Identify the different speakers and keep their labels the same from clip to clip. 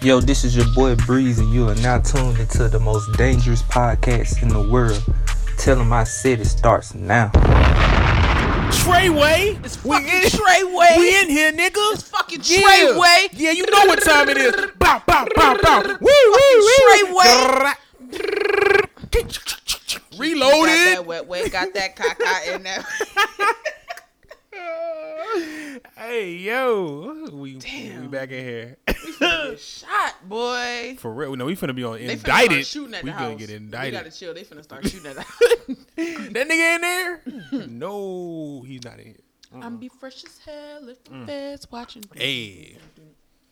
Speaker 1: Yo, this is your boy Breeze, and you are now tuned into the most dangerous podcast in the world. Tell him I said it starts now.
Speaker 2: Treyway. It's
Speaker 3: We
Speaker 2: fucking
Speaker 3: in it.
Speaker 2: Treyway.
Speaker 3: We in here, nigga.
Speaker 2: It's fucking
Speaker 3: Yeah.
Speaker 2: Treyway.
Speaker 3: Yeah, you know what time it is. Bow, bow, bow, bow. Woo, woo, woo.
Speaker 2: Treyway. Got that
Speaker 3: Reloaded.
Speaker 2: wet wet. Got that caca in there.
Speaker 3: Hey, yo. We, we back in here.
Speaker 2: Shot, boy.
Speaker 3: For real. No, we finna be on
Speaker 2: They finna
Speaker 3: indicted.
Speaker 2: start shooting at
Speaker 3: we
Speaker 2: the house.
Speaker 3: gonna get
Speaker 2: We
Speaker 3: indicted.
Speaker 2: gotta chill. They finna start shooting at the house.
Speaker 3: that nigga in there? no, he's not in here.
Speaker 2: I'm be fresh as hell if the feds watching.
Speaker 3: Mm. Hey.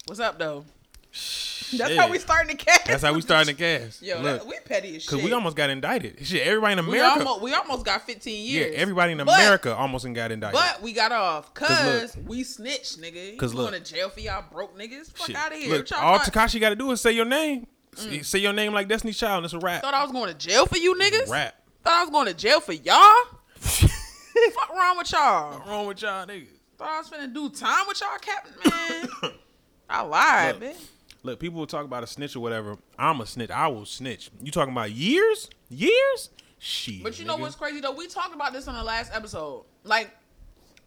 Speaker 2: What's up, though?
Speaker 3: Shit.
Speaker 2: That's how we starting the cast.
Speaker 3: That's how we starting the cast.
Speaker 2: Yo,
Speaker 3: Look,
Speaker 2: that, we petty as shit.
Speaker 3: cause we almost got indicted. Shit, everybody in
Speaker 2: We
Speaker 3: America.
Speaker 2: almost, we almost got 15
Speaker 3: yeah,
Speaker 2: years.
Speaker 3: everybody in
Speaker 2: But-
Speaker 3: America almost done got indicted.
Speaker 2: But we got off
Speaker 3: look.
Speaker 2: because we snitched, nigga.
Speaker 3: 'Cause
Speaker 2: Cause
Speaker 3: look.
Speaker 2: going to jail for y'all broke niggas. Fuck
Speaker 3: Shit.
Speaker 2: out of here.
Speaker 3: Look,
Speaker 2: Y'all Mm.
Speaker 3: all
Speaker 2: thought,
Speaker 3: Takashi got to do is say your name. Say- Say your name like Destiny's Child. And it's a rap.
Speaker 2: thought I was going to jail for you niggas.
Speaker 3: Rap.
Speaker 2: Thought I was going to jail for y'all. fuck wrong with y'all?
Speaker 3: What's wrong with y'all niggas?
Speaker 2: Thought I was finna do time with y'all, Captain Man. I lied,
Speaker 3: Look.
Speaker 2: man.
Speaker 3: Look, people will talk about a snitch or whatever. I'm a snitch. I will snitch. You talking about years? Years? Shit.
Speaker 2: But you know
Speaker 3: nigga.
Speaker 2: what's crazy though? We talked about this on the last episode. Like,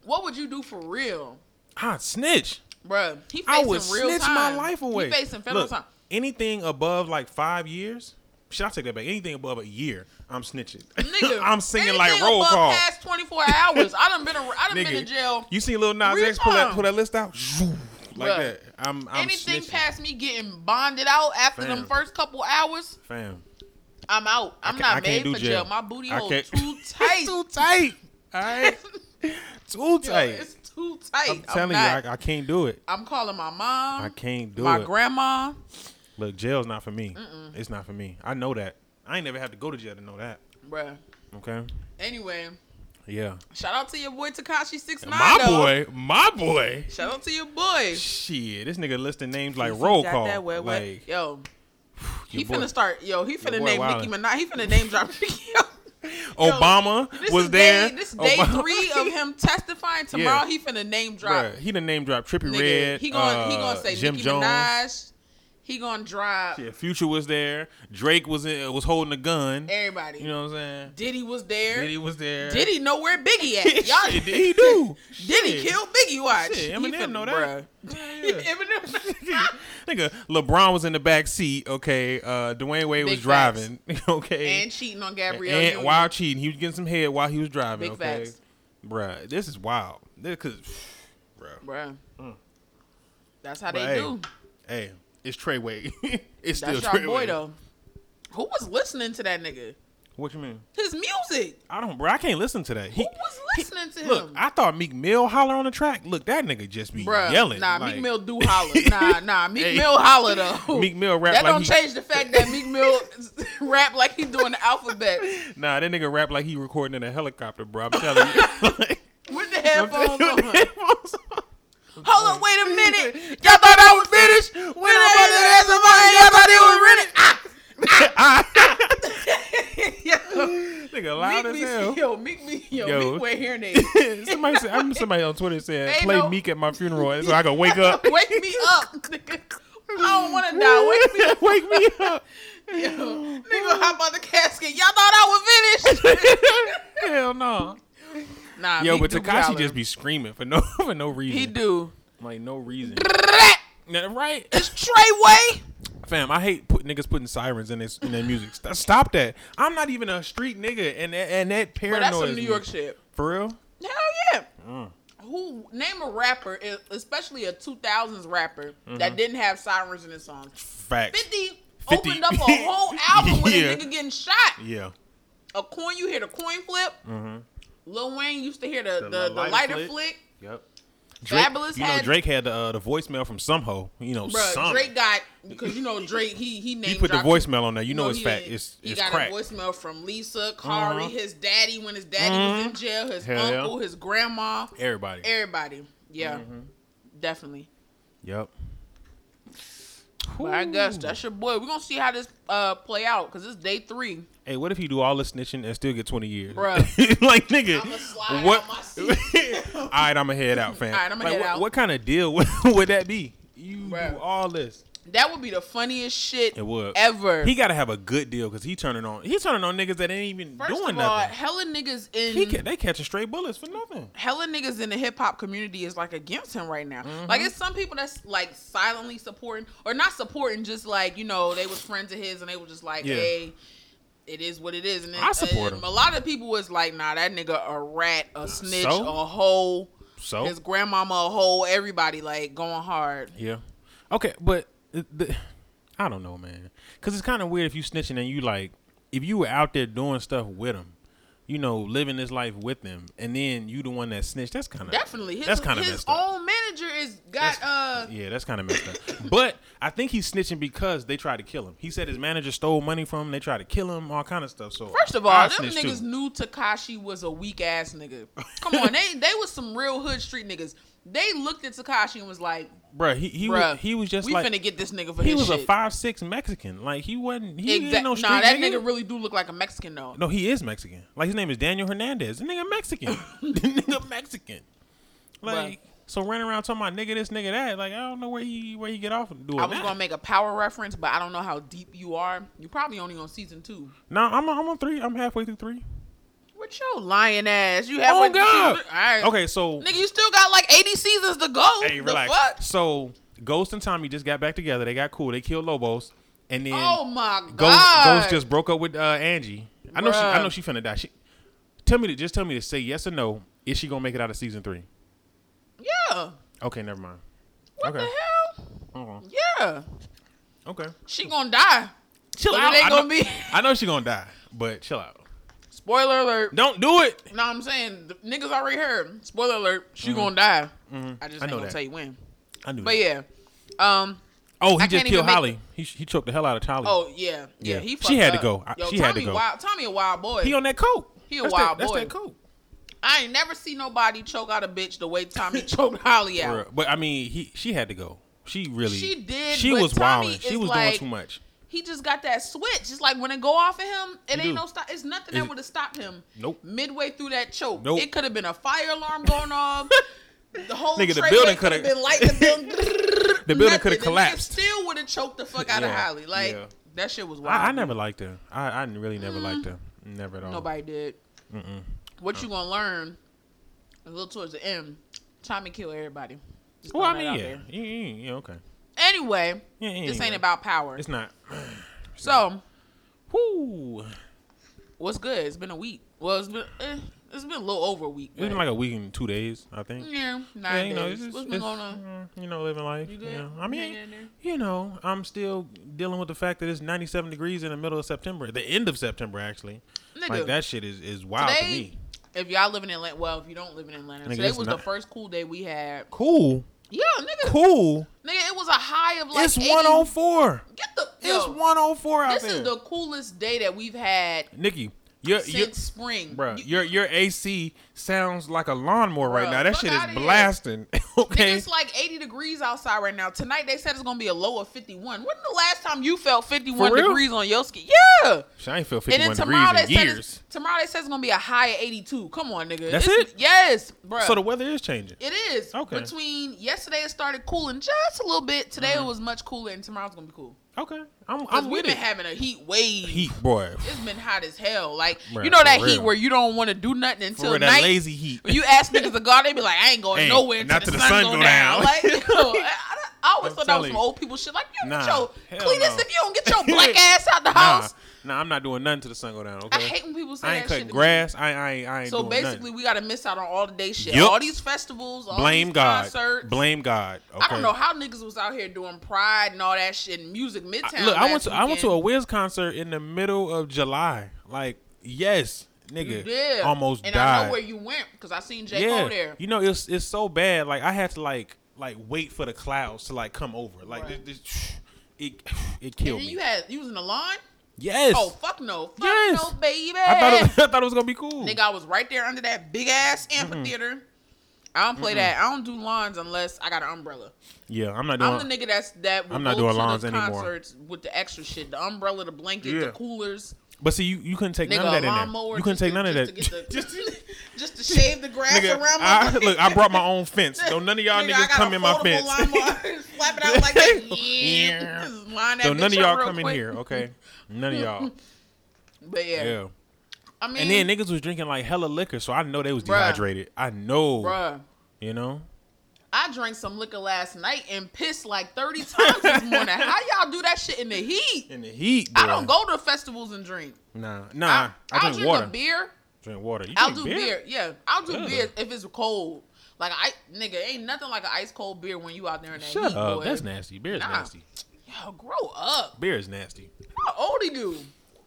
Speaker 2: what would you do for real,
Speaker 3: I snitch.
Speaker 2: bruh? He
Speaker 3: I
Speaker 2: facing
Speaker 3: would
Speaker 2: real
Speaker 3: snitch
Speaker 2: time.
Speaker 3: my life away.
Speaker 2: He facing federal
Speaker 3: Look,
Speaker 2: time.
Speaker 3: Anything above like five years. Should I take that back? Anything above a year, I'm snitching.
Speaker 2: Nigga,
Speaker 3: I'm singing like
Speaker 2: anything
Speaker 3: roll
Speaker 2: above
Speaker 3: call.
Speaker 2: Past 24 hours, I done been a, I done been
Speaker 3: Nigga,
Speaker 2: in jail.
Speaker 3: you seen Lil Nas
Speaker 2: Real
Speaker 3: X pull that,
Speaker 2: time.
Speaker 3: pull that list out? Like
Speaker 2: Bruh.
Speaker 3: that. I'm, I'm
Speaker 2: anything
Speaker 3: snitching.
Speaker 2: past me getting bonded out after
Speaker 3: Fam.
Speaker 2: them first couple hours,
Speaker 3: Fam.
Speaker 2: I'm out. I'm
Speaker 3: ca-
Speaker 2: not
Speaker 3: I can't
Speaker 2: made
Speaker 3: do
Speaker 2: for jail.
Speaker 3: jail.
Speaker 2: My booty
Speaker 3: I
Speaker 2: hole
Speaker 3: can't-
Speaker 2: too tight.
Speaker 3: too tight. All right. Too
Speaker 2: Yo,
Speaker 3: tight.
Speaker 2: It's too tight.
Speaker 3: I'm telling
Speaker 2: not.
Speaker 3: you, I, I can't do it.
Speaker 2: I'm calling my mom.
Speaker 3: I can't do
Speaker 2: my
Speaker 3: it.
Speaker 2: grandma.
Speaker 3: Look, jail's not for me. It's not for me. I know that. I ain't never had to go to jail to know that.
Speaker 2: Bruh.
Speaker 3: Okay.
Speaker 2: Anyway,
Speaker 3: Yeah.
Speaker 2: shout out to your boy Takashi Six Nine.
Speaker 3: my boy. My boy.
Speaker 2: Shout out to your boy.
Speaker 3: Shit, this nigga listing names like roll
Speaker 2: Got
Speaker 3: call.
Speaker 2: that wet, wet.
Speaker 3: like
Speaker 2: Yo, he
Speaker 3: your boy.
Speaker 2: finna start. Yo, he finna
Speaker 3: boy
Speaker 2: name
Speaker 3: wildin'.
Speaker 2: Nicki Minaj. He finna name drop Nicki.
Speaker 3: Obama
Speaker 2: This
Speaker 3: was
Speaker 2: is
Speaker 3: there. Oh,
Speaker 2: Day, this day
Speaker 3: Obama-
Speaker 2: three of him testifying. Tomorrow he finna name drop.
Speaker 3: Bruh, he done name drop Trippy
Speaker 2: Nigga,
Speaker 3: Red.
Speaker 2: he gonna he
Speaker 3: uh,
Speaker 2: gonna say
Speaker 3: Jim
Speaker 2: Nicki
Speaker 3: Jones.
Speaker 2: Minaj. He gonna drop
Speaker 3: Yeah, Future was there. Drake was in, was holding a gun.
Speaker 2: everybody.
Speaker 3: You know what I'm saying?
Speaker 2: Diddy was there.
Speaker 3: Diddy was there.
Speaker 2: Diddy know where Biggie at. Y'all,
Speaker 3: Shit, he do.
Speaker 2: Diddy
Speaker 3: Shit.
Speaker 2: killed Biggie. Watch.
Speaker 3: Shit,
Speaker 2: He
Speaker 3: Eminem
Speaker 2: finna-
Speaker 3: know that.
Speaker 2: bruh. Eminem.
Speaker 3: Nigga, LeBron was in the back seat. Okay, uh, Dwayne Wade
Speaker 2: Big
Speaker 3: was driving. Okay,
Speaker 2: and cheating on Gabrielle.
Speaker 3: And
Speaker 2: Union.
Speaker 3: while cheating, he was getting some head while he was driving.
Speaker 2: Big
Speaker 3: okay,
Speaker 2: facts.
Speaker 3: bruh, this is wild. This cause, bruh,
Speaker 2: Bruh. That's how
Speaker 3: Mm. But
Speaker 2: they
Speaker 3: hey,
Speaker 2: do.
Speaker 3: hey, it's Trey Wade. it's still
Speaker 2: That's
Speaker 3: Trey
Speaker 2: your boy
Speaker 3: Wade.
Speaker 2: though. Who was listening to that nigga?
Speaker 3: What you mean?
Speaker 2: His music.
Speaker 3: I don't, bruh. I can't listen to that. He,
Speaker 2: Who was listening to him?
Speaker 3: look, I thought Meek Mill holler on the track. Look, that nigga just be
Speaker 2: Bruh,
Speaker 3: yelling.
Speaker 2: Nah,
Speaker 3: like-
Speaker 2: Meek Mill do holler. Nah, nah, Meek
Speaker 3: Hey.
Speaker 2: Mill holler though.
Speaker 3: Meek Mill rap
Speaker 2: That
Speaker 3: like
Speaker 2: don't
Speaker 3: he-
Speaker 2: change the fact that Meek Mill rap like he doing the alphabet
Speaker 3: Nah, that nigga rap like he recording in a helicopter, bro. I'm telling you. Like,
Speaker 2: with the
Speaker 3: I'm
Speaker 2: headphones
Speaker 3: telling you,
Speaker 2: on.
Speaker 3: headphones on.
Speaker 2: Hold up, wait a minute. Y'all thought I was finished when I was the last of mine. Y'all thought it was rented. Ah, yo,
Speaker 3: Nigga loud as
Speaker 2: Meek be-
Speaker 3: hell.
Speaker 2: yo, Meek me, Ah. yo,
Speaker 3: Yo.
Speaker 2: Meek wear hearing aids.
Speaker 3: somebody said, I'm somebody on Twitter said,
Speaker 2: Ain't
Speaker 3: play
Speaker 2: no-
Speaker 3: Meek at my funeral so I can wake up.
Speaker 2: Wake me up, nigga. I don't want to die. Wake me up,
Speaker 3: Wake me up.
Speaker 2: yo. nigga. Hop on the casket. Y'all thought I was finished.
Speaker 3: Hell no.
Speaker 2: nah,
Speaker 3: Yo,
Speaker 2: Meek
Speaker 3: but
Speaker 2: do
Speaker 3: Takashi
Speaker 2: holler.
Speaker 3: just be screaming for no for no reason.
Speaker 2: he do.
Speaker 3: Like no reason.
Speaker 2: It's
Speaker 3: Nah, right?
Speaker 2: Treyway.
Speaker 3: Fam, I hate put niggas putting sirens in this in their music. Stop, stop that. I'm not even a street nigga and that- and that
Speaker 2: But
Speaker 3: paranoid.
Speaker 2: that's some
Speaker 3: is
Speaker 2: New
Speaker 3: me.
Speaker 2: York shit.
Speaker 3: For real?
Speaker 2: Hell yeah.
Speaker 3: Mm.
Speaker 2: Who name a rapper, e- especially a 2000s rapper
Speaker 3: Mm-hmm.
Speaker 2: that didn't have sirens in his songs?
Speaker 3: Facts.
Speaker 2: 50,
Speaker 3: 50.
Speaker 2: opened up a whole album with
Speaker 3: Yeah.
Speaker 2: a nigga getting shot.
Speaker 3: Yeah. Mm-hmm.
Speaker 2: A coin, you hear the coin flip. Lil Wayne used to hear the
Speaker 3: li-
Speaker 2: the, the
Speaker 3: lighter
Speaker 2: lighter
Speaker 3: flick.
Speaker 2: flick.
Speaker 3: Yep.
Speaker 2: Fabulous
Speaker 3: you know
Speaker 2: had-
Speaker 3: Drake had the uh, the voicemail from some hoe. You know,
Speaker 2: Bruh,
Speaker 3: some.
Speaker 2: Drake got because you know Drake he he named.
Speaker 3: he put the voicemail on there. You know, it's fat. It's
Speaker 2: he
Speaker 3: it's
Speaker 2: got
Speaker 3: crack.
Speaker 2: a voicemail from Lisa, Kari,
Speaker 3: Uh-huh.
Speaker 2: his daddy when his daddy was in jail, his
Speaker 3: Hell yeah.
Speaker 2: uncle, his grandma,
Speaker 3: Everybody. Mm-hmm.
Speaker 2: everybody. Yeah, definitely.
Speaker 3: yep.
Speaker 2: But I guess that's your boy. We're gonna see how this uh play out because it's day three.
Speaker 3: Hey, what if he do all this snitching and still get twenty years?
Speaker 2: Bruh.
Speaker 3: like nigga,
Speaker 2: I'ma slide
Speaker 3: what?
Speaker 2: out my seat.
Speaker 3: all right, I'ma head out, fam.
Speaker 2: All right, I'ma
Speaker 3: like,
Speaker 2: head
Speaker 3: what,
Speaker 2: out.
Speaker 3: What kind of deal would, would that be? You
Speaker 2: Bruh.
Speaker 3: do all this.
Speaker 2: That would be the funniest shit
Speaker 3: It would.
Speaker 2: ever.
Speaker 3: He gotta have a good deal because he turning on he turning on niggas that ain't even
Speaker 2: First
Speaker 3: doing
Speaker 2: of all, mm-hmm.
Speaker 3: nothing.
Speaker 2: hella niggas
Speaker 3: He
Speaker 2: in
Speaker 3: ca- they catching stray bullets for nothing.
Speaker 2: hella niggas in the hip hop community is like against him right now.
Speaker 3: Mm-hmm.
Speaker 2: Like it's some people that's like silently supporting or not supporting, just like you know they was friends of his and they were just like,
Speaker 3: Yeah.
Speaker 2: hey, it is what it is. And then,
Speaker 3: I support
Speaker 2: and
Speaker 3: him.
Speaker 2: A lot of people was like, nah, that nigga a rat, a snitch,
Speaker 3: So?
Speaker 2: a hoe,
Speaker 3: So
Speaker 2: his grandmama a hoe, everybody like going hard.
Speaker 3: yeah, okay, but the, the, I don't know, man, because it's kind of weird if you snitching and you like if you were out there doing stuff with him, you know, living this life with them, and then you the one that snitched. That's kind of
Speaker 2: Definitely, his,
Speaker 3: that's kind of
Speaker 2: his
Speaker 3: messed up.
Speaker 2: own manager is got uh.
Speaker 3: Yeah, that's kind of messed up. But I think he's snitching because they tried to kill him. He said his manager stole money from him. They tried to kill him, all kind of stuff. So
Speaker 2: First of all,
Speaker 3: I'd
Speaker 2: them
Speaker 3: snitch too.
Speaker 2: niggas knew Takashi was a weak ass nigga. Come on, they they was some real hood street niggas. They looked at Takashi and was like,
Speaker 3: Bruh, he he,
Speaker 2: "Bruh,
Speaker 3: was, he was just
Speaker 2: we
Speaker 3: like
Speaker 2: finna get this nigga for
Speaker 3: he
Speaker 2: his
Speaker 3: was
Speaker 2: shit."
Speaker 3: a five six Mexican. Like he wasn't he
Speaker 2: Exact-
Speaker 3: ain't no street
Speaker 2: nah, that
Speaker 3: nigga.
Speaker 2: nigga really do look like a Mexican though.
Speaker 3: no, he is Mexican. Like his name is Daniel Hernandez. The nigga Mexican. the nigga Mexican. Like so running around talking about nigga this nigga that. Like I don't know where he where he get off and do
Speaker 2: I
Speaker 3: it.
Speaker 2: was
Speaker 3: now.
Speaker 2: gonna make a power reference, but I don't know how deep you are. You probably only on season two.
Speaker 3: No, I'm I'm on three. I'm halfway through three.
Speaker 2: What your lying ass? You have
Speaker 3: Oh god.
Speaker 2: All right.
Speaker 3: Okay, so
Speaker 2: Nigga, you still got like 80 seasons to go.
Speaker 3: Hey,
Speaker 2: the
Speaker 3: relax.
Speaker 2: fuck?
Speaker 3: So Ghost and Tommy just got back together. They got cool. They killed Lobos, and then
Speaker 2: Oh my god.
Speaker 3: Ghost, Ghost just broke up with uh, Angie. I know she. I
Speaker 2: Bruh.
Speaker 3: know she finna die. She tell me to just tell me to say yes or no. Is she gonna make it out of season three?
Speaker 2: Yeah.
Speaker 3: Okay, never mind.
Speaker 2: What
Speaker 3: Okay. Uh-huh.
Speaker 2: the hell? Yeah.
Speaker 3: Okay,
Speaker 2: She gonna die.
Speaker 3: chill
Speaker 2: But it
Speaker 3: out.
Speaker 2: ain't
Speaker 3: I know,
Speaker 2: gonna be-
Speaker 3: I know she gonna die, but chill out.
Speaker 2: Spoiler alert.
Speaker 3: Don't do it.
Speaker 2: No, I'm saying the niggas already heard. Spoiler alert. She gonna die. I just
Speaker 3: Mm-hmm. I
Speaker 2: ain't
Speaker 3: know
Speaker 2: gonna
Speaker 3: that.
Speaker 2: tell you when.
Speaker 3: I knew.
Speaker 2: But
Speaker 3: that.
Speaker 2: yeah. Um.
Speaker 3: Oh, he
Speaker 2: I
Speaker 3: just
Speaker 2: can't even
Speaker 3: killed
Speaker 2: make-
Speaker 3: Holly. He he choked the hell out of Holly.
Speaker 2: Oh yeah. Yeah.
Speaker 3: Yeah.
Speaker 2: He.
Speaker 3: She
Speaker 2: fucked
Speaker 3: had to
Speaker 2: up.
Speaker 3: go. I-
Speaker 2: Yo,
Speaker 3: she
Speaker 2: Tommy
Speaker 3: had to go.
Speaker 2: Wild, Tommy a wild boy.
Speaker 3: he on that coke.
Speaker 2: He a
Speaker 3: that's
Speaker 2: wild
Speaker 3: that, That's
Speaker 2: boy.
Speaker 3: that coke.
Speaker 2: I ain't never seen nobody choke out a bitch the way Tommy choked Holly out.
Speaker 3: Bruh, But I mean, he she had to go. She really.
Speaker 2: She did,
Speaker 3: She
Speaker 2: but
Speaker 3: was
Speaker 2: Tommy
Speaker 3: wilding. She
Speaker 2: is
Speaker 3: was
Speaker 2: like-
Speaker 3: doing too much.
Speaker 2: He just got that switch. It's like when it go off of him, it
Speaker 3: You
Speaker 2: ain't
Speaker 3: do.
Speaker 2: no stop. It's nothing
Speaker 3: Is-
Speaker 2: that would have stopped him.
Speaker 3: Nope.
Speaker 2: Midway through that choke,
Speaker 3: Nope.
Speaker 2: it could have been a fire alarm going off. The whole
Speaker 3: Nigga, the
Speaker 2: trayway
Speaker 3: building
Speaker 2: coulda
Speaker 3: coulda-
Speaker 2: been light. The building,
Speaker 3: The building
Speaker 2: nothing.
Speaker 3: coulda
Speaker 2: The nigga
Speaker 3: collapsed.
Speaker 2: Still would have choked the fuck out of
Speaker 3: Yeah,
Speaker 2: Holly. Like
Speaker 3: yeah.
Speaker 2: that shit was wild.
Speaker 3: I, I never liked her. I, I really never liked her. Never at all.
Speaker 2: Mm. Nobody did. What you
Speaker 3: Mm.
Speaker 2: gonna learn? A little towards the end, Tommy killed everybody. Just
Speaker 3: Well, I
Speaker 2: throwing
Speaker 3: mean,
Speaker 2: that
Speaker 3: yeah.
Speaker 2: out there.
Speaker 3: Yeah, yeah, yeah, okay.
Speaker 2: Anyway,
Speaker 3: Yeah, yeah,
Speaker 2: this
Speaker 3: yeah.
Speaker 2: ain't about power.
Speaker 3: It's not.
Speaker 2: so,
Speaker 3: Whoo.
Speaker 2: what's good? It's been a week. Well, it's been eh, it's been a little over a week.
Speaker 3: It's been
Speaker 2: but-
Speaker 3: like a week and two days, I think.
Speaker 2: yeah, nine
Speaker 3: Yeah, you
Speaker 2: days.
Speaker 3: know, it's just,
Speaker 2: what's been
Speaker 3: it's,
Speaker 2: going on?
Speaker 3: mm, you know, living life.
Speaker 2: You
Speaker 3: You,
Speaker 2: good?
Speaker 3: know, I
Speaker 2: You
Speaker 3: mean,
Speaker 2: hanging in there?
Speaker 3: you know, I'm still dealing with the fact that it's 97 degrees in the middle of September, the end of September actually.
Speaker 2: Nigga.
Speaker 3: Like that shit is is wild to
Speaker 2: Today,
Speaker 3: me.
Speaker 2: if y'all live in Atlanta, well, if you don't live in Atlanta,
Speaker 3: Nigga,
Speaker 2: today
Speaker 3: it's
Speaker 2: was the
Speaker 3: not-
Speaker 2: first cool day we had.
Speaker 3: Cool,
Speaker 2: Yeah, nigga,
Speaker 3: cool.
Speaker 2: nigga, it was a high of like
Speaker 3: it's
Speaker 2: 80
Speaker 3: 104.
Speaker 2: Get the
Speaker 3: It's
Speaker 2: yo,
Speaker 3: 104 out
Speaker 2: This
Speaker 3: there.
Speaker 2: is the coolest day that we've had
Speaker 3: Nikki, you're,
Speaker 2: since
Speaker 3: you're
Speaker 2: spring,
Speaker 3: Bruh,
Speaker 2: You-
Speaker 3: your your AC sounds like a lawnmower right
Speaker 2: Bruh,
Speaker 3: now. That
Speaker 2: fuck
Speaker 3: shit
Speaker 2: outta
Speaker 3: is
Speaker 2: here.
Speaker 3: blasting.
Speaker 2: Nigga,
Speaker 3: okay.
Speaker 2: it's like 80 degrees outside right now. Tonight they said it's gonna be a low of 51. When the last time you felt 51
Speaker 3: For real?
Speaker 2: degrees on your skin? Yeah.
Speaker 3: Shit, I ain't feel
Speaker 2: And
Speaker 3: 51
Speaker 2: then tomorrow they
Speaker 3: degrees in
Speaker 2: said it's,
Speaker 3: years.
Speaker 2: tomorrow they said it's gonna be a high of 82. Come on, nigga.
Speaker 3: That's
Speaker 2: It's-
Speaker 3: it?
Speaker 2: Yes, bro.
Speaker 3: So the weather is changing.
Speaker 2: it is.
Speaker 3: Okay.
Speaker 2: Between yesterday it started cooling just a little bit. Today it was much cooler, and tomorrow's gonna be cool.
Speaker 3: Okay. I'm,
Speaker 2: Cause
Speaker 3: Mm-hmm. I'm
Speaker 2: we've
Speaker 3: with
Speaker 2: been
Speaker 3: it.
Speaker 2: having a heat wave.
Speaker 3: heat, boy.
Speaker 2: It's been hot as hell. Like
Speaker 3: Bruh,
Speaker 2: you know
Speaker 3: for
Speaker 2: that heat
Speaker 3: real.
Speaker 2: where you don't want to do nothing until
Speaker 3: For that
Speaker 2: night.
Speaker 3: lazy heat.
Speaker 2: When you ask niggas to go out, they be like, I ain't going
Speaker 3: Ain't-
Speaker 2: nowhere until
Speaker 3: not
Speaker 2: the, sun, go down.
Speaker 3: down.
Speaker 2: Like, yo, I, I always
Speaker 3: I'm
Speaker 2: thought that was
Speaker 3: telling
Speaker 2: some
Speaker 3: you.
Speaker 2: old people shit. Like, you
Speaker 3: Nah,
Speaker 2: get your
Speaker 3: hell
Speaker 2: Cletus
Speaker 3: no.
Speaker 2: if you don't get your black ass out the
Speaker 3: nah,
Speaker 2: house.
Speaker 3: nah, I'm not doing nothing till the sun go down. Okay.
Speaker 2: I hate when people say
Speaker 3: I
Speaker 2: that
Speaker 3: ain't cutting
Speaker 2: shit. to me.
Speaker 3: grass. I, I, ain't- I ain't
Speaker 2: So
Speaker 3: doing
Speaker 2: basically,
Speaker 3: nothing.
Speaker 2: we got to miss out on all the day shit.
Speaker 3: Yup.
Speaker 2: All these festivals, all
Speaker 3: blame
Speaker 2: these
Speaker 3: God.
Speaker 2: concerts.
Speaker 3: Blame God. Okay.
Speaker 2: I don't know how niggas was out here doing pride and all that shit and music midtown.
Speaker 3: Look, I went
Speaker 2: last
Speaker 3: to I went to
Speaker 2: weekend.
Speaker 3: a Wiz concert in the middle of July. Like, yes, nigga,
Speaker 2: yeah,
Speaker 3: almost
Speaker 2: and
Speaker 3: died.
Speaker 2: I know where you went because I seen J
Speaker 3: yeah,
Speaker 2: Cole there.
Speaker 3: you know it's it's so bad. Like I had to like like wait for the clouds to like come over. Like
Speaker 2: Right.
Speaker 3: this, this, it it
Speaker 2: and
Speaker 3: killed
Speaker 2: then
Speaker 3: me.
Speaker 2: you had you was in the lawn.
Speaker 3: yes,
Speaker 2: Oh fuck no, fuck
Speaker 3: Yes.
Speaker 2: no, baby.
Speaker 3: I thought it, I thought it was gonna be cool.
Speaker 2: Nigga, I was right there under that big ass amphitheater. I don't play that. I don't do lawns unless I got an umbrella.
Speaker 3: yeah, I'm not doing.
Speaker 2: I'm the nigga that's that. Will
Speaker 3: I'm not
Speaker 2: go
Speaker 3: doing
Speaker 2: to
Speaker 3: lawns
Speaker 2: the
Speaker 3: anymore.
Speaker 2: Concerts with the extra shit, the umbrella, the blanket,
Speaker 3: Yeah.
Speaker 2: the coolers.
Speaker 3: But see, you, you couldn't take none
Speaker 2: Nigga,
Speaker 3: of
Speaker 2: a
Speaker 3: that in there.
Speaker 2: lawnmower.
Speaker 3: You couldn't
Speaker 2: just
Speaker 3: take
Speaker 2: to-
Speaker 3: none of
Speaker 2: just
Speaker 3: that.
Speaker 2: to get the- Just to shave the grass
Speaker 3: Nigga,
Speaker 2: around my
Speaker 3: I, look, I brought my own fence. Don't none of y'all
Speaker 2: Nigga, I
Speaker 3: niggas
Speaker 2: got
Speaker 3: come
Speaker 2: a
Speaker 3: in my
Speaker 2: foldable
Speaker 3: fence.
Speaker 2: lawnmower. Slap it out like that.
Speaker 3: Yeah.
Speaker 2: Yeah. Just line that
Speaker 3: So none
Speaker 2: bitch
Speaker 3: of
Speaker 2: up
Speaker 3: y'all
Speaker 2: real
Speaker 3: come in
Speaker 2: quick.
Speaker 3: here, okay? None of y'all.
Speaker 2: But yeah,
Speaker 3: Yeah.
Speaker 2: I mean,
Speaker 3: And then niggas was drinking like hella liquor, so I know they was
Speaker 2: Bruh.
Speaker 3: dehydrated. I know.
Speaker 2: bruh,
Speaker 3: You know?
Speaker 2: I drank some liquor last night and pissed like thirty times this morning. How y'all do that shit in the heat?
Speaker 3: In the heat.
Speaker 2: I
Speaker 3: bruh.
Speaker 2: don't go to festivals and drink.
Speaker 3: Nah. Nah.
Speaker 2: I,
Speaker 3: I,
Speaker 2: I'll
Speaker 3: drink,
Speaker 2: drink
Speaker 3: water.
Speaker 2: a beer.
Speaker 3: Drink water. You
Speaker 2: I'll do
Speaker 3: drink
Speaker 2: beer? Yeah, I'll do
Speaker 3: Yeah.
Speaker 2: beer if it's cold. Like I, nigga, ain't nothing like an ice cold beer when you out there in that
Speaker 3: Shut
Speaker 2: heat,
Speaker 3: up.
Speaker 2: boy.
Speaker 3: That's nasty. Beer is
Speaker 2: Nah.
Speaker 3: nasty.
Speaker 2: Yo, Oh, grow up.
Speaker 3: Beer is nasty.
Speaker 2: How old he do?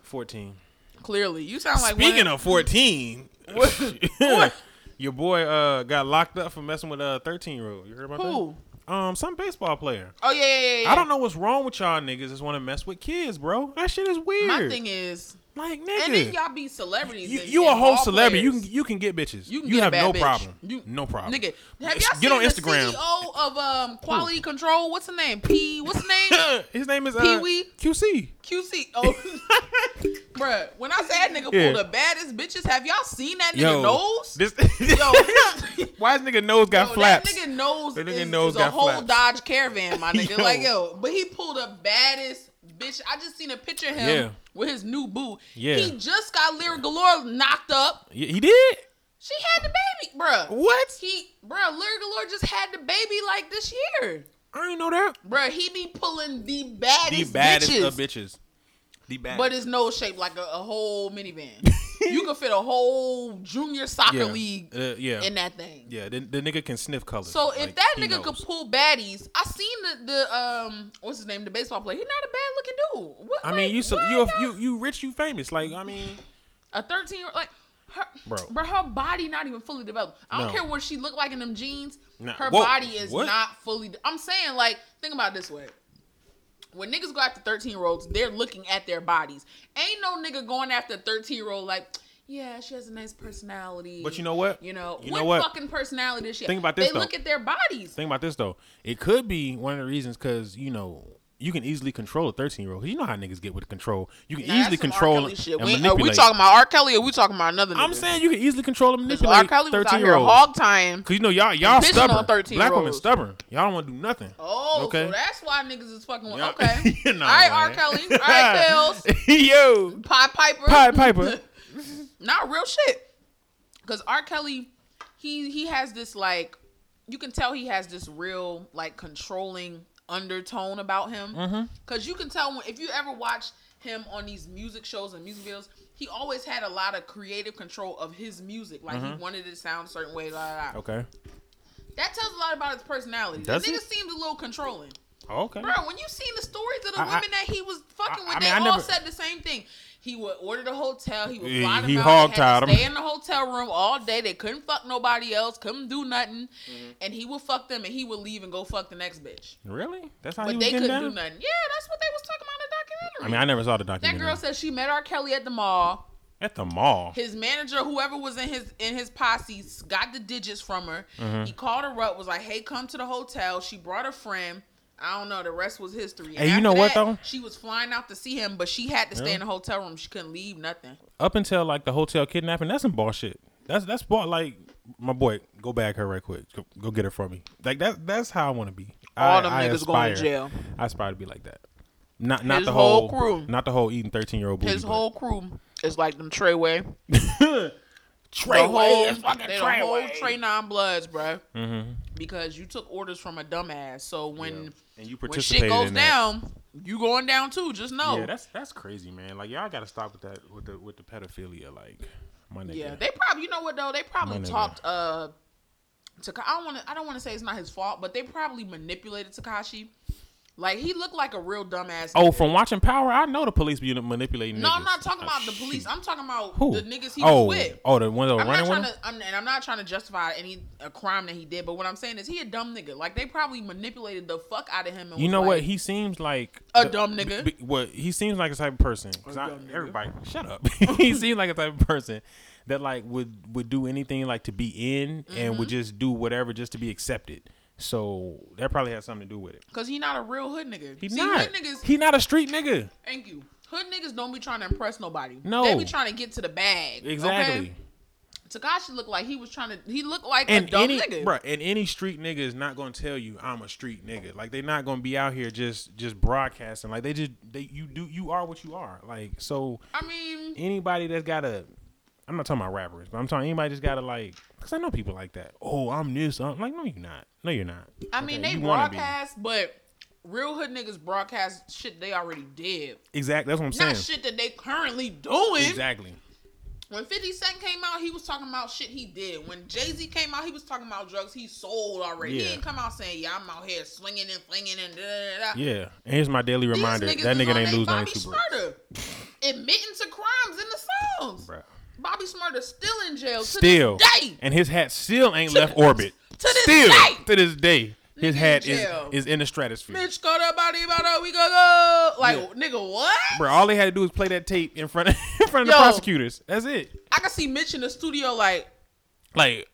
Speaker 3: 14.
Speaker 2: Clearly, you sound like
Speaker 3: Speaking
Speaker 2: one
Speaker 3: of 14,
Speaker 2: What?
Speaker 3: your boy uh got locked up for messing with a 13 year old. You heard about
Speaker 2: Who?
Speaker 3: that? Um, some baseball player.
Speaker 2: Oh yeah, yeah, yeah. yeah.
Speaker 3: I don't know what's wrong with y'all niggas. Just want to mess with kids, bro. That shit is weird.
Speaker 2: My thing is,
Speaker 3: like
Speaker 2: and then
Speaker 3: nigga,
Speaker 2: y'all be celebrities.
Speaker 3: you,
Speaker 2: and-
Speaker 3: you a
Speaker 2: and
Speaker 3: whole
Speaker 2: ball
Speaker 3: celebrity. You
Speaker 2: players.
Speaker 3: can you can get bitches. You,
Speaker 2: can get a
Speaker 3: have
Speaker 2: bad
Speaker 3: no
Speaker 2: bitch.
Speaker 3: problem.
Speaker 2: You-
Speaker 3: no problem,
Speaker 2: Nigga, have y'all
Speaker 3: Get
Speaker 2: seen
Speaker 3: on
Speaker 2: the E
Speaker 3: Instagram.
Speaker 2: CEO of um, Quality Control? What's the name? P. What's the name?
Speaker 3: His name is uh,
Speaker 2: Pee Wee?
Speaker 3: QC.
Speaker 2: QC. Oh, bruh. When I say that nigga
Speaker 3: Yeah.
Speaker 2: pull the baddest bitches, have y'all seen that nigga nose?
Speaker 3: This,
Speaker 2: Yo,
Speaker 3: why his nigga nose got
Speaker 2: yo, that
Speaker 3: flaps?
Speaker 2: nigga nose
Speaker 3: That nigga
Speaker 2: is,
Speaker 3: nose
Speaker 2: is a
Speaker 3: got
Speaker 2: whole
Speaker 3: flaps.
Speaker 2: Dodge Caravan, my nigga.
Speaker 3: Yo.
Speaker 2: Like yo, but he pulled the baddest bitch. I just seen a picture of him
Speaker 3: Yeah.
Speaker 2: with his new boo.
Speaker 3: Yeah.
Speaker 2: he just got Lyra Galore knocked up.
Speaker 3: He- he did.
Speaker 2: She had the baby, bruh.
Speaker 3: What?
Speaker 2: He, bruh, Lyra Galore just had the baby like this year.
Speaker 3: I didn't know that.
Speaker 2: Bruh, he be pulling the
Speaker 3: the
Speaker 2: baddest,
Speaker 3: baddest
Speaker 2: bitches,
Speaker 3: of bitches. The baddest.
Speaker 2: but his nose shaped like a, a whole minivan. you could fit a whole junior soccer
Speaker 3: yeah.
Speaker 2: league
Speaker 3: Uh, yeah.
Speaker 2: in that thing.
Speaker 3: yeah, the, the nigga can sniff colors.
Speaker 2: So if
Speaker 3: Like,
Speaker 2: that
Speaker 3: he
Speaker 2: nigga could
Speaker 3: knows.
Speaker 2: pull baddies, I seen the, the um what's his name, the baseball player. He's not a bad looking dude. What,
Speaker 3: I mean,
Speaker 2: like,
Speaker 3: you so,
Speaker 2: why
Speaker 3: you
Speaker 2: not?
Speaker 3: you you rich, you famous. Like I mean,
Speaker 2: a thirteen year like her,
Speaker 3: Bro.
Speaker 2: bro. But her body not even fully developed. I don't
Speaker 3: No.
Speaker 2: care what she look like in them jeans.
Speaker 3: Nah,
Speaker 2: Her
Speaker 3: whoa,
Speaker 2: body is
Speaker 3: what?
Speaker 2: not fully. de- I'm saying like think about it this way. When niggas go after 13 year olds, they're looking at their bodies. Ain't no nigga going after a 13 year old like. Yeah, she has a nice personality.
Speaker 3: But you know what?
Speaker 2: You know,
Speaker 3: You
Speaker 2: what,
Speaker 3: know what?
Speaker 2: fucking personality is she?
Speaker 3: Think about this,
Speaker 2: They
Speaker 3: though.
Speaker 2: look at their bodies.
Speaker 3: think about this though. It could be one of the reasons because you know you can easily control a thirteen year old. You know how niggas get with control. You can
Speaker 2: Nah,
Speaker 3: easily
Speaker 2: that's some R.
Speaker 3: control
Speaker 2: Kelly
Speaker 3: and
Speaker 2: shit. We, are
Speaker 3: manipulate.
Speaker 2: we talking about R. Kelly or we talking about another nigga?
Speaker 3: I'm saying you can easily control and
Speaker 2: 'Cause R.
Speaker 3: manipulate
Speaker 2: Kelly was out
Speaker 3: thirteen
Speaker 2: here
Speaker 3: year old.
Speaker 2: hog tying.
Speaker 3: Cause you know y'all y'all
Speaker 2: Bitching on
Speaker 3: stubborn. Black
Speaker 2: 13-year-olds.
Speaker 3: women stubborn. Y'all don't want to do nothing.
Speaker 2: Oh,
Speaker 3: okay.
Speaker 2: so that's why niggas is fucking with.
Speaker 3: Yeah.
Speaker 2: Okay.
Speaker 3: You know,
Speaker 2: All right,
Speaker 3: man.
Speaker 2: R. Kelly. All right, Pills.
Speaker 3: Yo,
Speaker 2: Pod Piper.
Speaker 3: Pied Piper.
Speaker 2: Not real shit. Because R. Kelly, he he has this like, you can tell he has this real like controlling undertone about him.
Speaker 3: Mm-hmm.
Speaker 2: Because you can tell when, if you ever watch him on these music shows and music videos, he always had a lot of creative control of his music. Like he wanted it to sound a certain way. Blah, blah, blah.
Speaker 3: Mm-hmm. Okay.
Speaker 2: That tells a lot about his personality.
Speaker 3: Does
Speaker 2: the nigga
Speaker 3: it?
Speaker 2: seems a little controlling.
Speaker 3: Okay.
Speaker 2: Bro, when you seen the stories of the
Speaker 3: I- I-
Speaker 2: women that he was fucking
Speaker 3: I-
Speaker 2: with,
Speaker 3: I
Speaker 2: they
Speaker 3: mean, I
Speaker 2: all
Speaker 3: never-
Speaker 2: said the same thing. He would order the hotel. He would
Speaker 3: Yeah,
Speaker 2: fly them
Speaker 3: he
Speaker 2: out. They had
Speaker 3: hog-tied
Speaker 2: to
Speaker 3: 'em.
Speaker 2: stay in the hotel room all day. They couldn't fuck nobody else. Couldn't do nothing. And he would fuck them, and he would leave and go fuck the next bitch.
Speaker 3: Really? That's how
Speaker 2: But
Speaker 3: he was
Speaker 2: they
Speaker 3: getting
Speaker 2: couldn't
Speaker 3: down.
Speaker 2: do nothing. Yeah, that's what they was talking about
Speaker 3: I
Speaker 2: in the documentary.
Speaker 3: mean, I never saw the
Speaker 2: that
Speaker 3: documentary.
Speaker 2: girl said she met R. Kelly at the mall.
Speaker 3: at the mall.
Speaker 2: His manager, whoever was in his in his posse, got the digits from her.
Speaker 3: Mm-hmm.
Speaker 2: He called her up, was like, "Hey, come to the hotel." She brought a friend. I don't know. The rest was history.
Speaker 3: Hey, you know what, though?
Speaker 2: She was flying out to see him, but she had to stay
Speaker 3: Yeah.
Speaker 2: in the hotel room. She couldn't leave. Nothing.
Speaker 3: Up until like the hotel kidnapping, that's some ball shit. That's that's ball like my boy. Go bag her right quick. Go, go get her for me. Like that. That's how I want to be.
Speaker 2: All
Speaker 3: I,
Speaker 2: them
Speaker 3: I
Speaker 2: niggas going to
Speaker 3: aspire-
Speaker 2: jail.
Speaker 3: I aspire to be like that. Not not
Speaker 2: His
Speaker 3: the whole,
Speaker 2: whole crew.
Speaker 3: Not the whole eating thirteen year old.
Speaker 2: His whole crew is like them Treyway.
Speaker 3: Trey
Speaker 2: the whole,
Speaker 3: is fucking
Speaker 2: they the
Speaker 3: Trey
Speaker 2: whole
Speaker 3: Way.
Speaker 2: Trey Nine Bloods, bruh. Because you took orders from a dumbass. So when
Speaker 3: Mm-hmm. Yeah. And you
Speaker 2: when shit
Speaker 3: participated
Speaker 2: goes
Speaker 3: in that.
Speaker 2: down, you going down oh. too. Just know.
Speaker 3: Yeah, that's that's crazy, man. Like y'all got to stop with that with the with the pedophilia. Like my nigga.
Speaker 2: Yeah, they probably. You know what though? They probably
Speaker 3: My nigga.
Speaker 2: talked. Uh, Taka- I don't want to. I don't want to say it's not his fault, but they probably manipulated Takashi. Like he looked like a real dumbass.
Speaker 3: Oh, from watching Power, I know the police be manipulating.
Speaker 2: no,
Speaker 3: niggas.
Speaker 2: I'm not talking
Speaker 3: Oh,
Speaker 2: about the police.
Speaker 3: shoot.
Speaker 2: I'm talking about
Speaker 3: Who?
Speaker 2: the niggas he
Speaker 3: oh,
Speaker 2: was with.
Speaker 3: Oh, the one that was
Speaker 2: I'm not
Speaker 3: running with
Speaker 2: trying
Speaker 3: him?
Speaker 2: to, I'm, and I'm not trying to justify any a crime that he did, but what I'm saying is he a dumb nigga. Like they probably manipulated the fuck out of him. And
Speaker 3: You
Speaker 2: was
Speaker 3: know what?
Speaker 2: like,
Speaker 3: He seems like
Speaker 2: A
Speaker 3: the-
Speaker 2: dumb nigga.
Speaker 3: b- what he seems like a type of person. 'cause
Speaker 2: A
Speaker 3: I-
Speaker 2: dumb nigga.
Speaker 3: everybody, shut up. he seems like a type of person that like would would do anything like to be in and
Speaker 2: Mm-hmm.
Speaker 3: would just do whatever just to be accepted. So that probably has something to do with it.
Speaker 2: because he not a real hood nigga.
Speaker 3: He's
Speaker 2: See,
Speaker 3: not.
Speaker 2: hood niggas.
Speaker 3: He not a street nigga.
Speaker 2: thank you. Hood niggas don't be trying to impress nobody.
Speaker 3: No.
Speaker 2: they be trying to get to the bag.
Speaker 3: Exactly.
Speaker 2: Okay? Takashi looked like he was trying to. He looked like a
Speaker 3: And
Speaker 2: dumb
Speaker 3: any
Speaker 2: nigga.
Speaker 3: bruh, and any street nigga is not gonna tell you I'm a street nigga. Like they're not gonna be out here just just broadcasting. Like they just they you do you are what you are. Like so
Speaker 2: I mean,
Speaker 3: anybody that's got a I'm not talking about rappers, but I'm talking anybody that's got to like, because I know people like that. Oh, I'm this. I'm like, no, you're not. No, you're not.
Speaker 2: I mean,
Speaker 3: Okay,
Speaker 2: they
Speaker 3: you wanna be.
Speaker 2: broadcast, but real hood niggas broadcast shit they already did,
Speaker 3: Exactly. That's what I'm
Speaker 2: not
Speaker 3: saying.
Speaker 2: shit that they currently doing.
Speaker 3: Exactly.
Speaker 2: When 50 Cent came out, he was talking about shit he did. When Jay Z came out, he was talking about drugs he sold already.
Speaker 3: Yeah.
Speaker 2: He didn't come out saying, "Yeah, I'm out here swinging and flinging and da da da." da."
Speaker 3: Yeah. And here's my daily
Speaker 2: These
Speaker 3: reminder:
Speaker 2: niggas
Speaker 3: that
Speaker 2: is
Speaker 3: nigga
Speaker 2: on
Speaker 3: ain't
Speaker 2: they
Speaker 3: lose
Speaker 2: Bobby
Speaker 3: 92 bricks.
Speaker 2: Smurda, admitting to crimes in the songs.
Speaker 3: Bruh.
Speaker 2: Bobby Smurda still in jail to
Speaker 3: Still,
Speaker 2: this day.
Speaker 3: and his hat still ain't
Speaker 2: To
Speaker 3: left
Speaker 2: this-
Speaker 3: orbit.
Speaker 2: to this
Speaker 3: still,
Speaker 2: day.
Speaker 3: to this day, his
Speaker 2: Nigga in
Speaker 3: hat is
Speaker 2: jail.
Speaker 3: is in the stratosphere.
Speaker 2: Bitch, go to body, bada, we go go. Like,
Speaker 3: Yeah.
Speaker 2: nigga, what?
Speaker 3: Bro, all they had to do was play that tape in front of in front of the
Speaker 2: Yo.
Speaker 3: prosecutors. That's it.
Speaker 2: I can see Mitch in the studio, like,
Speaker 3: Like,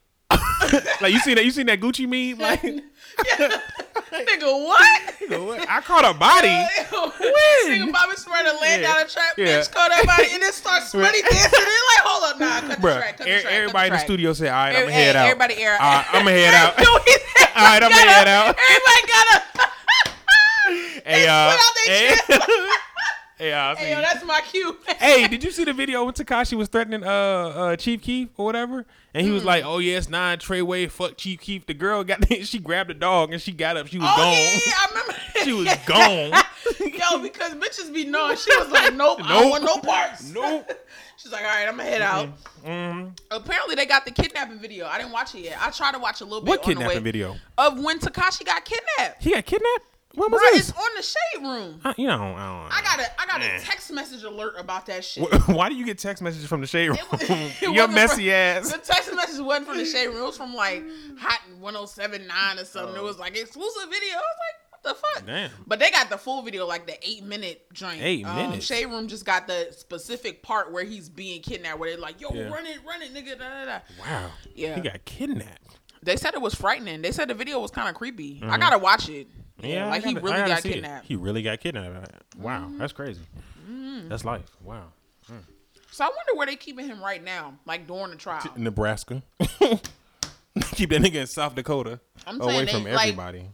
Speaker 3: like you seen that? You seen that Gucci meme? Like,
Speaker 2: nigga, what?
Speaker 3: I caught a body.
Speaker 2: When? Nigga Bobby Smurda land
Speaker 3: Yeah.
Speaker 2: down a trap,
Speaker 3: Yeah.
Speaker 2: bitch, call that body, and then start sweaty dancing. They're like, hold up, nah,
Speaker 3: Bruh,
Speaker 2: cut the track, cut
Speaker 3: er-
Speaker 2: the track.
Speaker 3: everybody in
Speaker 2: cut
Speaker 3: the
Speaker 2: the track.
Speaker 3: studio said, "All right, I'm
Speaker 2: Every-
Speaker 3: gonna head out."
Speaker 2: Everybody air
Speaker 3: All right, I'm gonna head out.
Speaker 2: All right,
Speaker 3: Alright, I'ma head out.
Speaker 2: Everybody gotta.
Speaker 3: hey, uh,
Speaker 2: out their
Speaker 3: hey, hey, uh,
Speaker 2: Hey, yo,
Speaker 3: hey,
Speaker 2: that's my cue.
Speaker 3: hey, did you see the video when Takashi was threatening uh, uh Chief Keef or whatever? And he was
Speaker 2: Hmm.
Speaker 3: like, "Oh yes, nine Treyway, fuck Chief Keef." The girl got she grabbed the dog and she got up. She was
Speaker 2: Oh,
Speaker 3: gone.
Speaker 2: yeah, yeah, I remember.
Speaker 3: she was gone.
Speaker 2: Yo, because bitches be knowing. She was like, nope, I
Speaker 3: Nope.
Speaker 2: don't want no parts.
Speaker 3: nope.
Speaker 2: She's like, all right, I'm gonna head out.
Speaker 3: Mm.
Speaker 2: Apparently, they got the kidnapping video. I didn't watch it yet. I tried to watch a little bit.
Speaker 3: What
Speaker 2: on the way
Speaker 3: kidnapping video?
Speaker 2: of when Takashi got kidnapped?
Speaker 3: He got kidnapped. What was
Speaker 2: Bruh, it's
Speaker 3: this?
Speaker 2: on the shade room.
Speaker 3: I, you know, I don't. I don't
Speaker 2: I got a I got
Speaker 3: Eh.
Speaker 2: a text message alert about that shit.
Speaker 3: Why do you get text messages from the shade room?
Speaker 2: It was- it
Speaker 3: Your
Speaker 2: wasn't
Speaker 3: messy
Speaker 2: from-
Speaker 3: ass.
Speaker 2: The text message wasn't from the shade room. It was from like Hot 1079 or something. It was like exclusive video. I was like, what the fuck?
Speaker 3: Oh. Damn.
Speaker 2: But they got the full video, like the eight minute joint. Um,
Speaker 3: Eight minutes.
Speaker 2: Shade room just got the specific part where he's being kidnapped, where they're like, yo,
Speaker 3: Yeah.
Speaker 2: run it, run it, nigga. Da, da, da.
Speaker 3: Wow.
Speaker 2: Yeah.
Speaker 3: He got kidnapped.
Speaker 2: They said it was frightening. They said the video was kind of creepy. I gotta watch it.
Speaker 3: Mm-hmm. I
Speaker 2: like he
Speaker 3: gotta- I
Speaker 2: really
Speaker 3: gotta
Speaker 2: got
Speaker 3: see it.
Speaker 2: kidnapped. Mm-hmm.
Speaker 3: He really got kidnapped. Wow, that's crazy. That's life. Wow.
Speaker 2: So I wonder where they keeping him right now, like during the trial.
Speaker 3: Nebraska. Keep that nigga in South Dakota
Speaker 2: I'm
Speaker 3: away
Speaker 2: saying they,
Speaker 3: from
Speaker 2: like-
Speaker 3: everybody.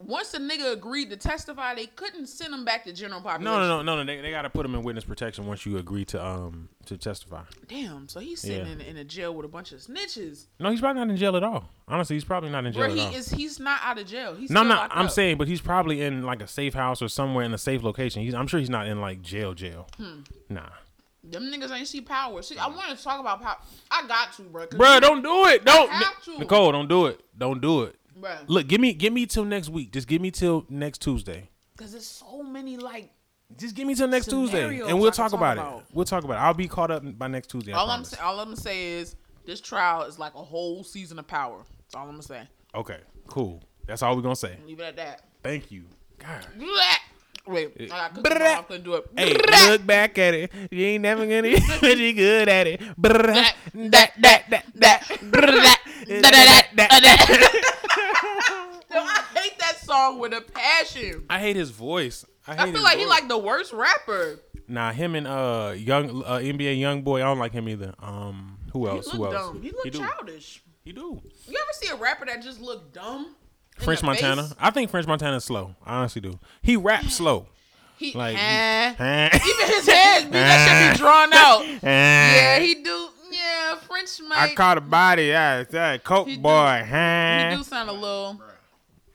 Speaker 2: Once the nigga agreed to testify, they couldn't send him back to general population.
Speaker 3: no, no, no, no, no. They, they gotta put him in witness protection once you agree to um to testify.
Speaker 2: Damn. So he's sitting
Speaker 3: Yeah.
Speaker 2: in, in a jail with a bunch of snitches.
Speaker 3: No, he's probably not in jail at all. Honestly, he's probably not in jail
Speaker 2: Where
Speaker 3: at
Speaker 2: he
Speaker 3: all.
Speaker 2: is, he's not out of jail. He's
Speaker 3: no,
Speaker 2: still
Speaker 3: I'm not.
Speaker 2: locked
Speaker 3: I'm
Speaker 2: up.
Speaker 3: saying, but he's probably in like a safe house or somewhere in a safe location. He's, I'm sure he's not in like jail, jail.
Speaker 2: Hmm.
Speaker 3: Nah,
Speaker 2: them niggas ain't see power. See, I want to talk about power. I got to, bro.
Speaker 3: Mm. Bruh, don't do it. Don't,
Speaker 2: have to.
Speaker 3: Nicole, don't do it. Don't do it.
Speaker 2: Bruh.
Speaker 3: Look, give me give me till next week. Just give me till next Tuesday.
Speaker 2: because there's so many like.
Speaker 3: Just give me till next Tuesday,
Speaker 2: Scenarios
Speaker 3: and we'll
Speaker 2: I can
Speaker 3: talk
Speaker 2: talk
Speaker 3: about, it.
Speaker 2: about.
Speaker 3: We'll talk about it. I'll be caught up by next Tuesday. I
Speaker 2: All I'm
Speaker 3: promise.
Speaker 2: sa- all I'm gonna say is this trial is like a whole season of power. That's all I'm gonna say.
Speaker 3: Okay, cool. That's all we're gonna say.
Speaker 2: Leave it at that.
Speaker 3: Thank you. God.
Speaker 2: Wait, I got cookies.
Speaker 3: Blah.
Speaker 2: in my mouth, couldn't do it.
Speaker 3: Hey,
Speaker 2: Blah.
Speaker 3: look back at it. You ain't never gonna but you good at it. Brrrr.
Speaker 2: that that that that that that that that that. Yo, I hate that song with a passion.
Speaker 3: I hate his voice. I, hate
Speaker 2: I feel
Speaker 3: his
Speaker 2: like he
Speaker 3: voice.
Speaker 2: like the worst rapper.
Speaker 3: Nah, him and uh young uh, NBA young boy. I don't like him either. Um, who
Speaker 2: He
Speaker 3: else? who
Speaker 2: look
Speaker 3: else?
Speaker 2: dumb. He look
Speaker 3: do.
Speaker 2: childish.
Speaker 3: He do.
Speaker 2: You ever see a rapper that just look dumb? in
Speaker 3: French
Speaker 2: the
Speaker 3: Montana.
Speaker 2: face?
Speaker 3: I think French Montana's slow. I honestly do. He raps slow.
Speaker 2: He
Speaker 3: Like
Speaker 2: like
Speaker 3: he-
Speaker 2: even his hands be that should be drawn out. Yeah,
Speaker 3: Eh.
Speaker 2: he do. Yeah, French
Speaker 3: I
Speaker 2: might.
Speaker 3: caught a body. Yeah, it's that coke
Speaker 2: He do-
Speaker 3: boy.
Speaker 2: he
Speaker 3: huh?
Speaker 2: do sound a little.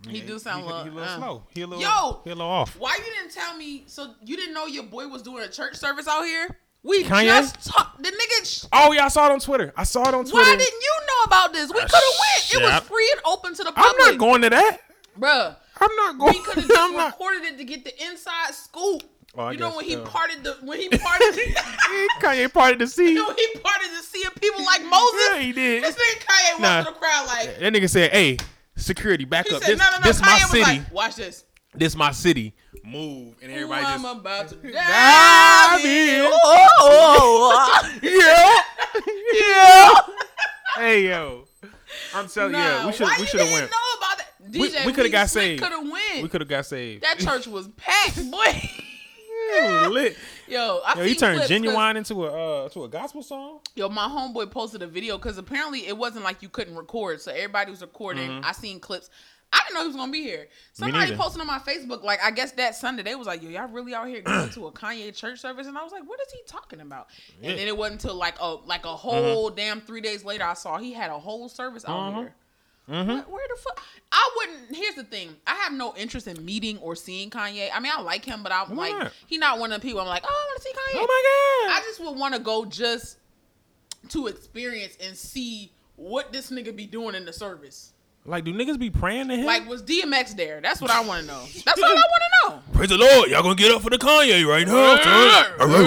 Speaker 2: He do sound
Speaker 3: He-
Speaker 2: a little.
Speaker 3: he a little
Speaker 2: uh.
Speaker 3: slow. He a little.
Speaker 2: Yo!
Speaker 3: He a little off.
Speaker 2: Why you didn't tell me? So you didn't know your boy was doing a church service out here? We
Speaker 3: Kanye?
Speaker 2: just talked. The nigga. sh-
Speaker 3: Oh yeah, I saw it on Twitter. I saw it on Twitter. Ah,
Speaker 2: Why didn't you know about this? We could have went. It
Speaker 3: shit.
Speaker 2: was free and open to the
Speaker 3: I'm
Speaker 2: public.
Speaker 3: not going to that.
Speaker 2: bruh.
Speaker 3: I'm not
Speaker 2: We
Speaker 3: going.
Speaker 2: could have
Speaker 3: I'm
Speaker 2: just
Speaker 3: not.
Speaker 2: recorded it to get the inside scoop.
Speaker 3: Oh, I
Speaker 2: you know
Speaker 3: guess,
Speaker 2: when he
Speaker 3: uh,
Speaker 2: parted the when he parted.
Speaker 3: Kanye parted the sea.
Speaker 2: you know he parted the sea of people like Moses.
Speaker 3: Yeah, he did.
Speaker 2: This nigga Kanye walked
Speaker 3: Nah.
Speaker 2: to the crowd like.
Speaker 3: That nigga said, "Hey, security, back
Speaker 2: He
Speaker 3: up.
Speaker 2: said,
Speaker 3: This,
Speaker 2: "No, no, no."
Speaker 3: this
Speaker 2: Kanye
Speaker 3: my
Speaker 2: was
Speaker 3: city.
Speaker 2: like, "Watch this."
Speaker 3: This my city. Move." And
Speaker 2: Ooh,
Speaker 3: everybody
Speaker 2: I'm
Speaker 3: just.
Speaker 2: about to
Speaker 3: Dive
Speaker 2: dive in.
Speaker 3: in.
Speaker 2: Ooh, oh, oh, oh.
Speaker 3: yeah. yeah. Hey yo. I'm telling you, yeah,
Speaker 2: Nah,
Speaker 3: we should
Speaker 2: why
Speaker 3: we
Speaker 2: you
Speaker 3: should have
Speaker 2: didn't
Speaker 3: went.
Speaker 2: Know about that?
Speaker 3: we
Speaker 2: DJ,
Speaker 3: coulda got saved.
Speaker 2: Could have went.
Speaker 3: We could have got saved.
Speaker 2: that church was packed, boy.
Speaker 3: It was lit.
Speaker 2: Yo, I
Speaker 3: Yo, he
Speaker 2: seen
Speaker 3: turned
Speaker 2: clips 'cause-
Speaker 3: genuine into a uh, to a gospel song.
Speaker 2: Yo, my homeboy posted a video because apparently it wasn't like you couldn't record, so everybody was recording. I seen clips. I didn't know he was gonna be here. Somebody
Speaker 3: Mm-hmm. neither.
Speaker 2: posted on my Facebook, like I guess that Sunday they was like, "Yo, y'all really out here going to a Kanye church service?" And I was like, "What is he talking about?"
Speaker 3: Yeah. Mm-hmm.
Speaker 2: And then it wasn't until like a like a whole damn three days later I saw he had a whole service out
Speaker 3: Mm-hmm.
Speaker 2: here. Where, where the fuck? I wouldn't. Here's the thing: I have no interest in meeting or seeing Kanye. I mean, I like him, but I'm
Speaker 3: Why
Speaker 2: like,
Speaker 3: not?
Speaker 2: he not one of the people. I'm like, oh, I want to see Kanye.
Speaker 3: Oh my
Speaker 2: I
Speaker 3: god!
Speaker 2: just would want to go just to experience and see what this nigga be doing in the service.
Speaker 3: Like, do niggas be praying to him?
Speaker 2: Like, was DMX there? That's what I want to know. That's all I want to know.
Speaker 3: praise the Lord, y'all gonna get up for the Kanye right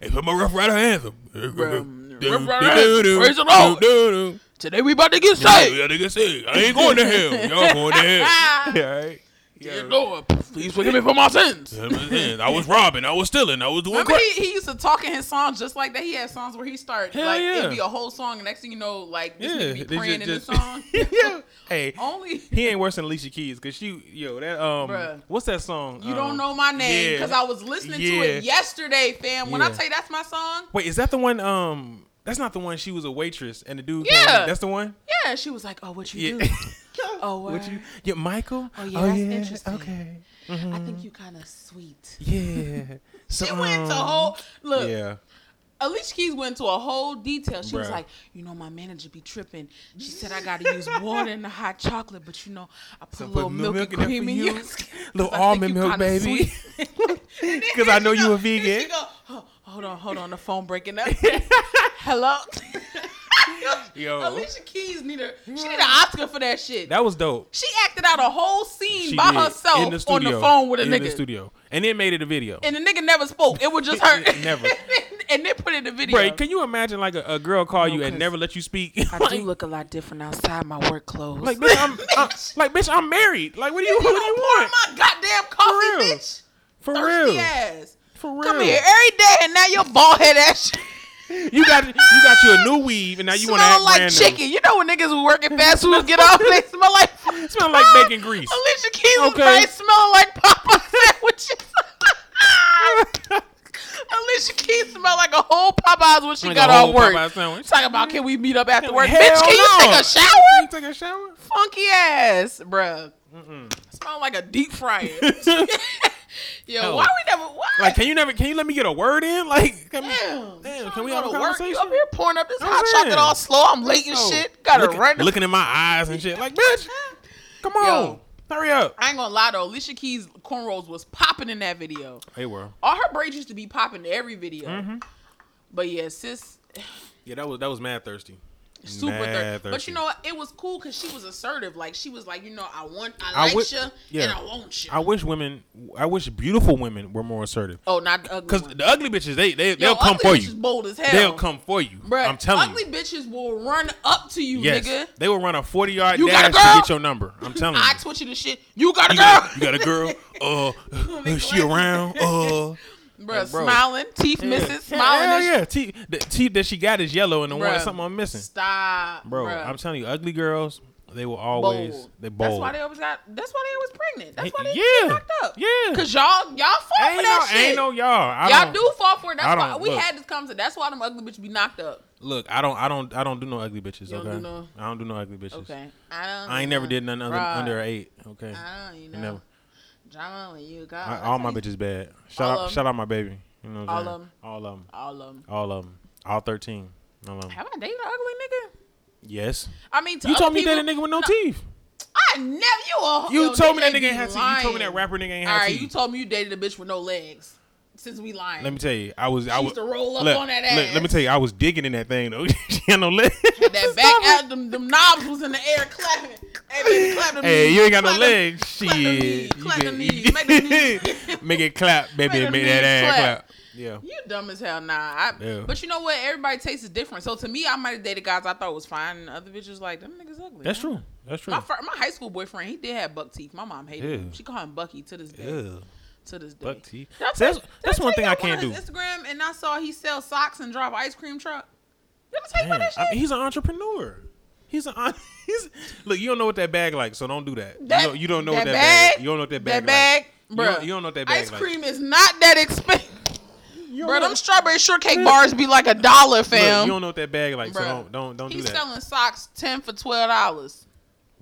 Speaker 3: It's my rough rider anthem. Praise
Speaker 2: Praise the Lord.
Speaker 3: Lord.
Speaker 2: Today we about to get saved.
Speaker 3: Yeah, nigga say, I ain't going to hell. Y'all going to hell. Yeah, right.
Speaker 2: Dear Lord, please forgive me for my sins.
Speaker 3: I was robbing. I was stealing. I was doing
Speaker 2: Remember
Speaker 3: crack.
Speaker 2: he, he used to talk in his songs just like that. He had songs where he started
Speaker 3: Hell
Speaker 2: like
Speaker 3: yeah.
Speaker 2: it'd be a whole song, and next thing you know, like this
Speaker 3: Yeah,
Speaker 2: nigga
Speaker 3: they
Speaker 2: be praying
Speaker 3: just-
Speaker 2: in the song.
Speaker 3: just- yeah. Hey,
Speaker 2: Only
Speaker 3: he ain't worse than Alicia Keys because she, yo, that um,
Speaker 2: Bruh.
Speaker 3: what's that song? Um,
Speaker 2: you don't know my name because I was listening to it
Speaker 3: Uh, Yeah.
Speaker 2: yesterday, fam. When I
Speaker 3: Yeah.
Speaker 2: tell you that's my song,
Speaker 3: Wait, is that the one? Um, that's not the one. She was a waitress and the dude.
Speaker 2: Yeah.
Speaker 3: came in. that's the one.
Speaker 2: yeah, she was like, "Oh, what you
Speaker 3: Yeah.
Speaker 2: do?" Oh,
Speaker 3: Would
Speaker 2: word.
Speaker 3: you? Yeah, Michael.
Speaker 2: Oh, yeah, that's interesting.
Speaker 3: Okay.
Speaker 2: I
Speaker 3: Mm.
Speaker 2: think you kind of sweet.
Speaker 3: Yeah. So,
Speaker 2: She went to
Speaker 3: um,
Speaker 2: whole look.
Speaker 3: Yeah.
Speaker 2: Alicia Keys went to a whole detail. She was
Speaker 3: Bruh.
Speaker 2: like, you know, my manager be tripping. She said I gotta use water and the hot chocolate, but you know, I put a little
Speaker 3: put
Speaker 2: milk, and
Speaker 3: there for
Speaker 2: cream in
Speaker 3: you.
Speaker 2: you.
Speaker 3: Little almond milk, baby. Because I know you a vegan.
Speaker 2: hold on, hold on. The phone breaking up. Hello.
Speaker 3: Yo.
Speaker 2: Alicia Keys need a she need an Oscar for that shit.
Speaker 3: That was dope.
Speaker 2: she acted out a whole scene
Speaker 3: She
Speaker 2: by
Speaker 3: did.
Speaker 2: herself
Speaker 3: in the
Speaker 2: on
Speaker 3: studio.
Speaker 2: the phone with a
Speaker 3: in
Speaker 2: nigga.
Speaker 3: the studio, and then made it a video.
Speaker 2: and the nigga never spoke. It was just her.
Speaker 3: Never.
Speaker 2: and they put it in the video.
Speaker 3: Bro, can you imagine like a, a girl call you and
Speaker 2: 'cause
Speaker 3: never let you speak?
Speaker 2: I
Speaker 3: like,
Speaker 2: do look a lot different outside my work clothes.
Speaker 3: like, bitch, I'm, I'm- like, bitch, I'm married. Like, what do you,
Speaker 2: you
Speaker 3: what do
Speaker 2: gonna
Speaker 3: you
Speaker 2: pour
Speaker 3: want?
Speaker 2: my goddamn coffee,
Speaker 3: real.
Speaker 2: bitch.
Speaker 3: For
Speaker 2: Thirsty
Speaker 3: real,
Speaker 2: ass.
Speaker 3: for real.
Speaker 2: Come here every day, and now your bald head ass shit
Speaker 3: You got, you got you a new weave, and now you want to
Speaker 2: smell
Speaker 3: act
Speaker 2: like
Speaker 3: random.
Speaker 2: chicken. You know when niggas was working fast food get off, they smell like
Speaker 3: Smell like bacon grease.
Speaker 2: Ah, Alicia Keys was
Speaker 3: Okay.
Speaker 2: probably smelling like Popeye sandwiches. Alicia Keys smelled like a whole Popeyes when she
Speaker 3: Like a
Speaker 2: got
Speaker 3: whole
Speaker 2: off work.
Speaker 3: Popeye sandwich.
Speaker 2: Talking about can we meet up after work?
Speaker 3: Hell
Speaker 2: Bitch, can you
Speaker 3: no.
Speaker 2: take a shower?
Speaker 3: You take a shower.
Speaker 2: funky ass, bruh. Smell like a deep fryer. Yo,
Speaker 3: Hell.
Speaker 2: why we never? Why?
Speaker 3: Like, can you never? Can you let me get a word in? Like, can we-
Speaker 2: damn,
Speaker 3: damn,
Speaker 2: trying
Speaker 3: can we
Speaker 2: to
Speaker 3: have
Speaker 2: go
Speaker 3: a
Speaker 2: to work. You
Speaker 3: conversation?
Speaker 2: up here pouring up this
Speaker 3: I'm
Speaker 2: hot
Speaker 3: saying.
Speaker 2: chocolate all slow. I'm late and
Speaker 3: Oh,
Speaker 2: shit. Gotta
Speaker 3: look-
Speaker 2: run. the-
Speaker 3: Looking in my eyes and shit. Like, bitch, come on,
Speaker 2: Yo.
Speaker 3: hurry up.
Speaker 2: I ain't gonna lie though. Alicia Keys cornrows was popping in that video.
Speaker 3: Hey, world.
Speaker 2: All her braids used to be popping in every video. But yeah, sis,
Speaker 3: Yeah, that was that was mad thirsty.
Speaker 2: super
Speaker 3: Mad
Speaker 2: third. But
Speaker 3: thirsty.
Speaker 2: you know what? It was cool because she was assertive. Like she was like, you know, I want,
Speaker 3: I
Speaker 2: I like
Speaker 3: would-
Speaker 2: you, and
Speaker 3: yeah.
Speaker 2: I want you.
Speaker 3: I wish women, I wish beautiful women were more assertive.
Speaker 2: oh, not the ugly.
Speaker 3: Cause
Speaker 2: one.
Speaker 3: the ugly bitches, they they
Speaker 2: Yo,
Speaker 3: they'll come
Speaker 2: ugly
Speaker 3: for
Speaker 2: bitch is
Speaker 3: you.
Speaker 2: Bold as hell.
Speaker 3: They'll come for you.
Speaker 2: Bruh,
Speaker 3: I'm telling
Speaker 2: ugly
Speaker 3: you.
Speaker 2: bitches will run up to you,
Speaker 3: Yes,
Speaker 2: nigga.
Speaker 3: they will run a 40 yard
Speaker 2: You got a
Speaker 3: dash to
Speaker 2: girl?
Speaker 3: get your number. I'm telling you.
Speaker 2: I twitch you the shit. You got a
Speaker 3: Mm. you,
Speaker 2: girl,
Speaker 3: got, you got a girl. Uh,
Speaker 2: They
Speaker 3: is she
Speaker 2: glad.
Speaker 3: around? Uh,
Speaker 2: Bruh,
Speaker 3: Like, bro.
Speaker 2: Smiling, teeth
Speaker 3: yeah.
Speaker 2: missing, smiling.
Speaker 3: Hell
Speaker 2: and
Speaker 3: yeah. Teeth, the teeth that she got is yellow, and the
Speaker 2: shit.
Speaker 3: one
Speaker 2: Bruh,
Speaker 3: something I'm missing.
Speaker 2: Stop,
Speaker 3: Bro, I'm telling you, ugly girls, they will always they bold.
Speaker 2: That's why they always got. That's why they always pregnant. That's why they
Speaker 3: Yeah.
Speaker 2: get locked up.
Speaker 3: Yeah.
Speaker 2: cause y'all y'all fall
Speaker 3: ain't no,
Speaker 2: for that shit.
Speaker 3: ain't no y'all. I
Speaker 2: y'all
Speaker 3: don't,
Speaker 2: do fall for it.
Speaker 3: I
Speaker 2: That's why
Speaker 3: don't-
Speaker 2: we
Speaker 3: look.
Speaker 2: had this conversation. That's why them ugly bitches be knocked up.
Speaker 3: Look, I don't, I don't, I don't do no ugly bitches.
Speaker 2: don't
Speaker 3: okay,
Speaker 2: do no-
Speaker 3: I don't do no ugly bitches.
Speaker 2: Okay, I, don't
Speaker 3: I ain't never
Speaker 2: know.
Speaker 3: did nothing other,
Speaker 2: Bruh,
Speaker 3: under eight. Okay,
Speaker 2: I don't, you know.
Speaker 3: never.
Speaker 2: Drama when you got
Speaker 3: I, all my bitches bad. Shout
Speaker 2: All
Speaker 3: out,
Speaker 2: of 'em.
Speaker 3: shout out my baby. You know what I'm
Speaker 2: All
Speaker 3: saying?
Speaker 2: of 'em.
Speaker 3: All of them,
Speaker 2: All of them.
Speaker 3: all of them, all thirteen. All of 'em.
Speaker 2: Have I dated an ugly nigga?
Speaker 3: Yes.
Speaker 2: I mean, to
Speaker 3: You
Speaker 2: other
Speaker 3: told me
Speaker 2: people,
Speaker 3: that a nigga with no, teeth.
Speaker 2: I never. You a
Speaker 3: You
Speaker 2: yo,
Speaker 3: told me
Speaker 2: they
Speaker 3: that nigga ain't
Speaker 2: be
Speaker 3: had teeth. You told me
Speaker 2: lying.
Speaker 3: that rapper nigga ain't
Speaker 2: All
Speaker 3: had
Speaker 2: right,
Speaker 3: teeth.
Speaker 2: you told me you dated a bitch with no legs. Since we lying.
Speaker 3: let me tell you, I was, I was.
Speaker 2: used to roll up
Speaker 3: look,
Speaker 2: on that
Speaker 3: look,
Speaker 2: ass.
Speaker 3: let me tell you, I was digging in that thing though. she had no legs.
Speaker 2: that back out them, them knobs was in the air clapping. Hey, baby, clap them
Speaker 3: Hey,
Speaker 2: knees.
Speaker 3: you ain't got no
Speaker 2: Clap them-
Speaker 3: legs.
Speaker 2: clap them knees,
Speaker 3: Shit. You
Speaker 2: clap
Speaker 3: can-
Speaker 2: them
Speaker 3: you
Speaker 2: knees, make them knees.
Speaker 3: Make it clap, baby.
Speaker 2: Make
Speaker 3: Make, that
Speaker 2: them knees
Speaker 3: ass
Speaker 2: clap.
Speaker 3: clap. Yeah.
Speaker 2: You dumb as hell, nah. I,
Speaker 3: Yeah.
Speaker 2: But you know what? Everybody tastes is different. So to me, I might have dated guys I thought was fine, and other bitches like them niggas ugly.
Speaker 3: That's true. That's true.
Speaker 2: My fir- my high school boyfriend, he did have buck teeth. My mom hated him.
Speaker 3: Ew.
Speaker 2: She called him Bucky to this day.
Speaker 3: Ew.
Speaker 2: To this day.
Speaker 3: Buck teeth.
Speaker 2: Did I
Speaker 3: See,
Speaker 2: tell-
Speaker 3: that's
Speaker 2: did
Speaker 3: that's
Speaker 2: tell
Speaker 3: one
Speaker 2: you
Speaker 3: thing
Speaker 2: I
Speaker 3: I
Speaker 2: went on
Speaker 3: can't do.
Speaker 2: his Instagram, and I saw he sells socks and drive ice cream truck. Did I tell you
Speaker 3: Damn,
Speaker 2: about that shit?
Speaker 3: I- he's an entrepreneur. He's an honest. He's, look, you don't know what that bag like, so don't do that.
Speaker 2: That-
Speaker 3: you, don't, you don't know
Speaker 2: that
Speaker 3: what that bag.
Speaker 2: bag-
Speaker 3: you don't know what that
Speaker 2: That
Speaker 3: bag.
Speaker 2: bag,
Speaker 3: like.
Speaker 2: bruh.
Speaker 3: You don't, you don't know what that bag.
Speaker 2: Ice
Speaker 3: like.
Speaker 2: cream is not that expensive.
Speaker 3: You don't
Speaker 2: Bro,
Speaker 3: know-
Speaker 2: them strawberry shortcake bars be like a dollar,
Speaker 3: look,
Speaker 2: fam.
Speaker 3: you don't know what that bag like, so
Speaker 2: Bruh.
Speaker 3: don't don't don't
Speaker 2: He's
Speaker 3: do that.
Speaker 2: selling socks ten for twelve dollars.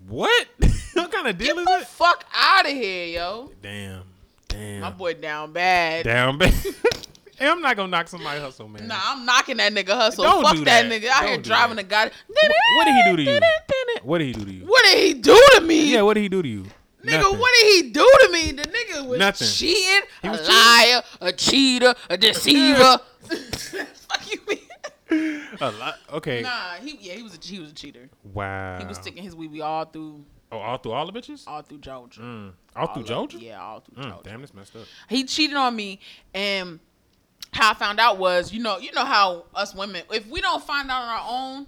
Speaker 3: what? what kind of
Speaker 2: Get
Speaker 3: deal is
Speaker 2: the
Speaker 3: it?
Speaker 2: fuck out of here, yo.
Speaker 3: Damn, damn.
Speaker 2: My boy down bad.
Speaker 3: Down, bad. hey, I'm not gonna knock somebody's hustle, man.
Speaker 2: Nah, I'm knocking that nigga hustle.
Speaker 3: Don't
Speaker 2: fuck
Speaker 3: do
Speaker 2: that.
Speaker 3: that.
Speaker 2: nigga out
Speaker 3: Don't
Speaker 2: here
Speaker 3: do
Speaker 2: driving
Speaker 3: that.
Speaker 2: a god.
Speaker 3: What did he do to you? What did he do to you?
Speaker 2: What did he do to me?
Speaker 3: Yeah, what did he do to you?
Speaker 2: Nigga,
Speaker 3: Nothing.
Speaker 2: what did he do to me? The nigga was
Speaker 3: Nothing.
Speaker 2: cheating,
Speaker 3: He was
Speaker 2: a
Speaker 3: cheating.
Speaker 2: liar, a cheater, a deceiver. Fuck you, mean?
Speaker 3: A lot. Okay.
Speaker 2: Nah, he yeah, he was a he was a cheater.
Speaker 3: Wow.
Speaker 2: He was sticking his wee wee all through
Speaker 3: Oh, all through all the bitches?
Speaker 2: all through Georgia.
Speaker 3: Mm. All, through
Speaker 2: All of-
Speaker 3: Georgia?
Speaker 2: Yeah, all through
Speaker 3: Mm,
Speaker 2: Georgia.
Speaker 3: damn, this messed up.
Speaker 2: He cheated on me, and how I found out was, you know, you know how us women, if we don't find out on our own,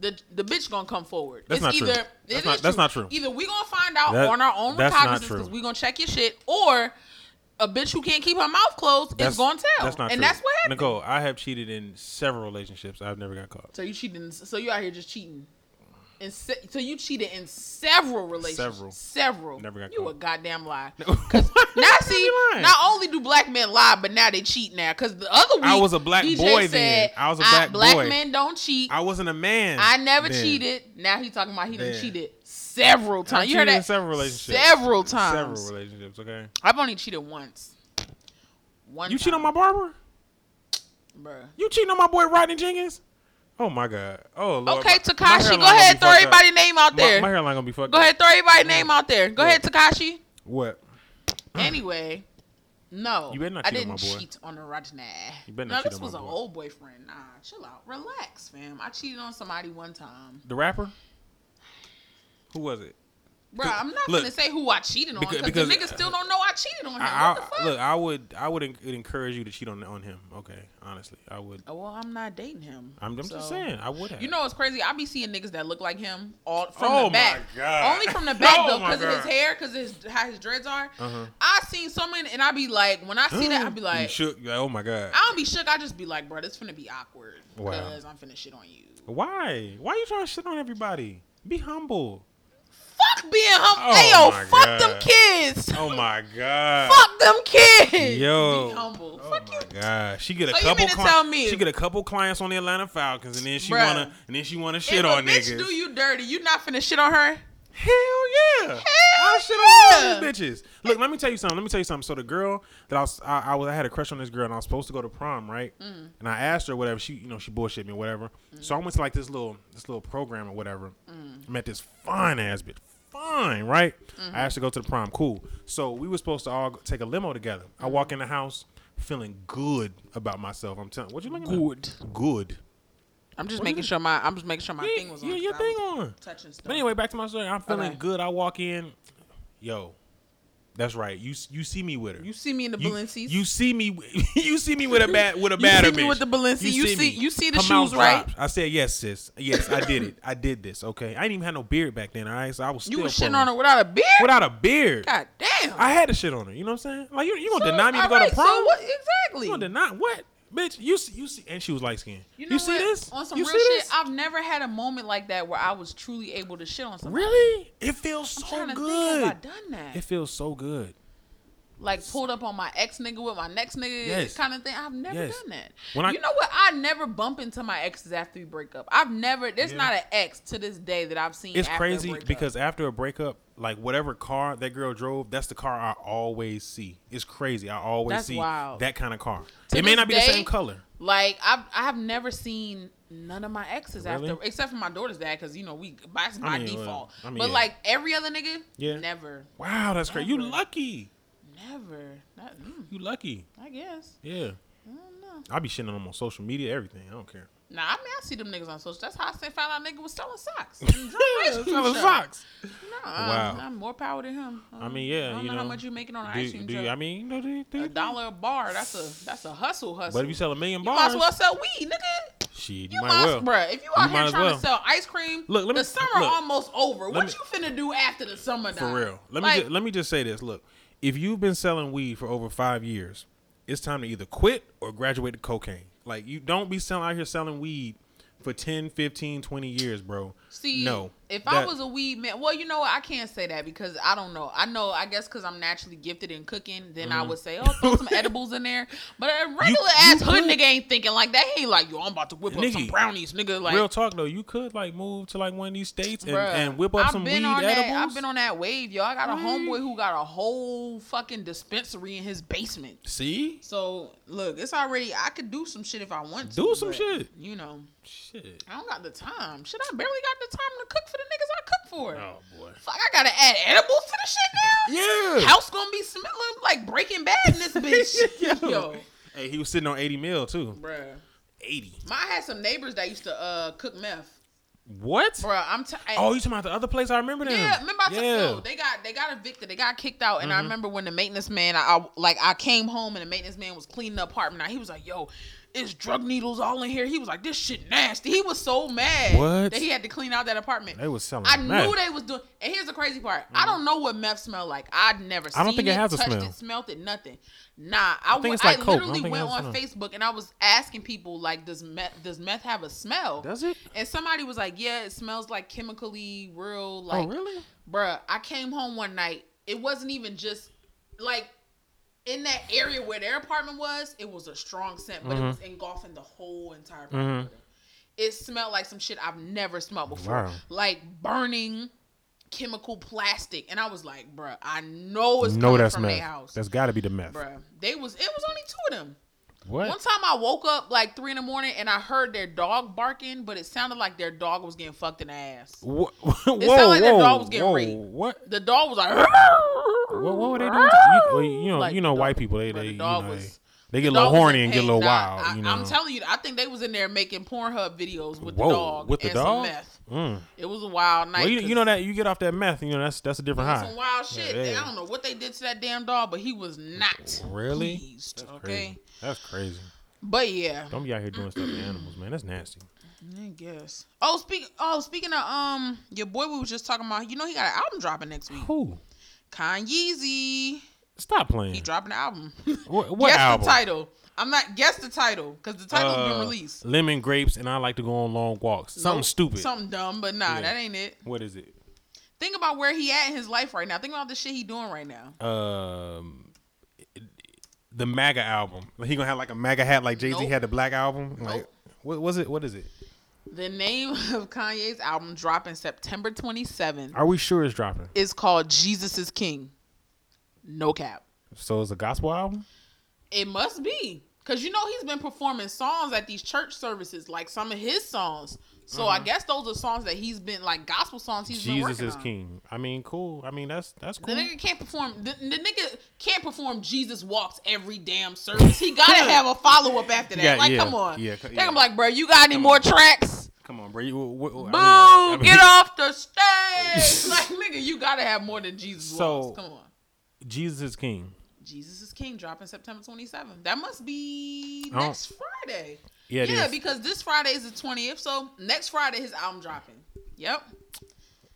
Speaker 2: the the bitch gonna come forward.
Speaker 3: That's not true.
Speaker 2: either
Speaker 3: That's
Speaker 2: it
Speaker 3: not-
Speaker 2: is
Speaker 3: that's not true.
Speaker 2: Either we gonna find out
Speaker 3: That-
Speaker 2: on our own
Speaker 3: that's not
Speaker 2: recognizance because
Speaker 3: true.
Speaker 2: we gonna check your shit, or a bitch who can't keep her mouth closed is gonna tell.
Speaker 3: That's not
Speaker 2: and
Speaker 3: true.
Speaker 2: that's what happened.
Speaker 3: Nicole, I have cheated in several relationships. I've never got caught.
Speaker 2: So you cheating? So you out here just cheating? And se- so you cheated in several relationships.
Speaker 3: Several.
Speaker 2: Several.
Speaker 3: Never got
Speaker 2: You
Speaker 3: caught.
Speaker 2: a goddamn lie. now
Speaker 3: Why
Speaker 2: see,
Speaker 3: you lying?
Speaker 2: not only do black men lie, but now they cheat now. Cause the other week
Speaker 3: I was a black
Speaker 2: DJ
Speaker 3: boy
Speaker 2: said,
Speaker 3: then. I was a
Speaker 2: "I-
Speaker 3: black boy."
Speaker 2: men don't cheat. I,
Speaker 3: I wasn't a man.
Speaker 2: never
Speaker 3: then.
Speaker 2: cheated. Now he talking about he done
Speaker 3: Then.
Speaker 2: cheated several
Speaker 3: I
Speaker 2: times. You
Speaker 3: cheated
Speaker 2: heard
Speaker 3: in
Speaker 2: that?
Speaker 3: several relationships.
Speaker 2: Several
Speaker 3: In
Speaker 2: times.
Speaker 3: Several relationships, okay?
Speaker 2: I've only cheated once. One.
Speaker 3: You cheat on
Speaker 2: time,
Speaker 3: my barber?
Speaker 2: bruh.
Speaker 3: You cheating on my boy Rodney Jenkins? Oh my god. Oh lord.
Speaker 2: Okay,
Speaker 3: My- my
Speaker 2: Takashi,
Speaker 3: hairline
Speaker 2: go
Speaker 3: gonna
Speaker 2: ahead
Speaker 3: be
Speaker 2: throw
Speaker 3: fucked up.
Speaker 2: everybody name out
Speaker 3: My,
Speaker 2: there.
Speaker 3: my hairline gonna be fucked
Speaker 2: go
Speaker 3: up.
Speaker 2: ahead throw everybody name out there. Go ahead, Takashi.
Speaker 3: What?
Speaker 2: Anyway, no.
Speaker 3: You better not
Speaker 2: I
Speaker 3: cheat on
Speaker 2: didn't
Speaker 3: my boy.
Speaker 2: cheat on the Rajna.
Speaker 3: You better
Speaker 2: no,
Speaker 3: not cheat on
Speaker 2: this
Speaker 3: my
Speaker 2: was an
Speaker 3: boy.
Speaker 2: old boyfriend. Nah, chill out. Relax, fam. I cheated on somebody one time.
Speaker 3: The rapper? Who was it?
Speaker 2: Bro, I'm not
Speaker 3: Look.
Speaker 2: gonna say who I cheated on
Speaker 3: Because- because-
Speaker 2: because, the niggas still don't know I cheated on him. what the
Speaker 3: I,
Speaker 2: fuck?
Speaker 3: I, look, I would, I would en- encourage you to cheat on on him. Okay, honestly, I would.
Speaker 2: Oh, well, I'm not dating him.
Speaker 3: I'm, I'm just
Speaker 2: so-
Speaker 3: saying, I would have.
Speaker 2: You know what's crazy? I be seeing niggas that look like him all from
Speaker 3: Oh,
Speaker 2: the
Speaker 3: my
Speaker 2: back.
Speaker 3: God.
Speaker 2: Only from the back
Speaker 3: Oh,
Speaker 2: though,
Speaker 3: my
Speaker 2: because of his
Speaker 3: God.
Speaker 2: hair, because his how his dreads are.
Speaker 3: Uh-huh.
Speaker 2: I seen someone and I be like, when I see that, I be
Speaker 3: you
Speaker 2: like,
Speaker 3: shook. You're like, oh my god,
Speaker 2: I don't be shook. I just be like, bro, this finna be awkward
Speaker 3: Wow.
Speaker 2: because I'm finna shit on you.
Speaker 3: why? Why you trying to shit on everybody? Be humble.
Speaker 2: Fuck being humble.
Speaker 3: Oh,
Speaker 2: hey, yo,
Speaker 3: my
Speaker 2: fuck
Speaker 3: God.
Speaker 2: them kids.
Speaker 3: Oh my god.
Speaker 2: Fuck them kids.
Speaker 3: Yo.
Speaker 2: Be humble.
Speaker 3: Oh
Speaker 2: fuck
Speaker 3: my god. She get a
Speaker 2: So you
Speaker 3: couple.
Speaker 2: mean to
Speaker 3: cli-
Speaker 2: tell me-
Speaker 3: She get a couple clients on the Atlanta Falcons, and then she
Speaker 2: Bruh.
Speaker 3: wanna, and then she wanna
Speaker 2: you.
Speaker 3: shit
Speaker 2: If a
Speaker 3: on
Speaker 2: bitch
Speaker 3: niggas.
Speaker 2: do you dirty, you not finna shit on her?
Speaker 3: Hell yeah! Hell I shit on all
Speaker 2: yeah.
Speaker 3: these bitches. Look, let me tell you something. Let me tell you something. So the girl that I was, I, I was, I had a crush on this girl, and I was supposed to go to prom, right?
Speaker 2: Mm.
Speaker 3: And I asked her whatever. She, you know, she bullshit me, whatever. So I went to like this little, this little program or whatever.
Speaker 2: Mm.
Speaker 3: Met this fine ass bitch, fine, right?
Speaker 2: Mm-hmm.
Speaker 3: I asked her to go to the prom, cool. So we were supposed to all go- take a limo together. I walk
Speaker 2: Mm-hmm.
Speaker 3: in the house feeling good about myself. I'm telling. What you looking
Speaker 2: Good.
Speaker 3: at? Good.
Speaker 2: I'm just making sure my I'm just making sure my
Speaker 3: Yeah,
Speaker 2: thing was on.
Speaker 3: yeah, your
Speaker 2: 'cause I was
Speaker 3: thing on.
Speaker 2: Touching stuff.
Speaker 3: But anyway, back to my story. I'm feeling
Speaker 2: Okay.
Speaker 3: good. I walk in, yo, that's right. You you see me with her.
Speaker 2: you see me in the
Speaker 3: You-
Speaker 2: Balenci's.
Speaker 3: You see me. You see me with a bad with a
Speaker 2: You
Speaker 3: bad
Speaker 2: see
Speaker 3: bitch.
Speaker 2: me with the Balenci- you see-
Speaker 3: me.
Speaker 2: you see the
Speaker 3: Her mouth
Speaker 2: shoes, right?
Speaker 3: dropped. I said yes, sis. Yes, I did it. I did this. Okay, I didn't even have no beard back then. All right, so I was
Speaker 2: You
Speaker 3: still
Speaker 2: was shitting
Speaker 3: pulling.
Speaker 2: on her without a beard.
Speaker 3: without a beard.
Speaker 2: God damn.
Speaker 3: I had to shit on her. You know what I'm saying? Like you you gonna
Speaker 2: So,
Speaker 3: deny me to
Speaker 2: all
Speaker 3: go
Speaker 2: right,
Speaker 3: to prom?
Speaker 2: So what
Speaker 3: You gonna
Speaker 2: exactly?
Speaker 3: deny what? Bitch, you see, you see, and she was light skinned. You,
Speaker 2: know
Speaker 3: see
Speaker 2: what?
Speaker 3: this?
Speaker 2: On some
Speaker 3: you
Speaker 2: real
Speaker 3: see
Speaker 2: shit,
Speaker 3: this?
Speaker 2: I've never had a moment like that where I was truly able to shit on somebody.
Speaker 3: really? It feels
Speaker 2: I'm
Speaker 3: so
Speaker 2: trying to
Speaker 3: good.
Speaker 2: think have I done that?
Speaker 3: It feels so good.
Speaker 2: like pulled up on my ex nigga with my next nigga
Speaker 3: Yes.
Speaker 2: kind of thing. I've never
Speaker 3: Yes.
Speaker 2: done that.
Speaker 3: When I-
Speaker 2: you know what? I never bump into my exes after we break up. I've never. There's not an ex to this day that I've seen.
Speaker 3: It's
Speaker 2: after a
Speaker 3: crazy
Speaker 2: breakup.
Speaker 3: because after a breakup, like whatever car that girl drove, that's the car I always see. It's crazy. I always
Speaker 2: That's
Speaker 3: see
Speaker 2: wild.
Speaker 3: that kind of car.
Speaker 2: To
Speaker 3: it may
Speaker 2: this
Speaker 3: not be the
Speaker 2: day-
Speaker 3: same color.
Speaker 2: like I've I have never seen none of my exes after
Speaker 3: Really?
Speaker 2: except for my daughter's dad because you know we that's by
Speaker 3: I mean, well,
Speaker 2: default.
Speaker 3: I mean,
Speaker 2: but
Speaker 3: yeah.
Speaker 2: like every other nigga,
Speaker 3: Yeah.
Speaker 2: never,
Speaker 3: Wow, that's crazy. You
Speaker 2: Never.
Speaker 3: lucky.
Speaker 2: never. Not, mm,
Speaker 3: You lucky.
Speaker 2: I guess.
Speaker 3: Yeah.
Speaker 2: I don't know.
Speaker 3: I be shitting on them on social media, everything. I don't care.
Speaker 2: Nah, I mean, I see them niggas on social. That's how I say found out nigga was selling socks. and drunk ice cream
Speaker 3: Selling
Speaker 2: shop.
Speaker 3: socks.
Speaker 2: No,
Speaker 3: Wow.
Speaker 2: I'm, I'm more power than him.
Speaker 3: I
Speaker 2: Um,
Speaker 3: mean, yeah,
Speaker 2: I don't
Speaker 3: you
Speaker 2: know, how
Speaker 3: know.
Speaker 2: much you making on an
Speaker 3: Do,
Speaker 2: ice cream
Speaker 3: do you,
Speaker 2: truck.
Speaker 3: I mean, you know, do, you- do, you-
Speaker 2: a dollar a bar. That's a that's a hustle hustle.
Speaker 3: But if you sell a million
Speaker 2: You might
Speaker 3: bars,
Speaker 2: as well sell weed, nigga.
Speaker 3: shit, you,
Speaker 2: You
Speaker 3: might
Speaker 2: might,
Speaker 3: well.
Speaker 2: bruh. If you out
Speaker 3: might
Speaker 2: here
Speaker 3: as
Speaker 2: trying
Speaker 3: well.
Speaker 2: to sell ice cream,
Speaker 3: Look, let me-
Speaker 2: the summer
Speaker 3: look.
Speaker 2: almost over. What
Speaker 3: me-
Speaker 2: you finna do after the summer?
Speaker 3: For
Speaker 2: done?
Speaker 3: real. Let me
Speaker 2: Like,
Speaker 3: ju- let me just say this. Look, if you've been selling weed for over five years, it's time to either quit or graduate to cocaine. Like you don't be selling out here selling weed for 10, 15, 20 years, bro.
Speaker 2: See,
Speaker 3: no.
Speaker 2: if I
Speaker 3: That-
Speaker 2: was a weed man, well, you know what? I can't say that because I don't know. I know, I guess, because I'm naturally gifted in cooking, then I would say, oh, throw some edibles in there. But a regular ass
Speaker 3: Mm-hmm. you
Speaker 2: hood
Speaker 3: could.
Speaker 2: nigga ain't thinking like that. He ain't like, yo, I'm about to whip up some
Speaker 3: Nigga,
Speaker 2: brownies, nigga. Like,
Speaker 3: real talk though, you could like move to like one of these states and,
Speaker 2: bruh,
Speaker 3: and whip up
Speaker 2: I've
Speaker 3: some weed
Speaker 2: been on
Speaker 3: edibles.
Speaker 2: That, I've been on that wave, yo. I got a homeboy who got a whole fucking dispensary in his basement.
Speaker 3: See,
Speaker 2: So look, it's already. I could do some shit if I want to.
Speaker 3: Do some
Speaker 2: but,
Speaker 3: shit.
Speaker 2: You know,
Speaker 3: shit.
Speaker 2: I don't got the time. Shit, I barely got the time to cook for the niggas I cook for.
Speaker 3: Oh boy.
Speaker 2: Fuck, I gotta add edibles to the shit now.
Speaker 3: Yeah.
Speaker 2: House gonna be smelling like Breaking Bad in this bitch.
Speaker 3: Yo.
Speaker 2: yo.
Speaker 3: Hey, he was sitting on eighty mil too.
Speaker 2: bruh.
Speaker 3: Eighty.
Speaker 2: My, I had some neighbors that used to uh cook meth.
Speaker 3: What?
Speaker 2: Bruh, I'm. T- I,
Speaker 3: Oh, you talking about the other place? I remember them.
Speaker 2: Yeah, remember I took yo, they got they got evicted. They got kicked out. And
Speaker 3: Mm-hmm.
Speaker 2: I remember when the maintenance man, I, I- like I came home and the maintenance man was cleaning the apartment. Now he was like, "Yo, it's drug needles all in here." He was like, "This shit nasty." He was so mad
Speaker 3: What?
Speaker 2: that he had to clean out that apartment.
Speaker 3: They was selling
Speaker 2: I
Speaker 3: meth. Mm-hmm.
Speaker 2: knew they was doing. And here's the crazy part: I don't know what meth smelled like. I'd never.
Speaker 3: I don't
Speaker 2: seen
Speaker 3: think it has a
Speaker 2: touched
Speaker 3: smell.
Speaker 2: It, smelt it, nothing. Nah, I,
Speaker 3: think
Speaker 2: went-
Speaker 3: it's like
Speaker 2: I
Speaker 3: coke. I don't
Speaker 2: literally
Speaker 3: think it
Speaker 2: went
Speaker 3: has a
Speaker 2: on
Speaker 3: smell.
Speaker 2: Facebook and I was asking people like, "Does meth does meth have a smell?"
Speaker 3: Does it?
Speaker 2: And somebody was like, "Yeah, it smells like chemically real,
Speaker 3: Oh
Speaker 2: like
Speaker 3: really?
Speaker 2: bruh, I came home one night. It wasn't even just like in that area where their apartment was, it was a strong scent, but it was engulfing the whole entire apartment. It smelled like some shit I've never smelled before.
Speaker 3: Wow.
Speaker 2: Like burning chemical plastic. And I was like, bruh, I know it's
Speaker 3: No,
Speaker 2: coming
Speaker 3: that's
Speaker 2: from
Speaker 3: meth.
Speaker 2: their house.
Speaker 3: That's got to be the meth.
Speaker 2: bruh. They was it was only two of them.
Speaker 3: What?
Speaker 2: One time I woke up like three in the morning and I heard their dog barking, but it sounded like their dog was getting fucked in the ass.
Speaker 3: Wha- whoa,
Speaker 2: It sounded like that
Speaker 3: whoa,
Speaker 2: dog was getting
Speaker 3: whoa,
Speaker 2: raped.
Speaker 3: What?
Speaker 2: The dog was like,
Speaker 3: What, what were they doing? To, you, well, you know,
Speaker 2: Like
Speaker 3: you know,
Speaker 2: the
Speaker 3: white
Speaker 2: dog-
Speaker 3: people they
Speaker 2: bro,
Speaker 3: they
Speaker 2: the
Speaker 3: you
Speaker 2: dog
Speaker 3: know,
Speaker 2: was-
Speaker 3: they, they get a
Speaker 2: The
Speaker 3: little
Speaker 2: dog was
Speaker 3: horny
Speaker 2: in
Speaker 3: and get a
Speaker 2: pain.
Speaker 3: little
Speaker 2: Nah,
Speaker 3: wild.
Speaker 2: I,
Speaker 3: you know,
Speaker 2: I'm telling you, I think they was in there making Pornhub videos with
Speaker 3: Whoa,
Speaker 2: the dog
Speaker 3: with the
Speaker 2: and
Speaker 3: dog?
Speaker 2: some meth.
Speaker 3: Mm.
Speaker 2: It was a wild night.
Speaker 3: Well, you,
Speaker 2: 'cause
Speaker 3: you know that you get off that meth, you know that's that's a
Speaker 2: it
Speaker 3: different
Speaker 2: was
Speaker 3: high.
Speaker 2: some wild shit.
Speaker 3: Yeah, yeah.
Speaker 2: I don't know what they did to that damn dog, but he was not
Speaker 3: Really?
Speaker 2: pleased. okay,
Speaker 3: Crazy. That's crazy.
Speaker 2: but yeah,
Speaker 3: Don't be out here doing stuff to animals, man. That's nasty.
Speaker 2: I guess. Oh, speak. Oh, speaking of um, your boy we was just talking about. You know he got an album dropping next week.
Speaker 3: Who?
Speaker 2: Kanyeezy,
Speaker 3: Stop playing.
Speaker 2: he dropping an album.
Speaker 3: what what
Speaker 2: guess
Speaker 3: album?
Speaker 2: the title. I'm not guess the title because the title's been
Speaker 3: Uh,
Speaker 2: released.
Speaker 3: Lemon grapes and I like to go on long walks. Something
Speaker 2: Nope.
Speaker 3: stupid.
Speaker 2: Something dumb, but nah,
Speaker 3: Yeah.
Speaker 2: that ain't it.
Speaker 3: What is it?
Speaker 2: Think about where he at in his life right now. Think about the shit he doing right now.
Speaker 3: Um, the MAGA album. Like he gonna have like a MAGA hat, like Jay Z
Speaker 2: Nope.
Speaker 3: had the black album. Like,
Speaker 2: Nope.
Speaker 3: what was it? What is it?
Speaker 2: The name of Kanye's album dropping September 27th
Speaker 3: Are we sure it's dropping?
Speaker 2: is called Jesus is King. No cap.
Speaker 3: So it's a gospel album.
Speaker 2: It must be. Cause you know he's been performing songs at these church services, like some of his songs. So I guess those are songs that he's been like gospel songs he's been
Speaker 3: Mm-hmm. Jesus
Speaker 2: working
Speaker 3: is
Speaker 2: on.
Speaker 3: king. I mean, cool. I mean, that's that's
Speaker 2: The
Speaker 3: cool.
Speaker 2: nigga can't perform. The, the nigga can't perform. Jesus walks every damn service. He gotta have a follow up after that.
Speaker 3: Yeah,
Speaker 2: like,
Speaker 3: yeah,
Speaker 2: come on.
Speaker 3: yeah,
Speaker 2: They're
Speaker 3: yeah.
Speaker 2: gonna be like, bro, you got any more tracks?
Speaker 3: Come on, bro. You, what, what- I mean-
Speaker 2: Boo!
Speaker 3: I mean,
Speaker 2: get off the stage. like, nigga, you gotta have more than Jesus
Speaker 3: So-
Speaker 2: walks. Come on.
Speaker 3: Jesus is king.
Speaker 2: Jesus is King dropping September 27th. That must be
Speaker 3: I don't-
Speaker 2: next Friday.
Speaker 3: Yeah, Oh. it
Speaker 2: yeah,
Speaker 3: is.
Speaker 2: because this Friday is the 20th. So next Friday his album dropping. Yep.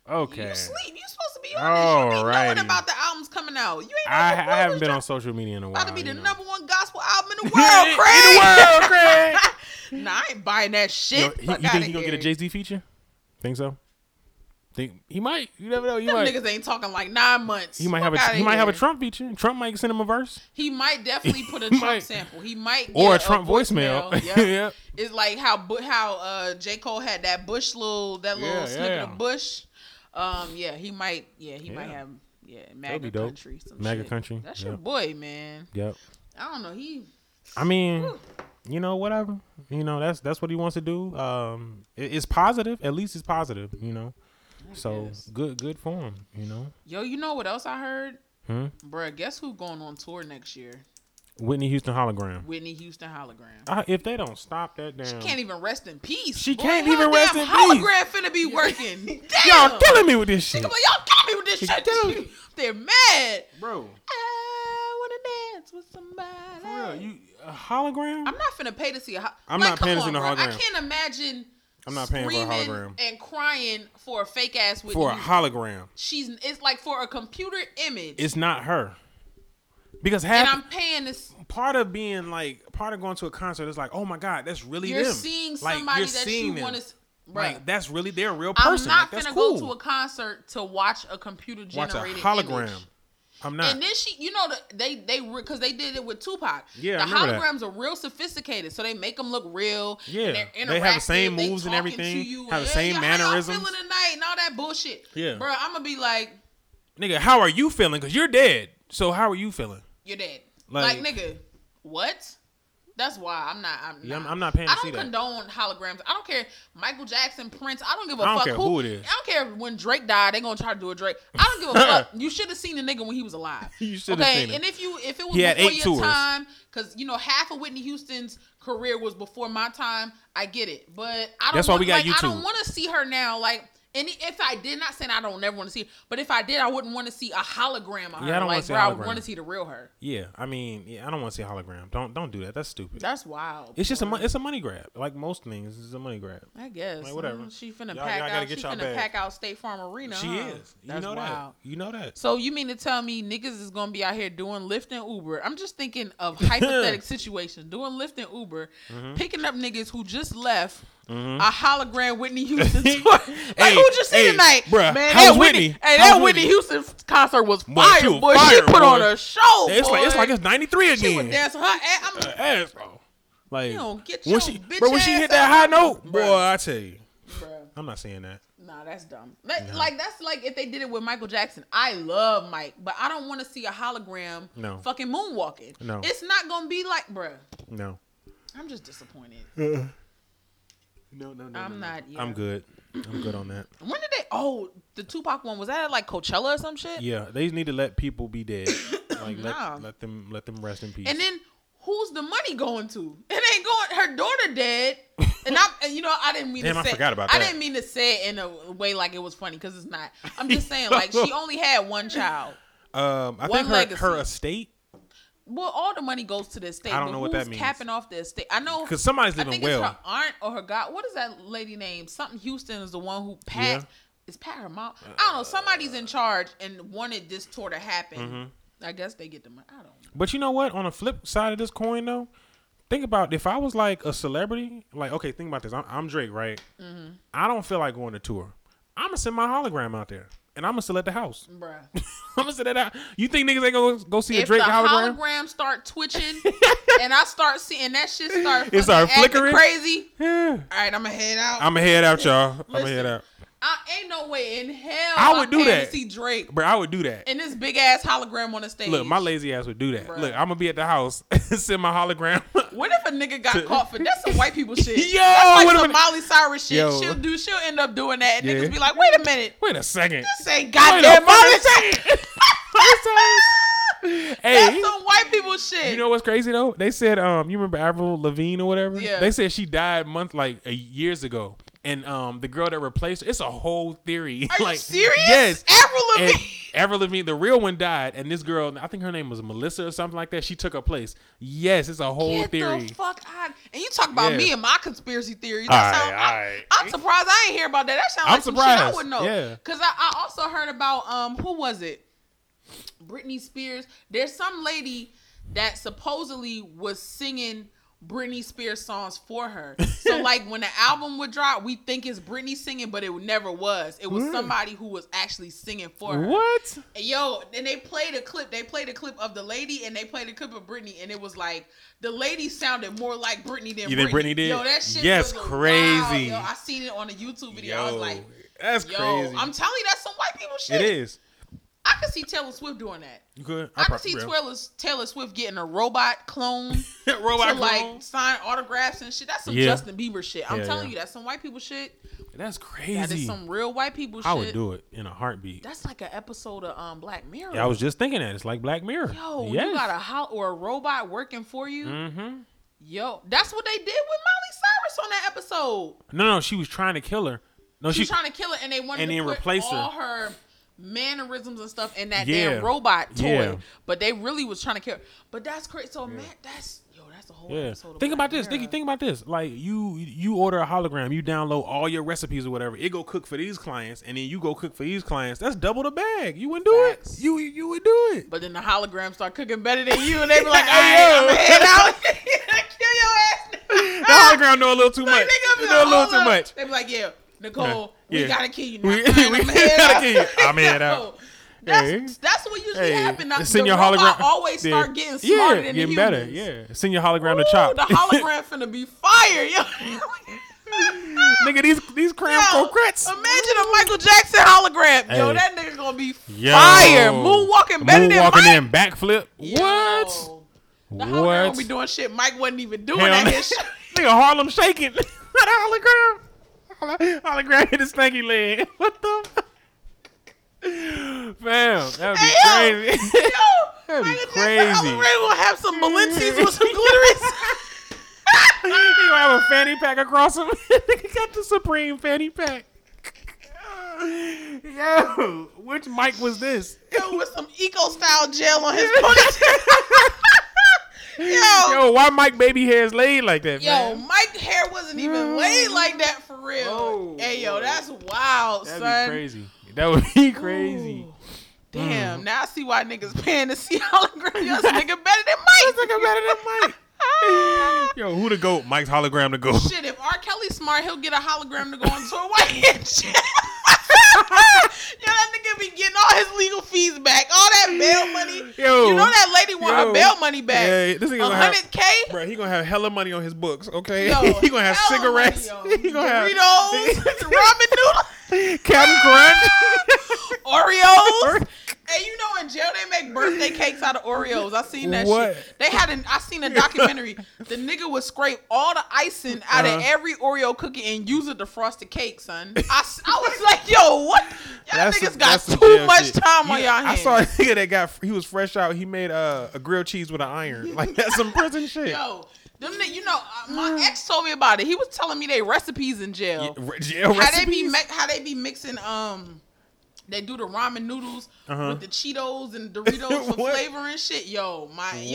Speaker 3: Okay.
Speaker 2: You sleep. You supposed to be on this. You be knowing
Speaker 3: Alrighty.
Speaker 2: about the albums coming out. You ain't know
Speaker 3: I, I
Speaker 2: your boy
Speaker 3: haven't
Speaker 2: was
Speaker 3: been
Speaker 2: dropping
Speaker 3: on social media in a while.
Speaker 2: about to be
Speaker 3: you
Speaker 2: the
Speaker 3: know.
Speaker 2: number one gospel album in the
Speaker 3: Yeah,
Speaker 2: world, Craig.
Speaker 3: In the world, Craig.
Speaker 2: Nah, I ain't buying that shit.
Speaker 3: Yo, he-
Speaker 2: Fuck
Speaker 3: you
Speaker 2: outta
Speaker 3: think he gonna get a
Speaker 2: here.
Speaker 3: Jay Z feature? Think so? Think he might? You never know. He
Speaker 2: Them
Speaker 3: might.
Speaker 2: niggas ain't talking like nine months.
Speaker 3: He might have a
Speaker 2: Fuck outta
Speaker 3: he might have a
Speaker 2: here.
Speaker 3: Trump feature. Trump might send him a verse
Speaker 2: He might definitely put a Trump
Speaker 3: might.
Speaker 2: sample. He might
Speaker 3: or
Speaker 2: get
Speaker 3: a Trump voicemail.
Speaker 2: voicemail.
Speaker 3: yeah.
Speaker 2: Yep. It's like how Bu- how uh, J Cole had that Bush little that little
Speaker 3: Yeah,
Speaker 2: snippet
Speaker 3: yeah.
Speaker 2: of Bush. Um, yeah, he might. Yeah, he might
Speaker 3: Yeah.
Speaker 2: have. Yeah, MAGA
Speaker 3: be dope.
Speaker 2: country. Some
Speaker 3: MAGA
Speaker 2: shit.
Speaker 3: country,
Speaker 2: That's
Speaker 3: yeah.
Speaker 2: your boy, man.
Speaker 3: Yep.
Speaker 2: I don't know. He
Speaker 3: I mean, you know, whatever. You know, that's that's what he wants to do. Um, it- it's positive. At least it's positive. You know, so
Speaker 2: guess.
Speaker 3: good good for him. You know,
Speaker 2: yo. You know what else I heard?
Speaker 3: Hmm?
Speaker 2: Bruh, guess who going on tour next year?
Speaker 3: Whitney Houston hologram.
Speaker 2: Whitney Houston hologram.
Speaker 3: I, if they don't stop that damn,
Speaker 2: She can't even rest in peace.
Speaker 3: She
Speaker 2: boy.
Speaker 3: can't
Speaker 2: Her
Speaker 3: even rest
Speaker 2: damn
Speaker 3: in peace.
Speaker 2: Hologram finna be working. Damn.
Speaker 3: y'all killing me with this
Speaker 2: She
Speaker 3: shit,
Speaker 2: gonna be like, y'all killing me with this
Speaker 3: She killing
Speaker 2: shit. They're mad.
Speaker 3: bro.
Speaker 2: I wanna dance with
Speaker 3: For real,
Speaker 2: somebody.
Speaker 3: you a hologram?
Speaker 2: I'm not finna pay to see a. Ho-
Speaker 3: I'm
Speaker 2: like,
Speaker 3: not
Speaker 2: come
Speaker 3: paying to
Speaker 2: on,
Speaker 3: see no
Speaker 2: bro. I
Speaker 3: hologram.
Speaker 2: can't imagine.
Speaker 3: I'm not paying for a
Speaker 2: screaming
Speaker 3: hologram.
Speaker 2: And crying for a fake ass Whitney.
Speaker 3: for a
Speaker 2: Houston.
Speaker 3: hologram.
Speaker 2: She's. It's like for a computer image.
Speaker 3: It's not her. Because
Speaker 2: and
Speaker 3: half
Speaker 2: I'm paying this.
Speaker 3: part of being like part of going to a concert is like, oh my god, that's really
Speaker 2: You're
Speaker 3: them.
Speaker 2: seeing
Speaker 3: Like,
Speaker 2: somebody
Speaker 3: you're
Speaker 2: that
Speaker 3: seeing
Speaker 2: you
Speaker 3: them.
Speaker 2: want to.
Speaker 3: Like that's really they're a real
Speaker 2: I'm
Speaker 3: person.
Speaker 2: not
Speaker 3: like, that's
Speaker 2: gonna
Speaker 3: cool.
Speaker 2: go to a concert to watch a computer
Speaker 3: Watch a
Speaker 2: generated
Speaker 3: hologram.
Speaker 2: Image.
Speaker 3: I'm not.
Speaker 2: And then she, you know, the, they they because they did it with Tupac.
Speaker 3: Yeah, I
Speaker 2: the
Speaker 3: remember that.
Speaker 2: holograms are real sophisticated, so they make them look real. and
Speaker 3: Yeah,
Speaker 2: they're
Speaker 3: they have the
Speaker 2: interactive,
Speaker 3: same
Speaker 2: they
Speaker 3: moves and
Speaker 2: talking to
Speaker 3: everything,
Speaker 2: you,
Speaker 3: have the
Speaker 2: yeah,
Speaker 3: same
Speaker 2: yeah,
Speaker 3: mannerisms.
Speaker 2: How y'all feeling tonight and all that bullshit.
Speaker 3: Yeah.
Speaker 2: bro, I'm gonna be like,
Speaker 3: Nigga, how are you feeling? Cause you're dead. So how are you feeling?
Speaker 2: you're dead.
Speaker 3: Like-
Speaker 2: Like, nigga, what? That's why I'm not. I'm,
Speaker 3: Yeah, I'm-
Speaker 2: not.
Speaker 3: I'm not paying to
Speaker 2: I don't
Speaker 3: see that.
Speaker 2: condone holograms. I don't care. Michael Jackson, Prince. I don't give a
Speaker 3: I don't
Speaker 2: fuck
Speaker 3: care who it is.
Speaker 2: I don't care when Drake died. They gonna try to do a Drake. I don't give a fuck. You should have seen the nigga when he was alive.
Speaker 3: You shoulda seen him.
Speaker 2: And if you if it was
Speaker 3: He had
Speaker 2: before
Speaker 3: eight
Speaker 2: your
Speaker 3: tours.
Speaker 2: time, because you know half of Whitney Houston's career was before my time. I get it, but I don't.
Speaker 3: That's why
Speaker 2: want-
Speaker 3: we got
Speaker 2: like, I
Speaker 3: YouTube.
Speaker 2: don't want to see her now. Like. And if I did not say I don't never want to see, her, but if I did, I wouldn't want to see a hologram of her.
Speaker 3: Yeah, I don't wanna
Speaker 2: like,
Speaker 3: see a
Speaker 2: bro, I
Speaker 3: hologram.
Speaker 2: would want to see the real her.
Speaker 3: Yeah, I mean, yeah, I don't want to see a hologram. Don't don't do that. That's stupid.
Speaker 2: That's wild.
Speaker 3: it's just a mon- it's a money grab. Like most things, it's a money grab.
Speaker 2: I guess.
Speaker 3: Like, whatever.
Speaker 2: Mm, She finna
Speaker 3: Y'all-
Speaker 2: pack
Speaker 3: y'all gotta
Speaker 2: out.
Speaker 3: get
Speaker 2: she
Speaker 3: y'all
Speaker 2: finna
Speaker 3: bag.
Speaker 2: pack out State Farm Arena.
Speaker 3: She
Speaker 2: huh?
Speaker 3: is. You
Speaker 2: That's
Speaker 3: know that.
Speaker 2: wild.
Speaker 3: You know that.
Speaker 2: So you mean to tell me niggas is gonna be out here doing Lyft and Uber? I'm just thinking of hypothetical situations. Doing Lyft and Uber,
Speaker 3: Mm-hmm.
Speaker 2: picking up niggas who just left a hologram Whitney Houston tour. like
Speaker 3: Hey,
Speaker 2: who just see
Speaker 3: hey,
Speaker 2: tonight?
Speaker 3: bruh,
Speaker 2: man,
Speaker 3: how's
Speaker 2: that Whitney,
Speaker 3: Whitney?
Speaker 2: hey,
Speaker 3: How's
Speaker 2: that
Speaker 3: Whitney?
Speaker 2: Whitney Houston concert was
Speaker 3: Boy, she
Speaker 2: fire,
Speaker 3: was
Speaker 2: boy.
Speaker 3: fire,
Speaker 2: she put
Speaker 3: boy.
Speaker 2: on a show.
Speaker 3: it's like it's
Speaker 2: boy.
Speaker 3: like it's ninety three
Speaker 2: she was
Speaker 3: again.
Speaker 2: dancing her ass. I'm,
Speaker 3: ass bro. Like
Speaker 2: don't get
Speaker 3: when
Speaker 2: your
Speaker 3: she
Speaker 2: bitch
Speaker 3: bro when she
Speaker 2: ass
Speaker 3: hit that high
Speaker 2: out.
Speaker 3: note,
Speaker 2: Bruh.
Speaker 3: boy, I tell you,
Speaker 2: Bruh.
Speaker 3: I'm not saying that.
Speaker 2: Nah, that's dumb. Like, like that's like if they did it with Michael Jackson. I love Mike, but I don't want to see a hologram
Speaker 3: No.
Speaker 2: fucking moonwalking.
Speaker 3: No.
Speaker 2: It's not going to be like, bruh.
Speaker 3: No,
Speaker 2: I'm just disappointed.
Speaker 3: no, no, no.
Speaker 2: I'm not. Yeah.
Speaker 3: I'm good. I'm good on that.
Speaker 2: When did they? Oh, the Tupac one was that at like Coachella or some shit.
Speaker 3: Yeah, they need to let people be dead. Like let,
Speaker 2: Nah.
Speaker 3: let them let them rest in peace.
Speaker 2: And then who's the money going to? It ain't going. Her daughter dead. And I'm, and you know, I didn't mean
Speaker 3: Damn, I
Speaker 2: to say.
Speaker 3: forgot about
Speaker 2: I
Speaker 3: that.
Speaker 2: didn't mean to say it in a way like it was funny because it's not. I'm just saying like she only had one child.
Speaker 3: um, I
Speaker 2: one
Speaker 3: think her
Speaker 2: legacy.
Speaker 3: her estate
Speaker 2: Well, all the money goes to the estate.
Speaker 3: I don't
Speaker 2: but
Speaker 3: know what that
Speaker 2: who's
Speaker 3: means.
Speaker 2: Capping off the estate. I know
Speaker 3: because somebody's
Speaker 2: I
Speaker 3: living
Speaker 2: think
Speaker 3: well.
Speaker 2: it's her aunt or her god. What is that lady name? Something Houston is the one who Pat
Speaker 3: Yeah.
Speaker 2: is Pat her mom. I don't know. Somebody's in charge and wanted this tour to happen.
Speaker 3: Mm-hmm.
Speaker 2: I guess they get the money. I don't. know.
Speaker 3: But you know what? On the flip side of this coin, though, think about if I was like a celebrity, like okay, think about this. I'm, I'm Drake, right?
Speaker 2: Mm-hmm.
Speaker 3: I don't feel like going to tour. I'm gonna send my hologram out there, and I'm gonna still at the house.
Speaker 2: Bruh.
Speaker 3: I'm gonna send that out. You think niggas ain't gonna go see a
Speaker 2: If
Speaker 3: Drake
Speaker 2: the
Speaker 3: hologram?
Speaker 2: hologram, start twitching and I start seeing that shit start,
Speaker 3: It
Speaker 2: fucking
Speaker 3: start
Speaker 2: acting
Speaker 3: flickering?
Speaker 2: crazy.
Speaker 3: Yeah.
Speaker 2: All right, I'm gonna head out.
Speaker 3: I'm gonna head out, y'all. I'm gonna
Speaker 2: Listen,
Speaker 3: head out,
Speaker 2: I ain't no way in hell
Speaker 3: I would do
Speaker 2: came
Speaker 3: that.
Speaker 2: To see Drake
Speaker 3: bro. I would do that.
Speaker 2: and this big ass hologram on the stage.
Speaker 3: Look, my lazy ass would do that.
Speaker 2: Bruh.
Speaker 3: Look, I'm gonna be at the house and send my hologram.
Speaker 2: What if a nigga got caught for that's some white people shit?
Speaker 3: Yo,
Speaker 2: that's
Speaker 3: what
Speaker 2: like
Speaker 3: if
Speaker 2: some
Speaker 3: a-
Speaker 2: Molly Cyrus shit.
Speaker 3: Yo.
Speaker 2: She'll do. She'll end up doing that. And
Speaker 3: Yeah.
Speaker 2: Niggas be like, wait a minute,
Speaker 3: Wait a second.
Speaker 2: this ain't
Speaker 3: Wait a
Speaker 2: goddamn Molly
Speaker 3: fucking
Speaker 2: Cyrus.
Speaker 3: second. Molly Cyrus.
Speaker 2: That's
Speaker 3: Hey,
Speaker 2: some white people shit.
Speaker 3: You know what's crazy though? They said um you remember Avril Lavigne or whatever?
Speaker 2: Yeah.
Speaker 3: They said she died month like a years ago. And um the girl that replaced her, it's a whole theory.
Speaker 2: Are
Speaker 3: like,
Speaker 2: you serious?
Speaker 3: Yes.
Speaker 2: Avril
Speaker 3: And
Speaker 2: Lavigne.
Speaker 3: Avril Lavigne, the real one died, and this girl, I think her name was Melissa or something like that. She took her place. Yes, it's a whole
Speaker 2: Get
Speaker 3: theory.
Speaker 2: the fuck out! And you talk about
Speaker 3: Yeah.
Speaker 2: me and my conspiracy theories. That
Speaker 3: Aight,
Speaker 2: sound,
Speaker 3: aight.
Speaker 2: I, am surprised I ain't hear about that. That sounds
Speaker 3: I'm
Speaker 2: like some shit I
Speaker 3: surprised.
Speaker 2: would know.
Speaker 3: Yeah.
Speaker 2: Cause I, I also heard about um who was it? Britney Spears. There's some lady that supposedly was singing Britney Spears songs for her. So like when the album would drop, we think it's Britney singing, but it never was. It was
Speaker 3: Mm.
Speaker 2: somebody who was actually singing for her.
Speaker 3: What?
Speaker 2: And Yo, and they played a clip. They played a clip of the lady, and they played a clip of Britney, and it was like the lady sounded more like Britney than
Speaker 3: You think
Speaker 2: Britney.
Speaker 3: Britney did?
Speaker 2: Yo, that shit
Speaker 3: Yes,
Speaker 2: was
Speaker 3: crazy.
Speaker 2: crazy. Yo, I seen it on a YouTube video. I was like,
Speaker 3: that's
Speaker 2: yo,
Speaker 3: crazy.
Speaker 2: I'm telling you, that's some white people shit.
Speaker 3: it is.
Speaker 2: I could see Taylor Swift doing that.
Speaker 3: You could.
Speaker 2: I, could
Speaker 3: prob-
Speaker 2: see
Speaker 3: bro.
Speaker 2: Taylor, Taylor Swift getting a robot clone
Speaker 3: Robot
Speaker 2: to like
Speaker 3: clone.
Speaker 2: sign autographs and shit. That's some
Speaker 3: Yeah.
Speaker 2: Justin Bieber shit. I'm
Speaker 3: Yeah,
Speaker 2: telling
Speaker 3: yeah.
Speaker 2: you, that's some white people shit.
Speaker 3: That's
Speaker 2: That
Speaker 3: crazy.
Speaker 2: is some real white people shit.
Speaker 3: I would do it in a heartbeat.
Speaker 2: That's like an episode of um Black Mirror.
Speaker 3: Yeah, I was just thinking that it's like Black Mirror.
Speaker 2: Yo,
Speaker 3: Yes.
Speaker 2: Oh, you got a hot or a robot working for you.
Speaker 3: Mm-hmm.
Speaker 2: Yo, that's what they did with Miley Cyrus on that episode.
Speaker 3: No, no, she was trying to kill her. No,
Speaker 2: She
Speaker 3: she.
Speaker 2: was trying to kill it, and they wanted
Speaker 3: and
Speaker 2: to
Speaker 3: then
Speaker 2: put
Speaker 3: replace her.
Speaker 2: all her. mannerisms and stuff in that
Speaker 3: Yeah.
Speaker 2: damn robot toy.
Speaker 3: Yeah.
Speaker 2: But they really was trying to kill. Her. But that's crazy. So man, that's yo, that's a whole
Speaker 3: Yeah.
Speaker 2: episode.
Speaker 3: Think about this. Think,
Speaker 2: Vera.
Speaker 3: think about this. Like you, you order a hologram. You download all your recipes or whatever. It go cook for these clients, and then you go cook for these clients. That's double the bag. You wouldn't do
Speaker 2: Facts.
Speaker 3: it. You you would do it.
Speaker 2: But then the holograms start cooking better than you, and they be like, "All right, I'm gonna head out, kill your ass."
Speaker 3: The hologram know a little too
Speaker 2: Like,
Speaker 3: much.
Speaker 2: nigga,
Speaker 3: They
Speaker 2: be
Speaker 3: know a
Speaker 2: like,
Speaker 3: little
Speaker 2: "Hold
Speaker 3: too
Speaker 2: up."
Speaker 3: much.
Speaker 2: They be like, "Yeah, Nicole,
Speaker 3: Yeah.
Speaker 2: we gotta kill you now.
Speaker 3: We-
Speaker 2: Fine,
Speaker 3: we
Speaker 2: I'ma head
Speaker 3: gotta
Speaker 2: out."
Speaker 3: kill you. I'm head out.
Speaker 2: That's
Speaker 3: Hey.
Speaker 2: that's what usually
Speaker 3: Hey,
Speaker 2: happens. Now,
Speaker 3: send
Speaker 2: the
Speaker 3: your
Speaker 2: robot
Speaker 3: hologram.
Speaker 2: always
Speaker 3: Yeah.
Speaker 2: start getting smarter
Speaker 3: yeah,
Speaker 2: than
Speaker 3: getting
Speaker 2: the
Speaker 3: better.
Speaker 2: humans.
Speaker 3: Yeah, send your hologram to
Speaker 2: Ooh,
Speaker 3: chop.
Speaker 2: The hologram finna be fire, yo.
Speaker 3: Nigga, these these cram
Speaker 2: Yo,
Speaker 3: concrets.
Speaker 2: Imagine a Michael Jackson hologram. Yo,
Speaker 3: Hey.
Speaker 2: that nigga gonna be
Speaker 3: Yo.
Speaker 2: fire. Moonwalking better than Mike.
Speaker 3: Moonwalking in backflip. What?
Speaker 2: Yo, The hologram
Speaker 3: What?
Speaker 2: gonna be doing shit Mike wasn't even doing
Speaker 3: Hell
Speaker 2: that
Speaker 3: no.
Speaker 2: his shit.
Speaker 3: Nigga, Harlem shaking. Not a hologram. Holo- Hologram hit his stanky leg. What the? Fam, that would be
Speaker 2: Hey, yo.
Speaker 3: crazy.
Speaker 2: Yo,
Speaker 3: That'd be
Speaker 2: Michael Jackson
Speaker 3: crazy.
Speaker 2: hologram gonna have some Balenci's with some glitterous.
Speaker 3: he gonna have a fanny pack across him. Nigga got the Supreme fanny pack. Yo, which mic was this?
Speaker 2: Yo, with some eco style gel on his ponytail. yo,
Speaker 3: Yo, why Mike baby hair is laid like that,
Speaker 2: yo, Mike hair wasn't even
Speaker 3: Mm.
Speaker 2: laid like that for real.
Speaker 3: Oh,
Speaker 2: hey, yo,
Speaker 3: boy.
Speaker 2: that's wild,
Speaker 3: That'd
Speaker 2: son.
Speaker 3: be crazy. That would be crazy.
Speaker 2: Ooh.
Speaker 3: Mm.
Speaker 2: Damn, now I see why niggas paying to see hologram. Yo, this nigga better than Mike.
Speaker 3: This nigga better than Mike. Yo, who the goat? Mike's hologram to go.
Speaker 2: Shit, if R. Kelly's smart, he'll get a hologram to go into a white hand shit. Yo, that nigga be getting all his legal fees back, all that bail money.
Speaker 3: Yo.
Speaker 2: you know that lady want
Speaker 3: Yo.
Speaker 2: her bail money back.
Speaker 3: Yeah, this nigga gonna have-
Speaker 2: hundred k.
Speaker 3: Bro, he gonna have hella money on his books, okay?
Speaker 2: Yo,
Speaker 3: he gonna have
Speaker 2: hella
Speaker 3: cigarettes.
Speaker 2: money, yo.
Speaker 3: he gonna
Speaker 2: Doritos, ramen noodles,
Speaker 3: have Captain Crunch.
Speaker 2: Oreos. And you know, in jail they make birthday cakes out of Oreos. I seen that
Speaker 3: What?
Speaker 2: shit. They had an I seen a documentary. the nigga would scrape all the icing out of
Speaker 3: Uh-huh.
Speaker 2: every Oreo cookie and use it to frost the cake, son. I, s- I was like, yo, what? Y'all
Speaker 3: That's
Speaker 2: niggas
Speaker 3: a-
Speaker 2: got
Speaker 3: that's some
Speaker 2: too
Speaker 3: jail
Speaker 2: much
Speaker 3: shit.
Speaker 2: time on
Speaker 3: You-
Speaker 2: y'all
Speaker 3: I
Speaker 2: hands.
Speaker 3: saw a nigga that got he was fresh out. He made uh, a grilled cheese with an iron. Like that's some prison shit.
Speaker 2: Yo, them ni- you know, uh, my ex told me about it. He was telling me they recipes in jail.
Speaker 3: Yeah, re- jail
Speaker 2: how they be
Speaker 3: recipes?
Speaker 2: mi- how they be mixing um they do the ramen noodles
Speaker 3: Uh-huh.
Speaker 2: with the Cheetos and Doritos for
Speaker 3: What?
Speaker 2: flavor and shit. Yo, my
Speaker 3: What?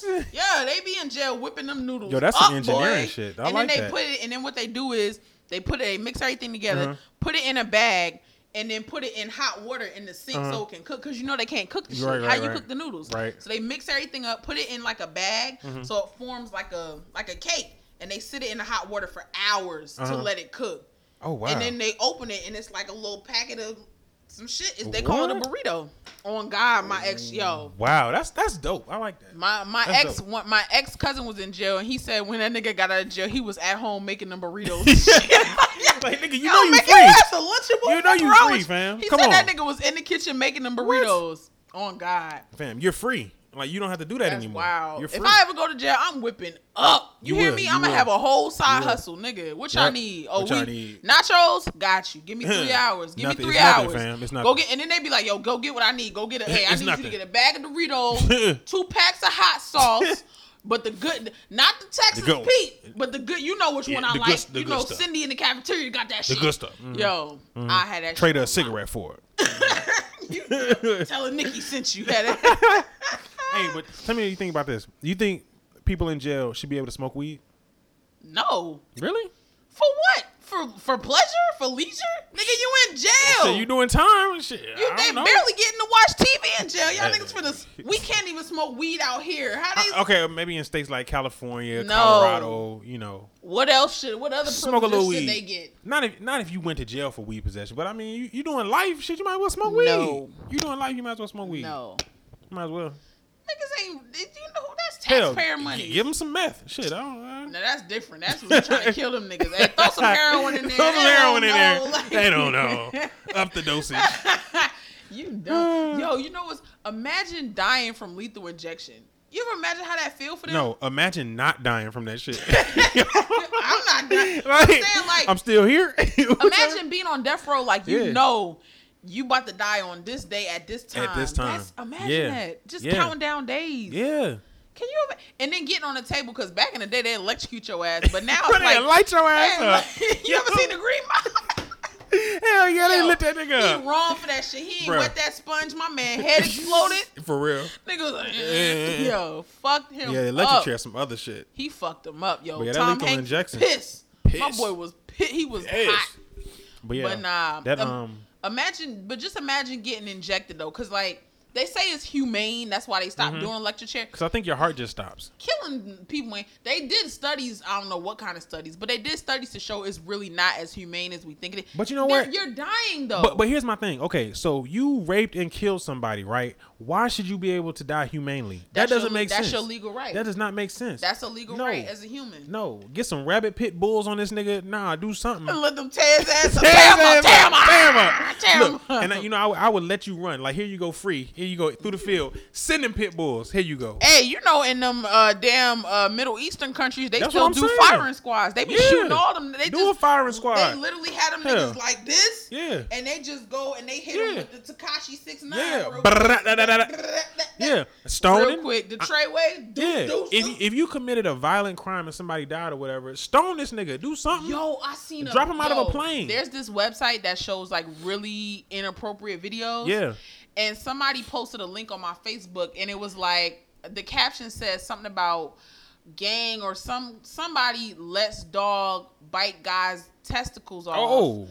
Speaker 2: yo, yeah, they be in jail whipping them noodles.
Speaker 3: Yo, that's
Speaker 2: up,
Speaker 3: some engineering
Speaker 2: boy.
Speaker 3: shit. I
Speaker 2: and
Speaker 3: like
Speaker 2: then they
Speaker 3: that.
Speaker 2: put it, and then what they do is they put it, they mix everything together,
Speaker 3: Uh-huh.
Speaker 2: put it in a bag, and then put it in hot water in the sink so
Speaker 3: Uh-huh.
Speaker 2: it can cook. Cause you know they can't cook the shit.
Speaker 3: Right,
Speaker 2: how
Speaker 3: right,
Speaker 2: you
Speaker 3: right.
Speaker 2: cook the noodles?
Speaker 3: Right. Mm-hmm.
Speaker 2: So they mix everything up, put it in like a bag, so it forms like a like a cake, and they sit it in the hot water for hours to
Speaker 3: Uh-huh.
Speaker 2: let it cook.
Speaker 3: Oh wow.
Speaker 2: And then they open it and it's like a little packet of some shit. Is they call it a
Speaker 3: What?
Speaker 2: burrito? On God, my ex, yo,
Speaker 3: wow, that's that's dope. I like that.
Speaker 2: my my
Speaker 3: That's
Speaker 2: ex,
Speaker 3: dope.
Speaker 2: one, my ex cousin was in jail, and he said when that nigga got out of jail, he was at home making them burritos. you
Speaker 3: Like nigga, you know
Speaker 2: know
Speaker 3: you
Speaker 2: making
Speaker 3: free.
Speaker 2: ass a lunchable.
Speaker 3: You know you
Speaker 2: What's wrong
Speaker 3: free,
Speaker 2: with-
Speaker 3: fam.
Speaker 2: He
Speaker 3: Come
Speaker 2: said that
Speaker 3: on.
Speaker 2: nigga was in the kitchen making them burritos. On God,
Speaker 3: Fam, you're free. Like you don't have to do that
Speaker 2: that's
Speaker 3: anymore.
Speaker 2: wow.
Speaker 3: You're
Speaker 2: If
Speaker 3: free.
Speaker 2: I ever go to jail, I'm whipping up. You,
Speaker 3: You
Speaker 2: hear
Speaker 3: will,
Speaker 2: me?
Speaker 3: you
Speaker 2: I'm gonna
Speaker 3: will.
Speaker 2: have a whole side
Speaker 3: You will.
Speaker 2: hustle, nigga. What y'all
Speaker 3: Yep.
Speaker 2: need? Oh,
Speaker 3: What
Speaker 2: we
Speaker 3: y'all need?
Speaker 2: nachos. Got you. Give me three hours. Give
Speaker 3: Nothing.
Speaker 2: me three
Speaker 3: It's nothing,
Speaker 2: hours.
Speaker 3: fam. It's
Speaker 2: Go
Speaker 3: nothing.
Speaker 2: get, and then they be like, "Yo, go get what I need. Go get a. Hey, I
Speaker 3: It's
Speaker 2: need you
Speaker 3: nothing.
Speaker 2: to get a bag of Doritos, two packs of hot sauce." But the good, not the Texas
Speaker 3: good one.
Speaker 2: Pete, but the good, you know which
Speaker 3: Yeah,
Speaker 2: one I
Speaker 3: the
Speaker 2: like.
Speaker 3: good- the
Speaker 2: you
Speaker 3: good
Speaker 2: know,
Speaker 3: stuff.
Speaker 2: Cindy in the cafeteria got that
Speaker 3: the
Speaker 2: shit.
Speaker 3: good stuff. Mm.
Speaker 2: Yo, I had that.
Speaker 3: Trade
Speaker 2: shit
Speaker 3: her a
Speaker 2: on my-
Speaker 3: cigarette for it.
Speaker 2: Tell her Nikki sent you that.
Speaker 3: hey, but tell me what you think about this. You think people in jail should be able to smoke weed?
Speaker 2: no,
Speaker 3: Really?
Speaker 2: For what? For for pleasure? For leisure? Nigga, you in jail.
Speaker 3: So you doing time? Shit.
Speaker 2: You-
Speaker 3: I
Speaker 2: they
Speaker 3: don't know.
Speaker 2: barely getting to watch TV in jail. Y'all
Speaker 3: Hey.
Speaker 2: niggas for this. We can't even smoke weed out here. How they?
Speaker 3: I- okay, maybe in states like California,
Speaker 2: No.
Speaker 3: Colorado, you know,
Speaker 2: What else should? What other
Speaker 3: smoke a little
Speaker 2: privileges
Speaker 3: weed.
Speaker 2: should they get?
Speaker 3: Not if not if you went to jail for weed possession, but I mean, you, you doing life, shit. You might as well smoke weed.
Speaker 2: No.
Speaker 3: You doing life, you might as well smoke weed.
Speaker 2: No,
Speaker 3: You might as well.
Speaker 2: niggas ain't. Did you know that's
Speaker 3: Hell,
Speaker 2: taxpayer money?
Speaker 3: g- give them some meth. Shit, I don't. I-
Speaker 2: No, that's different. That's what we trying to kill them niggas. Hey, throw some heroin in there.
Speaker 3: Throw some
Speaker 2: They
Speaker 3: heroin
Speaker 2: don't
Speaker 3: in there.
Speaker 2: know, like-
Speaker 3: They don't know. Up the dosage.
Speaker 2: you dumb. Yo, you know what's? Imagine dying from lethal injection. You ever imagine how that feel for them?
Speaker 3: No, imagine not dying from that shit.
Speaker 2: I'm not dying.
Speaker 3: like,
Speaker 2: I'm saying like
Speaker 3: I'm still here.
Speaker 2: imagine being on death row like you
Speaker 3: Yeah.
Speaker 2: know you about to die on this day at this time.
Speaker 3: At this
Speaker 2: That's-
Speaker 3: time.
Speaker 2: imagine
Speaker 3: Yeah.
Speaker 2: that. Just
Speaker 3: Yeah.
Speaker 2: counting down days.
Speaker 3: Yeah.
Speaker 2: Can you ima- and then getting on the table because back in the day they electrocute your ass, but now
Speaker 3: Bro,
Speaker 2: it's
Speaker 3: they
Speaker 2: like,
Speaker 3: light your ass
Speaker 2: hey,
Speaker 3: up.
Speaker 2: like, you ever seen the green mile?
Speaker 3: Hell yeah, they
Speaker 2: Yo,
Speaker 3: lit that nigga
Speaker 2: He
Speaker 3: up.
Speaker 2: wrong for that shit. He ain't
Speaker 3: Bruh.
Speaker 2: wet that sponge. My man head exploded.
Speaker 3: For real.
Speaker 2: Nigga was like,
Speaker 3: yeah,
Speaker 2: yo, fucked him.
Speaker 3: Yeah,
Speaker 2: Yeah,
Speaker 3: the
Speaker 2: electric
Speaker 3: electric
Speaker 2: up.
Speaker 3: chair, some other shit.
Speaker 2: He fucked him up, yo.
Speaker 3: But yeah, that
Speaker 2: Tom
Speaker 3: lethal
Speaker 2: Hanks
Speaker 3: injection.
Speaker 2: pissed. My
Speaker 3: Pissed.
Speaker 2: boy was pissed. He was
Speaker 3: Pissed.
Speaker 2: hot.
Speaker 3: But yeah.
Speaker 2: But nah,
Speaker 3: That
Speaker 2: um,
Speaker 3: um
Speaker 2: imagine, but just imagine getting injected though, because like they say it's humane. That's why they stopped
Speaker 3: Mm-hmm.
Speaker 2: doing electric chair.
Speaker 3: cuz I think your heart just stops.
Speaker 2: Killing people, ain't- they did studies. I don't know what kind of studies, but they did studies to show it's really not as humane as we think it is.
Speaker 3: But you know
Speaker 2: They're-
Speaker 3: what?
Speaker 2: You're dying though.
Speaker 3: But but here's my thing. Okay, so you raped and killed somebody, right? Why should you be able to die humanely? that
Speaker 2: That's your
Speaker 3: doesn't
Speaker 2: le-
Speaker 3: make
Speaker 2: that's
Speaker 3: sense.
Speaker 2: your legal right.
Speaker 3: That does not make sense.
Speaker 2: that's a legal
Speaker 3: No.
Speaker 2: right as a human.
Speaker 3: no, get some rabbit pit bulls on this nigga. Nah, do something.
Speaker 2: And let them tear his ass up.
Speaker 3: Tear
Speaker 2: Tear
Speaker 3: his
Speaker 2: him
Speaker 3: ass
Speaker 2: up, tear
Speaker 3: up,
Speaker 2: him up,
Speaker 3: tear him up.
Speaker 2: tear him
Speaker 3: Look,
Speaker 2: up.
Speaker 3: and I, you know, I, would- I would let you run. Like here you go, free. Here you go through the field. Send them pit bulls. Here you go.
Speaker 2: Hey, you know, in them uh, damn uh, Middle Eastern countries, they
Speaker 3: That's
Speaker 2: still
Speaker 3: what I'm
Speaker 2: do
Speaker 3: saying.
Speaker 2: firing squads. They be
Speaker 3: Yeah.
Speaker 2: shooting all them. They
Speaker 3: Do
Speaker 2: just,
Speaker 3: a firing
Speaker 2: They
Speaker 3: squad.
Speaker 2: literally had them
Speaker 3: Yeah.
Speaker 2: niggas like this.
Speaker 3: Yeah.
Speaker 2: And they just go and they hit
Speaker 3: Yeah.
Speaker 2: them with the Takashi six nine.
Speaker 3: Yeah.
Speaker 2: Real
Speaker 3: Brrrra, da, da, da, da.
Speaker 2: quick.
Speaker 3: Yeah,
Speaker 2: Real
Speaker 3: stoning.
Speaker 2: quick, the Treyway. Deuce,
Speaker 3: Yeah,
Speaker 2: deuce,
Speaker 3: if
Speaker 2: deuce.
Speaker 3: if you committed a violent crime and somebody died or whatever, stone this nigga. Do something.
Speaker 2: Yo, I seen a,
Speaker 3: Drop 'em out of a
Speaker 2: yo,
Speaker 3: plane.
Speaker 2: There's this website that shows like really inappropriate videos.
Speaker 3: Yeah.
Speaker 2: And somebody posted a link on my Facebook, and it was like the caption says something about gang or some somebody lets dog bite guys testicles off
Speaker 3: Oh,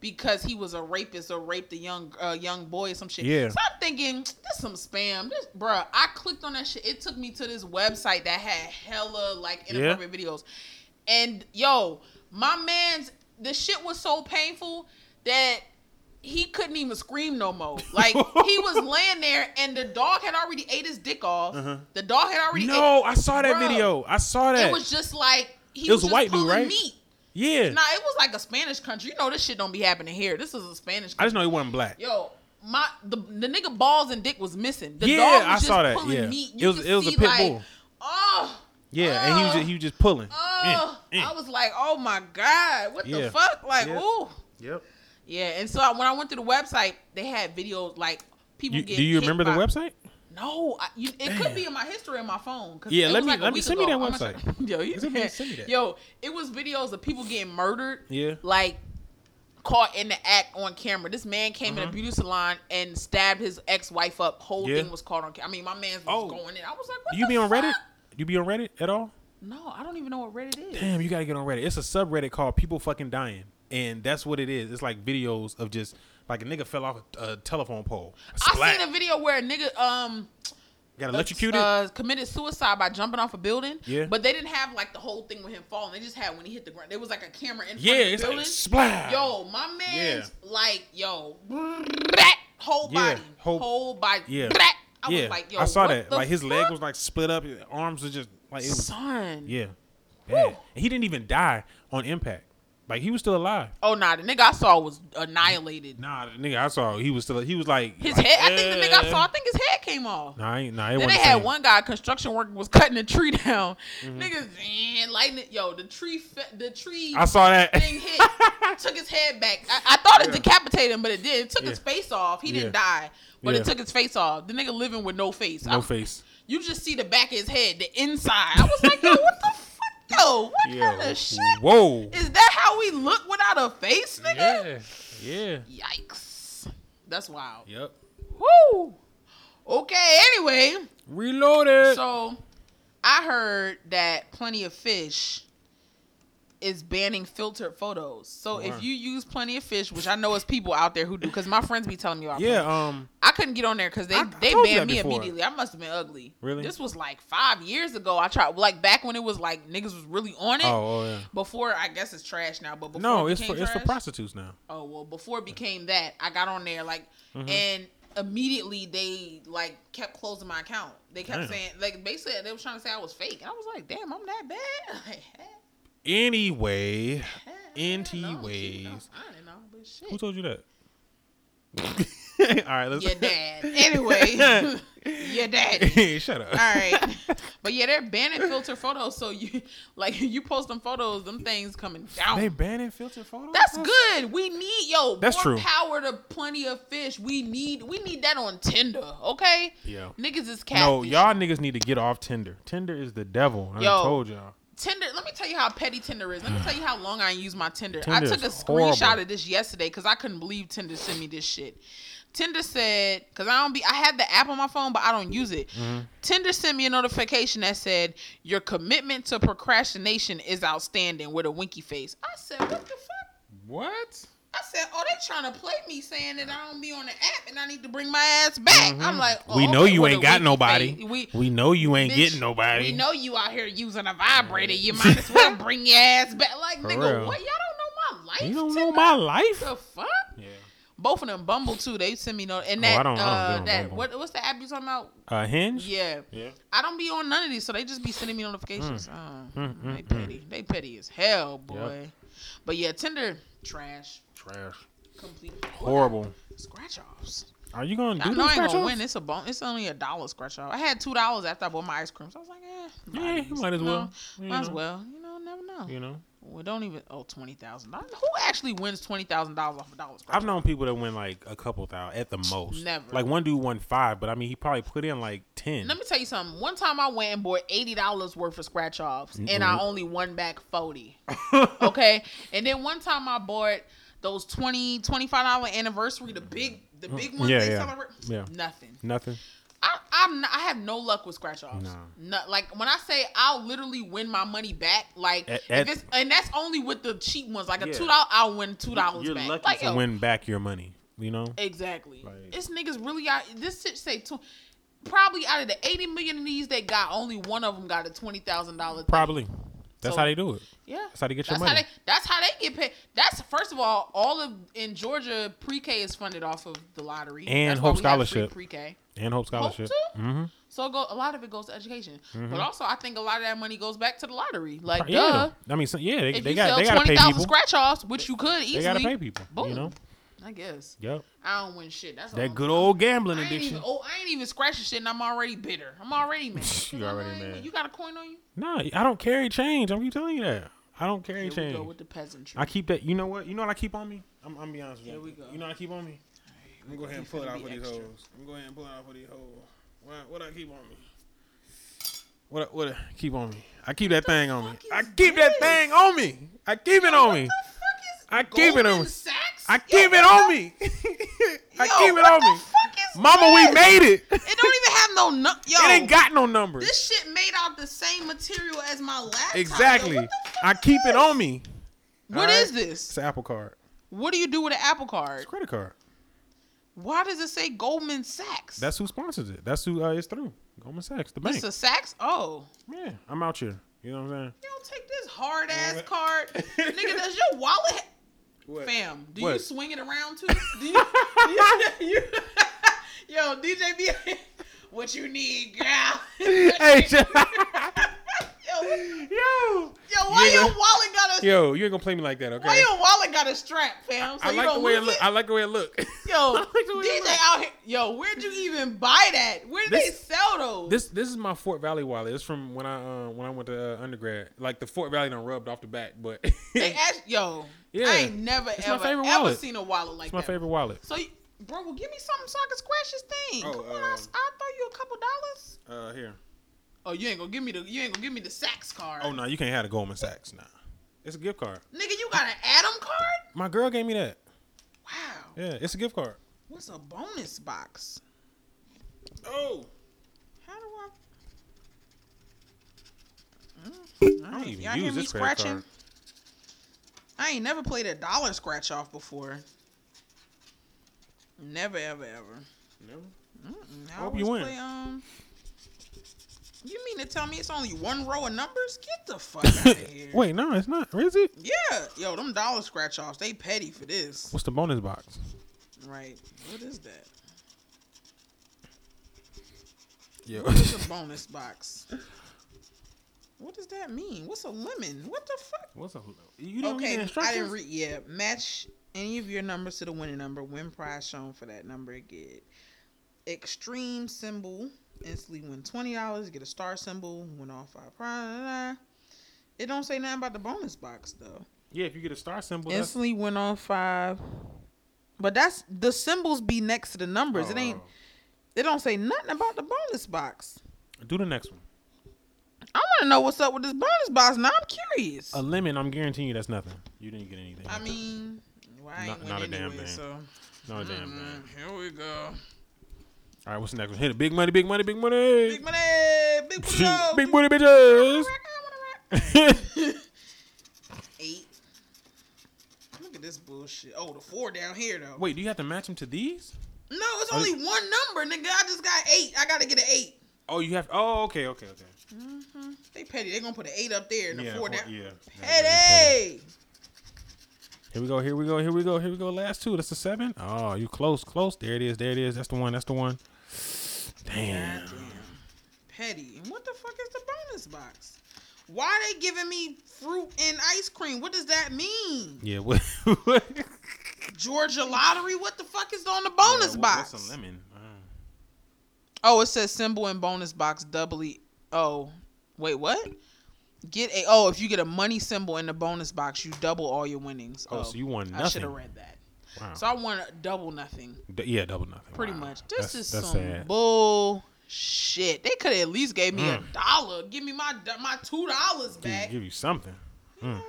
Speaker 2: because he was a rapist or raped a young uh, young boy or some shit.
Speaker 3: Yeah.
Speaker 2: So I'm thinking this some spam. This bruh, I clicked on that shit. It took me to this website that had hella like
Speaker 3: Yeah.
Speaker 2: inappropriate videos. And yo, my man's the shit was so painful that he couldn't even scream no more. Like he was laying there and the dog had already ate his dick off. The dog had already
Speaker 3: Uh-huh. no, I saw that
Speaker 2: Bruh.
Speaker 3: video. I saw
Speaker 2: ate,
Speaker 3: that.
Speaker 2: it was just like he
Speaker 3: It was a
Speaker 2: just
Speaker 3: white dude,
Speaker 2: pulling
Speaker 3: right?
Speaker 2: meat.
Speaker 3: yeah,
Speaker 2: Nah, it was like a Spanish country. You know this shit don't be happening here. This is a Spanish country.
Speaker 3: I just know he wasn't black.
Speaker 2: Yo, my the, the nigga balls and dick was missing. The
Speaker 3: Yeah,
Speaker 2: dog was
Speaker 3: I
Speaker 2: just
Speaker 3: saw that,
Speaker 2: Pulling
Speaker 3: yeah.
Speaker 2: meat.
Speaker 3: It
Speaker 2: You
Speaker 3: was-
Speaker 2: could
Speaker 3: it was a
Speaker 2: see,
Speaker 3: pit
Speaker 2: like,
Speaker 3: bull.
Speaker 2: Oh,
Speaker 3: Yeah, and he was
Speaker 2: oh,
Speaker 3: just, he was just pulling.
Speaker 2: Oh,
Speaker 3: Eh, eh.
Speaker 2: I was like, oh my god, what the
Speaker 3: Yeah.
Speaker 2: fuck? Like,
Speaker 3: Yeah.
Speaker 2: ooh,
Speaker 3: Yep.
Speaker 2: yeah. And so I, when I went to the website, they had videos like people
Speaker 3: You,
Speaker 2: get.
Speaker 3: do you remember the website?
Speaker 2: No, I, you, it could be in my history in my phone. 'cause
Speaker 3: Yeah,
Speaker 2: it
Speaker 3: let
Speaker 2: was
Speaker 3: me-
Speaker 2: like a
Speaker 3: let me-
Speaker 2: week
Speaker 3: send me
Speaker 2: ago.
Speaker 3: that
Speaker 2: I'm not sure- Yo, you,
Speaker 3: Send me- send me that.
Speaker 2: yo, it was videos of people getting murdered.
Speaker 3: Yeah.
Speaker 2: like caught in the act on camera. This man came in a beauty salon and stabbed his ex wife up. Whole
Speaker 3: Mm-hmm. Yeah.
Speaker 2: thing was caught on camera. I mean, my man's was
Speaker 3: Oh.
Speaker 2: going in. I was like, what?
Speaker 3: Do you
Speaker 2: the
Speaker 3: be on
Speaker 2: fuck?
Speaker 3: Reddit? You be on Reddit at all?
Speaker 2: No, I don't even know what Reddit is.
Speaker 3: Damn, you gotta get on Reddit. It's a subreddit called People Fucking Dying, and that's what it is. It's like videos of just like a nigga fell off a, a telephone pole.
Speaker 2: I
Speaker 3: Splat.
Speaker 2: seen a video where a nigga um
Speaker 3: Got electrocuted.
Speaker 2: uh, committed suicide by jumping off a building.
Speaker 3: Yeah.
Speaker 2: But they didn't have like the whole thing with him falling. They just had when he hit the ground. There was like a camera in front
Speaker 3: yeah,
Speaker 2: of the
Speaker 3: it's
Speaker 2: building.
Speaker 3: like splat.
Speaker 2: Yo, my man's like, yo, whole
Speaker 3: Yeah,
Speaker 2: body, whole,
Speaker 3: whole-
Speaker 2: body.
Speaker 3: yeah.
Speaker 2: I
Speaker 3: yeah,
Speaker 2: was like, yo,
Speaker 3: I saw
Speaker 2: what
Speaker 3: that.
Speaker 2: the
Speaker 3: Like his leg
Speaker 2: fuck?
Speaker 3: was like split up. His arms were just like it was.
Speaker 2: son.
Speaker 3: Yeah, bad. And he didn't even die on impact. Like he was still alive.
Speaker 2: Oh nah, the nigga I saw was annihilated.
Speaker 3: Nah, the nigga, I saw he was still. He was like
Speaker 2: His
Speaker 3: like,
Speaker 2: head, I think the nigga I
Speaker 3: eh.
Speaker 2: saw, I think his head came off.
Speaker 3: Nah, I ain't- nah, it
Speaker 2: Then
Speaker 3: wasn't. Mm-hmm.
Speaker 2: they
Speaker 3: the
Speaker 2: had
Speaker 3: same.
Speaker 2: one guy, construction worker, was cutting a tree down. Niggas, eh, lightning, yo, the tree, fe- the tree
Speaker 3: I saw that.
Speaker 2: thing hit, took his head back. I, I thought it decapitated him, but it did. It took his
Speaker 3: Yeah.
Speaker 2: face off. He didn't
Speaker 3: Yeah.
Speaker 2: die, but
Speaker 3: Yeah.
Speaker 2: it took his face off. The nigga living with no face.
Speaker 3: No
Speaker 2: I'm-
Speaker 3: face.
Speaker 2: You just see the back of his head, the inside. I was like, yo, what the fuck, yo, what
Speaker 3: Yeah.
Speaker 2: kind of shit?
Speaker 3: Whoa.
Speaker 2: Is that how we look without a face, nigga?
Speaker 3: Yeah. Yeah.
Speaker 2: Yikes. That's wild.
Speaker 3: Yep.
Speaker 2: Woo! Okay, anyway,
Speaker 3: Reloaded.
Speaker 2: so I heard that Plenty of Fish is banning filtered photos. So
Speaker 3: Word.
Speaker 2: if you use Plenty of Fish, which I know is people out there who do, because my friends be telling me about Plenty.
Speaker 3: yeah. Um.
Speaker 2: I couldn't get on there because they,
Speaker 3: I- I
Speaker 2: they
Speaker 3: told you
Speaker 2: banned
Speaker 3: that
Speaker 2: me
Speaker 3: before.
Speaker 2: immediately. I must have been ugly.
Speaker 3: Really?
Speaker 2: This was like five years ago. I tried, like back when it was like niggas was really on it.
Speaker 3: Oh. oh yeah.
Speaker 2: Before, I guess it's trash now, but before
Speaker 3: No,
Speaker 2: it
Speaker 3: it's for
Speaker 2: became
Speaker 3: it's for
Speaker 2: trash-
Speaker 3: prostitutes now.
Speaker 2: oh well before it became that i got on there like
Speaker 3: Mm-hmm.
Speaker 2: and immediately they like kept closing my account they kept
Speaker 3: Damn.
Speaker 2: saying like basically they was trying to say i was fake and i was like damn i'm that bad like,
Speaker 3: Anyway.
Speaker 2: anyways
Speaker 3: Anyways.
Speaker 2: i don't know but
Speaker 3: Who
Speaker 2: shit
Speaker 3: told you that? All right. Let's.
Speaker 2: your dad anyway your dad
Speaker 3: Shut up.
Speaker 2: all right but yeah they're banning filter photos so you like you post them photos them things coming down
Speaker 3: They banning filtered photos.
Speaker 2: That's good. We need yo.
Speaker 3: That's
Speaker 2: more
Speaker 3: true.
Speaker 2: Power to plenty of fish. We need we need that on Tinder. Okay.
Speaker 3: Yeah.
Speaker 2: Niggas is catfish.
Speaker 3: No, y'all niggas need to get off Tinder. Tinder is the devil. I
Speaker 2: Yo.
Speaker 3: told y'all.
Speaker 2: Tinder. Let me tell tell you how petty Tinder is. Let me tell you how long I ain't used my Tinder.
Speaker 3: Tinder
Speaker 2: I took a
Speaker 3: is horrible.
Speaker 2: screenshot of this yesterday because I couldn't believe Tinder sent me this shit. Tinder said, because I don't be, I had the app on my phone, but I don't use it. Tinder sent me a notification that said, Your commitment to procrastination is outstanding with a winky face. I said, What the fuck?
Speaker 3: What?
Speaker 2: I said, "Oh, they trying to play me, saying that I don't be on the app and I need to bring my ass back." I'm like, oh,
Speaker 3: Mm-hmm. we know
Speaker 2: okay,
Speaker 3: you
Speaker 2: with
Speaker 3: ain't
Speaker 2: a
Speaker 3: got
Speaker 2: winky
Speaker 3: nobody.
Speaker 2: face. We,
Speaker 3: We know you ain't
Speaker 2: bitch,
Speaker 3: getting nobody.
Speaker 2: We know you out here using a vibrator. You might as well bring your ass back. Like, nigga,
Speaker 3: real.
Speaker 2: what? Y'all don't know my life.
Speaker 3: You don't
Speaker 2: Tinder?
Speaker 3: know my life.
Speaker 2: the fuck. Both of them, Bumble too. They send me no and
Speaker 3: Oh, I
Speaker 2: that
Speaker 3: don't- I don't do
Speaker 2: uh,
Speaker 3: no
Speaker 2: that
Speaker 3: Bumble.
Speaker 2: what, what's the app you talking about?
Speaker 3: Uh, hinge.
Speaker 2: Yeah.
Speaker 3: Yeah. Mm.
Speaker 2: I don't be on none of these, so they just be sending me notifications. Oh, they petty. They petty as hell, boy. But yeah, Tinder trash.
Speaker 3: Trash.
Speaker 2: Complete
Speaker 3: Horrible.
Speaker 2: scratch offs.
Speaker 3: Are you gonna do
Speaker 2: I
Speaker 3: this?
Speaker 2: know I ain't gonna
Speaker 3: scratch-offs?
Speaker 2: win. It's a bon- It's only a dollar scratch off. I had two dollars after I bought my ice cream, so I was like, eh,
Speaker 3: Yeah,
Speaker 2: these.
Speaker 3: you might as
Speaker 2: No,
Speaker 3: well. You
Speaker 2: might as
Speaker 3: know.
Speaker 2: well. You know, never know.
Speaker 3: You know,
Speaker 2: We don't even. Oh, twenty thousand dollars. Who actually wins twenty thousand dollars off a dollar scratch?
Speaker 3: I've known people that win like a couple thousand at the most.
Speaker 2: Never.
Speaker 3: Like one dude won five, but I mean he probably put in like ten.
Speaker 2: Let me tell you something. One time I went and bought eighty dollars worth of scratch offs, and I only won back forty. okay, and then one time I bought those 20 25 dollar anniversary, the big, the big ones
Speaker 3: Mm. Yeah,
Speaker 2: they
Speaker 3: yeah.
Speaker 2: celebrate.
Speaker 3: Yeah.
Speaker 2: nothing.
Speaker 3: Nothing.
Speaker 2: I, I'm not, I have no luck with scratch offs.
Speaker 3: No.
Speaker 2: like when I say I'll literally win my money back, like
Speaker 3: At-
Speaker 2: if
Speaker 3: at-
Speaker 2: it's, and that's only with the cheap ones. Like a
Speaker 3: Yeah.
Speaker 2: two dollar, I'll win two dollars
Speaker 3: You're
Speaker 2: back.
Speaker 3: lucky
Speaker 2: like
Speaker 3: to
Speaker 2: yo,
Speaker 3: win back your money. You know.
Speaker 2: exactly.
Speaker 3: Like-
Speaker 2: this niggas really out. This shit say two. Probably out of the eighty million of these they got, only one of them got a twenty thousand dollar.
Speaker 3: Probably. That's
Speaker 2: So-
Speaker 3: how they do it.
Speaker 2: Yeah,
Speaker 3: That's how they get your
Speaker 2: that's
Speaker 3: money.
Speaker 2: How they, that's how they get paid. That's first of all, all of in Georgia pre-K is funded off of the lottery
Speaker 3: And
Speaker 2: That's why
Speaker 3: Hope
Speaker 2: we have free
Speaker 3: Scholarship.
Speaker 2: Pre-K.
Speaker 3: And Hope
Speaker 2: Hope
Speaker 3: Scholarship. Mm-hmm.
Speaker 2: to? So it go, a lot of it goes to education, but also I think a lot of that money goes back to the lottery. Like,
Speaker 3: Yeah.
Speaker 2: duh,
Speaker 3: I mean, so, yeah, they,
Speaker 2: if
Speaker 3: they
Speaker 2: you
Speaker 3: got
Speaker 2: sell
Speaker 3: they got to
Speaker 2: twenty
Speaker 3: pay
Speaker 2: thousand
Speaker 3: people.
Speaker 2: scratch offs, which you could easily,
Speaker 3: they got to pay people.
Speaker 2: Boom.
Speaker 3: You know.
Speaker 2: I guess
Speaker 3: Yep.
Speaker 2: I don't win shit. That's all
Speaker 3: That
Speaker 2: I'm
Speaker 3: good
Speaker 2: saying.
Speaker 3: old gambling
Speaker 2: I ain't
Speaker 3: addiction.
Speaker 2: even, oh, I ain't even scratching shit, and I'm already bitter. I'm already mad.
Speaker 3: You
Speaker 2: I'm
Speaker 3: already
Speaker 2: like,
Speaker 3: mad.
Speaker 2: You got a coin on you?
Speaker 3: Nah, I don't carry change. I'm keep telling you that. I don't carry
Speaker 2: Here we go
Speaker 3: change.
Speaker 2: with the peasantry.
Speaker 3: I keep that. You know what? You know what I keep on me? I'm, I'm be honest with you.
Speaker 2: Here we go.
Speaker 3: You know what I keep on me? I'm gonna go ahead and pull it out
Speaker 2: be
Speaker 3: for these hoes.
Speaker 2: extra.
Speaker 3: I'm gonna go ahead and pull it out for these hoes. What, I- what I keep on me? What I- what I keep on me? I keep that thing on me.
Speaker 2: fuck
Speaker 3: I
Speaker 2: is
Speaker 3: keep that
Speaker 2: this?
Speaker 3: thing on me. I keep it on me.
Speaker 2: What the fuck is
Speaker 3: I keep it
Speaker 2: Goldman
Speaker 3: on-
Speaker 2: Sachs?
Speaker 3: I
Speaker 2: Yo,
Speaker 3: keep it
Speaker 2: what
Speaker 3: on
Speaker 2: the-
Speaker 3: me. I
Speaker 2: yo,
Speaker 3: keep it
Speaker 2: what
Speaker 3: on
Speaker 2: the
Speaker 3: me.
Speaker 2: fuck is
Speaker 3: Mama, we
Speaker 2: this?
Speaker 3: made it.
Speaker 2: It don't even have no nu- yo.
Speaker 3: It ain't got no numbers.
Speaker 2: This shit made out the same material as my laptop. yo.
Speaker 3: Exactly.
Speaker 2: What the fuck
Speaker 3: I
Speaker 2: is
Speaker 3: keep
Speaker 2: this?
Speaker 3: it on me.
Speaker 2: What
Speaker 3: All
Speaker 2: is
Speaker 3: right? It's
Speaker 2: this?
Speaker 3: an Apple Card.
Speaker 2: What do you do with an Apple Card?
Speaker 3: Credit card.
Speaker 2: Why does it say Goldman Sachs?
Speaker 3: That's who sponsors it. That's who uh, it's through. Goldman Sachs, the bank.
Speaker 2: it's a Sachs. Oh,
Speaker 3: yeah, I'm out here. You know what I'm saying?
Speaker 2: you don't take this hard ass card, nigga. Does your wallet, ha-
Speaker 3: What?
Speaker 2: fam? Do you
Speaker 3: What?
Speaker 2: swing it around too? Do you, do you- you- yo, DJ B, what you need, girl?
Speaker 3: Hey,
Speaker 2: yo,
Speaker 3: yo,
Speaker 2: yo, why
Speaker 3: Nigga.
Speaker 2: your wallet got a
Speaker 3: yo, you ain't gonna play me like that, okay?
Speaker 2: why your wallet got a strap, fam? So
Speaker 3: I
Speaker 2: you
Speaker 3: like
Speaker 2: don't
Speaker 3: the way it
Speaker 2: lose
Speaker 3: look.
Speaker 2: it?
Speaker 3: I like the way it look.
Speaker 2: Yo,
Speaker 3: like the way it
Speaker 2: DJ
Speaker 3: look.
Speaker 2: out here. Yo, where'd you even buy that? Where did
Speaker 3: This-
Speaker 2: they sell those?
Speaker 3: This this is my Fort Valley wallet. It's from when I uh, when I went to uh, undergrad. Like the Fort Valley done rubbed off the back, but
Speaker 2: they
Speaker 3: it's
Speaker 2: ask, yo,
Speaker 3: Yeah.
Speaker 2: I ain't never
Speaker 3: It's my
Speaker 2: ever
Speaker 3: favorite
Speaker 2: ever
Speaker 3: wallet.
Speaker 2: seen a wallet like
Speaker 3: my
Speaker 2: that.
Speaker 3: favorite wallet.
Speaker 2: So, you- bro, well, give me something so I can scratch this thing.
Speaker 3: Oh,
Speaker 2: Come on,
Speaker 3: um,
Speaker 2: I'll, I'll throw you a couple dollars.
Speaker 3: Uh, here.
Speaker 2: Oh, you ain't gonna give me the you ain't gonna give me the Saks card.
Speaker 3: Oh no, you can't have the Goldman Sachs now. It's a gift card.
Speaker 2: nigga, you got an Adam card?
Speaker 3: My girl gave me that.
Speaker 2: Wow,
Speaker 3: Yeah, it's a gift card.
Speaker 2: what's a bonus box?
Speaker 3: Oh,
Speaker 2: How do I? Mm,
Speaker 3: I don't even
Speaker 2: Y'all hear
Speaker 3: use
Speaker 2: me
Speaker 3: this credit
Speaker 2: scratching?
Speaker 3: card.
Speaker 2: I ain't never played a dollar scratch off before. Never, ever, ever.
Speaker 3: Never.
Speaker 2: Mm, I
Speaker 3: Hope
Speaker 2: always
Speaker 3: you win.
Speaker 2: play, um, you mean to tell me it's only one row of numbers? Get the fuck out of here.
Speaker 3: Wait, no, it's not. Where is it?
Speaker 2: Yeah, yo, them dollar scratch offs, they petty for this.
Speaker 3: What's the bonus box?
Speaker 2: Right. What is that?
Speaker 3: Yo.
Speaker 2: What's a bonus box? What does that mean? What's a lemon? What the fuck?
Speaker 3: What's a you don't read the
Speaker 2: Okay, I
Speaker 3: instructions?
Speaker 2: didn't read. Yeah, match any of your numbers to the winning number. Win prize shown for that number. Get extreme symbol. Instantly win twenty dollars. Get a star symbol. Win all five prizes. It don't say nothing about the bonus box though.
Speaker 3: Yeah, if you get a star symbol, that's,
Speaker 2: Instantly win all five. But that's the symbols be next to the numbers. It ain't.
Speaker 3: Oh.
Speaker 2: They don't say nothing about the bonus box.
Speaker 3: do the next one.
Speaker 2: I want to to know what's up with this bonus box. Now I'm curious.
Speaker 3: A lemon, I'm guaranteeing you that's nothing. You didn't get anything.
Speaker 2: I mean, well, I ain't
Speaker 3: Not-
Speaker 2: win
Speaker 3: not a
Speaker 2: anyway,
Speaker 3: damn thing.
Speaker 2: So
Speaker 3: no damn thing.
Speaker 2: Mm, here we go.
Speaker 3: All right, what's the next one? Hit it. Big money, big money, big money.
Speaker 2: Big money, big money,
Speaker 3: big money, bitches.
Speaker 2: Eight. Look at this bullshit. Oh, the four down here though.
Speaker 3: Wait, Oh, do you have to match them to these?
Speaker 2: No, it's only one number, nigga. I just got eight. I gotta get an eight.
Speaker 3: Oh, you have. Oh, okay, okay, okay.
Speaker 2: They petty. They gonna put an eight up there and
Speaker 3: Yeah,
Speaker 2: a four
Speaker 3: well,
Speaker 2: down.
Speaker 3: yeah.
Speaker 2: Petty.
Speaker 3: Here we go. Here we go. Here we go. Here we go. Last two. That's a seven. Oh, you close, close. There it is. There it is. That's the one. That's the one. Damn.
Speaker 2: Goddamn. Petty. And what the fuck is the bonus box? Why they giving me fruit and ice cream? What does that mean?
Speaker 3: Yeah. What? what?
Speaker 2: Georgia lottery? What the fuck is on the bonus box?
Speaker 3: What's a lemon? Uh,
Speaker 2: Oh, it says symbol and bonus box doubly. Oh, wait, what? Get a oh, if you get a money symbol in the bonus box, you double all your winnings.
Speaker 3: Oh, so you won
Speaker 2: I
Speaker 3: nothing.
Speaker 2: should have read that.
Speaker 3: Wow.
Speaker 2: So I won double nothing,
Speaker 3: D- yeah, double nothing.
Speaker 2: pretty
Speaker 3: Wow.
Speaker 2: much. This
Speaker 3: That's-
Speaker 2: is
Speaker 3: that's
Speaker 2: some
Speaker 3: sad.
Speaker 2: bullshit. They could at least gave me
Speaker 3: Mm.
Speaker 2: a dollar. Give me my do- my two dollars
Speaker 3: Give-
Speaker 2: back.
Speaker 3: Give you something. Mm.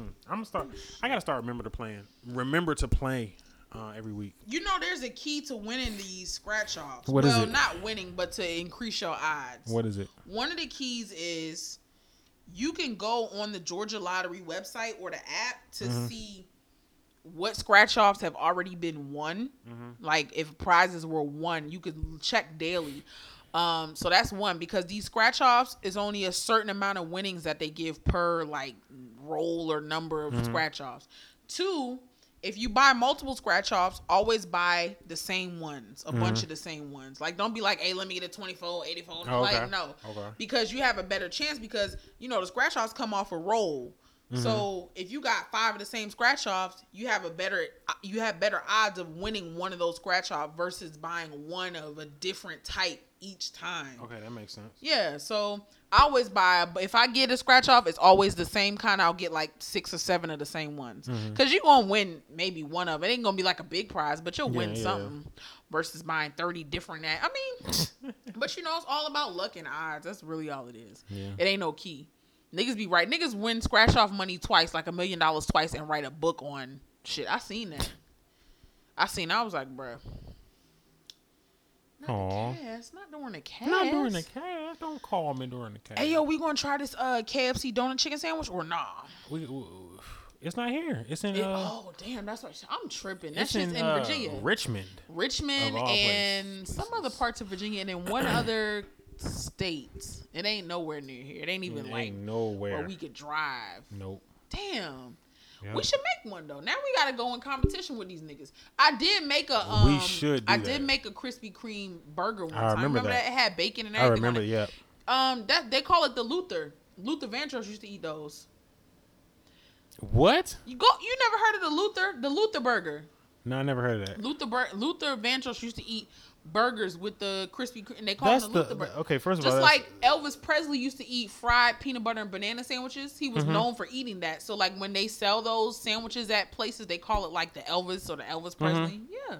Speaker 3: I'm gonna start. I gotta start. Remember to plan. Remember to play uh, every week.
Speaker 2: You know, there's a key to winning these scratch offs.
Speaker 3: What is
Speaker 2: well,
Speaker 3: it?
Speaker 2: not winning, but to increase your odds.
Speaker 3: What is it?
Speaker 2: One of the keys is you can go on the Georgia Lottery website or the app to
Speaker 3: Mm-hmm.
Speaker 2: see what scratch offs have already been won.
Speaker 3: Mm-hmm.
Speaker 2: Like if prizes were won, you could check daily. Um, so that's one because these scratch offs is only a certain amount of winnings that they give per like roll or number
Speaker 3: Mm-hmm.
Speaker 2: of scratch offs. Two, if you buy multiple scratch offs, always buy the same ones, a bunch of the same ones. Like don't be like, hey, let me get a 24, 84.
Speaker 3: Mm-hmm. Oh, okay.
Speaker 2: Like no,
Speaker 3: Okay.
Speaker 2: because you have a better chance because you know the scratch offs come off a roll. So if you got five of the same scratch offs, you have a better you have better odds of winning one of those scratch offs versus buying one of a different type each time.
Speaker 3: Okay, that makes sense.
Speaker 2: Yeah, so I always buy, but if I get a scratch off, it's always the same kind. I'll get like six or seven of the same ones
Speaker 3: Mm-hmm.
Speaker 2: because you're gonna win maybe one of it. Ain't gonna be like a big prize, but you'll win
Speaker 3: Yeah, yeah.
Speaker 2: something versus buying 30 different. That I mean, but you know, it's all about luck and odds. That's really all it is.
Speaker 3: Yeah.
Speaker 2: It ain't no key. Niggas be right. Niggas win scratch off money twice, like a million dollars twice, and write a book on shit. I seen that. I seen. I was like, bruh. Not
Speaker 3: Aw.
Speaker 2: the cast. Not during the cast.
Speaker 3: Not during the cash. Don't call me during the cash.
Speaker 2: Hey yo, we gonna try this uh KFC donut chicken sandwich or nah?
Speaker 3: We, we, it's not here. It's in.
Speaker 2: It-
Speaker 3: uh,
Speaker 2: oh damn, that's what I'm tripping. That
Speaker 3: it's
Speaker 2: shit's
Speaker 3: in,
Speaker 2: in,
Speaker 3: uh,
Speaker 2: Virginia,
Speaker 3: Richmond.
Speaker 2: Richmond,
Speaker 3: of all
Speaker 2: and
Speaker 3: places.
Speaker 2: some other parts of Virginia, and then one other state. It ain't nowhere near here. It ain't even
Speaker 3: It
Speaker 2: like
Speaker 3: ain't nowhere.
Speaker 2: where we could drive.
Speaker 3: nope.
Speaker 2: Damn.
Speaker 3: Yeah.
Speaker 2: We should make one though. Now we gotta go in competition with these niggas. I did make a. Um,
Speaker 3: We should do
Speaker 2: I
Speaker 3: that.
Speaker 2: did make a Krispy Kreme burger one
Speaker 3: I
Speaker 2: time.
Speaker 3: remember that.
Speaker 2: It had bacon and
Speaker 3: I
Speaker 2: everything. on
Speaker 3: remember.
Speaker 2: it.
Speaker 3: Yeah.
Speaker 2: Um, that they call it the Luther. Luther Vandross used to eat those.
Speaker 3: What?
Speaker 2: You go. You never heard of the Luther, the Luther burger.
Speaker 3: No, I never heard of that.
Speaker 2: Luther Bur- Luther Vandross used to eat burgers with the crispy, and they call
Speaker 3: That's
Speaker 2: them the
Speaker 3: the,
Speaker 2: Luther burger.
Speaker 3: okay. First of
Speaker 2: Just
Speaker 3: all, that's-
Speaker 2: like Elvis Presley used to eat fried peanut butter and banana sandwiches, he
Speaker 3: Mm-hmm.
Speaker 2: was known for eating that. So like when they sell those sandwiches at places, they call it like the Elvis or the Elvis
Speaker 3: Mm-hmm.
Speaker 2: Presley. Yeah.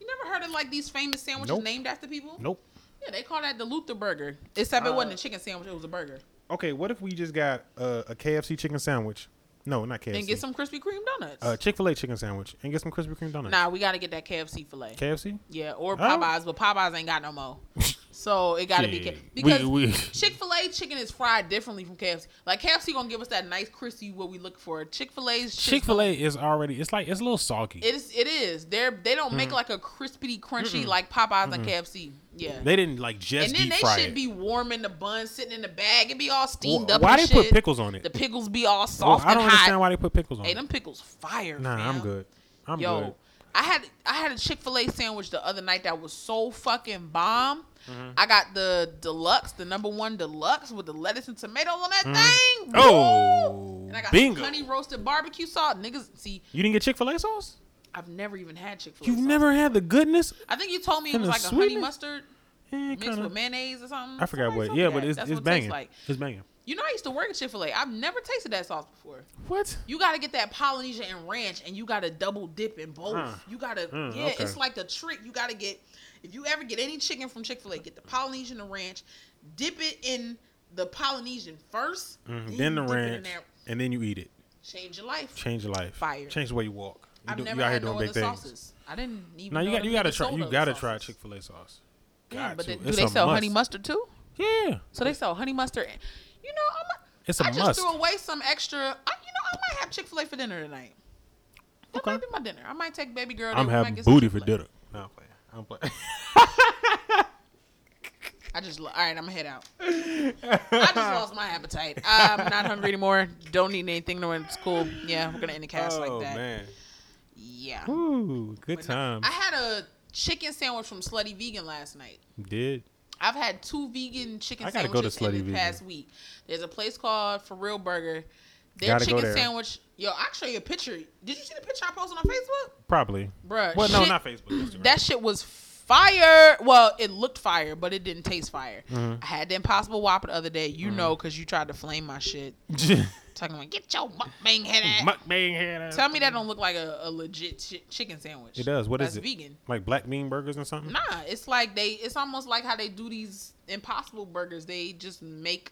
Speaker 2: You never heard of like these famous sandwiches
Speaker 3: Nope.
Speaker 2: named after people?
Speaker 3: nope. Uh,
Speaker 2: Yeah, they call that the Luther burger. Except it wasn't a chicken sandwich; it was a burger.
Speaker 3: Okay, what if we just got uh, a KFC chicken sandwich? No, not KFC.
Speaker 2: And get some Krispy Kreme donuts.
Speaker 3: uh, Chick Fil A chicken sandwich and get some Krispy Kreme donuts.
Speaker 2: nah, we gotta get that KFC fillet.
Speaker 3: KFC.
Speaker 2: Yeah, or
Speaker 3: Huh?
Speaker 2: Popeyes, but Popeyes ain't got no more. So it gotta be
Speaker 3: Shit. We-
Speaker 2: K- because
Speaker 3: we-
Speaker 2: Chick Fil A chicken is fried differently from KFC. Like KFC gonna give us that nice crispy what we look for. Chick Fil A's
Speaker 3: Chick Fil A is already. It's like it's a little soggy.
Speaker 2: It is. It is. They're they don't
Speaker 3: Mm.
Speaker 2: make like a crispity crunchy like Popeyes and KFC. Yeah.
Speaker 3: they didn't like just
Speaker 2: and then
Speaker 3: deep
Speaker 2: they
Speaker 3: fry
Speaker 2: should
Speaker 3: it.
Speaker 2: be warm in the bun, sitting in the bag. It be all steamed
Speaker 3: Wh-
Speaker 2: up.
Speaker 3: why
Speaker 2: and
Speaker 3: they
Speaker 2: shit.
Speaker 3: put pickles on it?
Speaker 2: The pickles be all
Speaker 3: Well,
Speaker 2: soft
Speaker 3: I don't
Speaker 2: and hot.
Speaker 3: understand why they put pickles on
Speaker 2: Hey,
Speaker 3: it.
Speaker 2: them pickles fire.
Speaker 3: Nah, I'm
Speaker 2: fam.
Speaker 3: good. I'm
Speaker 2: Yo,
Speaker 3: good.
Speaker 2: I had I had a Chick Fil A sandwich the other night that was so fucking bomb.
Speaker 3: Mm-hmm.
Speaker 2: I got the deluxe, the number one deluxe with the lettuce and tomatoes on that thing.
Speaker 3: Mm-hmm. Oh,
Speaker 2: Woo! and I got some
Speaker 3: bingo!
Speaker 2: honey roasted barbecue sauce. Niggas, see,
Speaker 3: You didn't get Chick Fil A sauce?
Speaker 2: I've never even had Chick Fil A.
Speaker 3: You've never had the goodness?
Speaker 2: I think you told me it
Speaker 3: Kinda
Speaker 2: was like a honey
Speaker 3: sweetened?
Speaker 2: mustard
Speaker 3: Eh,
Speaker 2: mixed
Speaker 3: kinda.
Speaker 2: with mayonnaise or something.
Speaker 3: I forgot
Speaker 2: Somebody
Speaker 3: what.
Speaker 2: told
Speaker 3: Yeah,
Speaker 2: me
Speaker 3: but
Speaker 2: that.
Speaker 3: it's
Speaker 2: That's
Speaker 3: it's
Speaker 2: what tastes
Speaker 3: banging.
Speaker 2: Like.
Speaker 3: It's banging.
Speaker 2: You know, I used to work at Chick Fil A. I've never tasted that sauce before.
Speaker 3: What?
Speaker 2: You gotta get that Polynesia and ranch, and you gotta double dip in both.
Speaker 3: Huh.
Speaker 2: You gotta,
Speaker 3: Mm,
Speaker 2: yeah,
Speaker 3: okay.
Speaker 2: it's like the trick. You gotta get, if you ever get any chicken from Chick Fil A, get the Polynesian and ranch, dip it in the Polynesian 1st
Speaker 3: Mhm. Then the
Speaker 2: you dip it in
Speaker 3: ranch,
Speaker 2: there,
Speaker 3: and then you eat it.
Speaker 2: change your life.
Speaker 3: Change your life.
Speaker 2: Fire.
Speaker 3: Change the way you walk. You,
Speaker 2: I've
Speaker 3: do-
Speaker 2: never
Speaker 3: you out here
Speaker 2: had
Speaker 3: doing
Speaker 2: no
Speaker 3: big
Speaker 2: other
Speaker 3: things.
Speaker 2: sauces. I didn't even.
Speaker 3: Now you
Speaker 2: know
Speaker 3: got
Speaker 2: to
Speaker 3: you
Speaker 2: make
Speaker 3: gotta
Speaker 2: a
Speaker 3: try you
Speaker 2: soda
Speaker 3: gotta
Speaker 2: sauce.
Speaker 3: try Chick Fil A sauce.
Speaker 2: Yeah,
Speaker 3: Got
Speaker 2: but
Speaker 3: to.
Speaker 2: then, do
Speaker 3: It's
Speaker 2: they
Speaker 3: a
Speaker 2: sell honey
Speaker 3: must.
Speaker 2: mustard too?
Speaker 3: Yeah,
Speaker 2: So they sell honey mustard. and- You know, I'm a,
Speaker 3: It's a
Speaker 2: I just
Speaker 3: must.
Speaker 2: threw away some extra. I, you know, I might have Chick Fil A for dinner tonight. That
Speaker 3: Okay.
Speaker 2: might be my dinner. I might take baby girl.
Speaker 3: I'm
Speaker 2: there. We might
Speaker 3: having
Speaker 2: get some
Speaker 3: booty for
Speaker 2: Chick-fil-A.
Speaker 3: dinner. No, I'm playing. I'm playing.
Speaker 2: I just lo- all right. I'm gonna head out. I just lost my appetite. I'm not hungry anymore. Don't need anything. No, it's cool. Yeah, we're gonna end the cast like that.
Speaker 3: Oh, man,
Speaker 2: Yeah.
Speaker 3: ooh, good
Speaker 2: But no,
Speaker 3: time.
Speaker 2: I had a chicken sandwich from Slutty Vegan last night.
Speaker 3: Did
Speaker 2: I've had two vegan chicken
Speaker 3: I gotta go to
Speaker 2: sandwiches in
Speaker 3: Slutty
Speaker 2: the
Speaker 3: Vegan.
Speaker 2: past week. There's a place called For Real Burger. Their
Speaker 3: Gotta go
Speaker 2: chicken
Speaker 3: there.
Speaker 2: sandwich. Yo, I'll show you a picture. Did you see the picture I posted on Facebook?
Speaker 3: probably.
Speaker 2: Bruh.
Speaker 3: Well, no,
Speaker 2: shit-
Speaker 3: not Facebook. Instagram.
Speaker 2: That shit was fire. Well, it looked fire, but it didn't taste fire.
Speaker 3: Mm-hmm.
Speaker 2: I had the Impossible Whopper the other day. You know, because you tried to flame my shit. Talking about, get your mukbang head out.
Speaker 3: Mukbang head.
Speaker 2: Tell me that don't look like a, a legit chi- chicken sandwich.
Speaker 3: It does. What
Speaker 2: That's
Speaker 3: is it?
Speaker 2: vegan.
Speaker 3: Like black bean burgers or something.
Speaker 2: Nah, it's like they. It's almost like how they do these Impossible burgers. They just make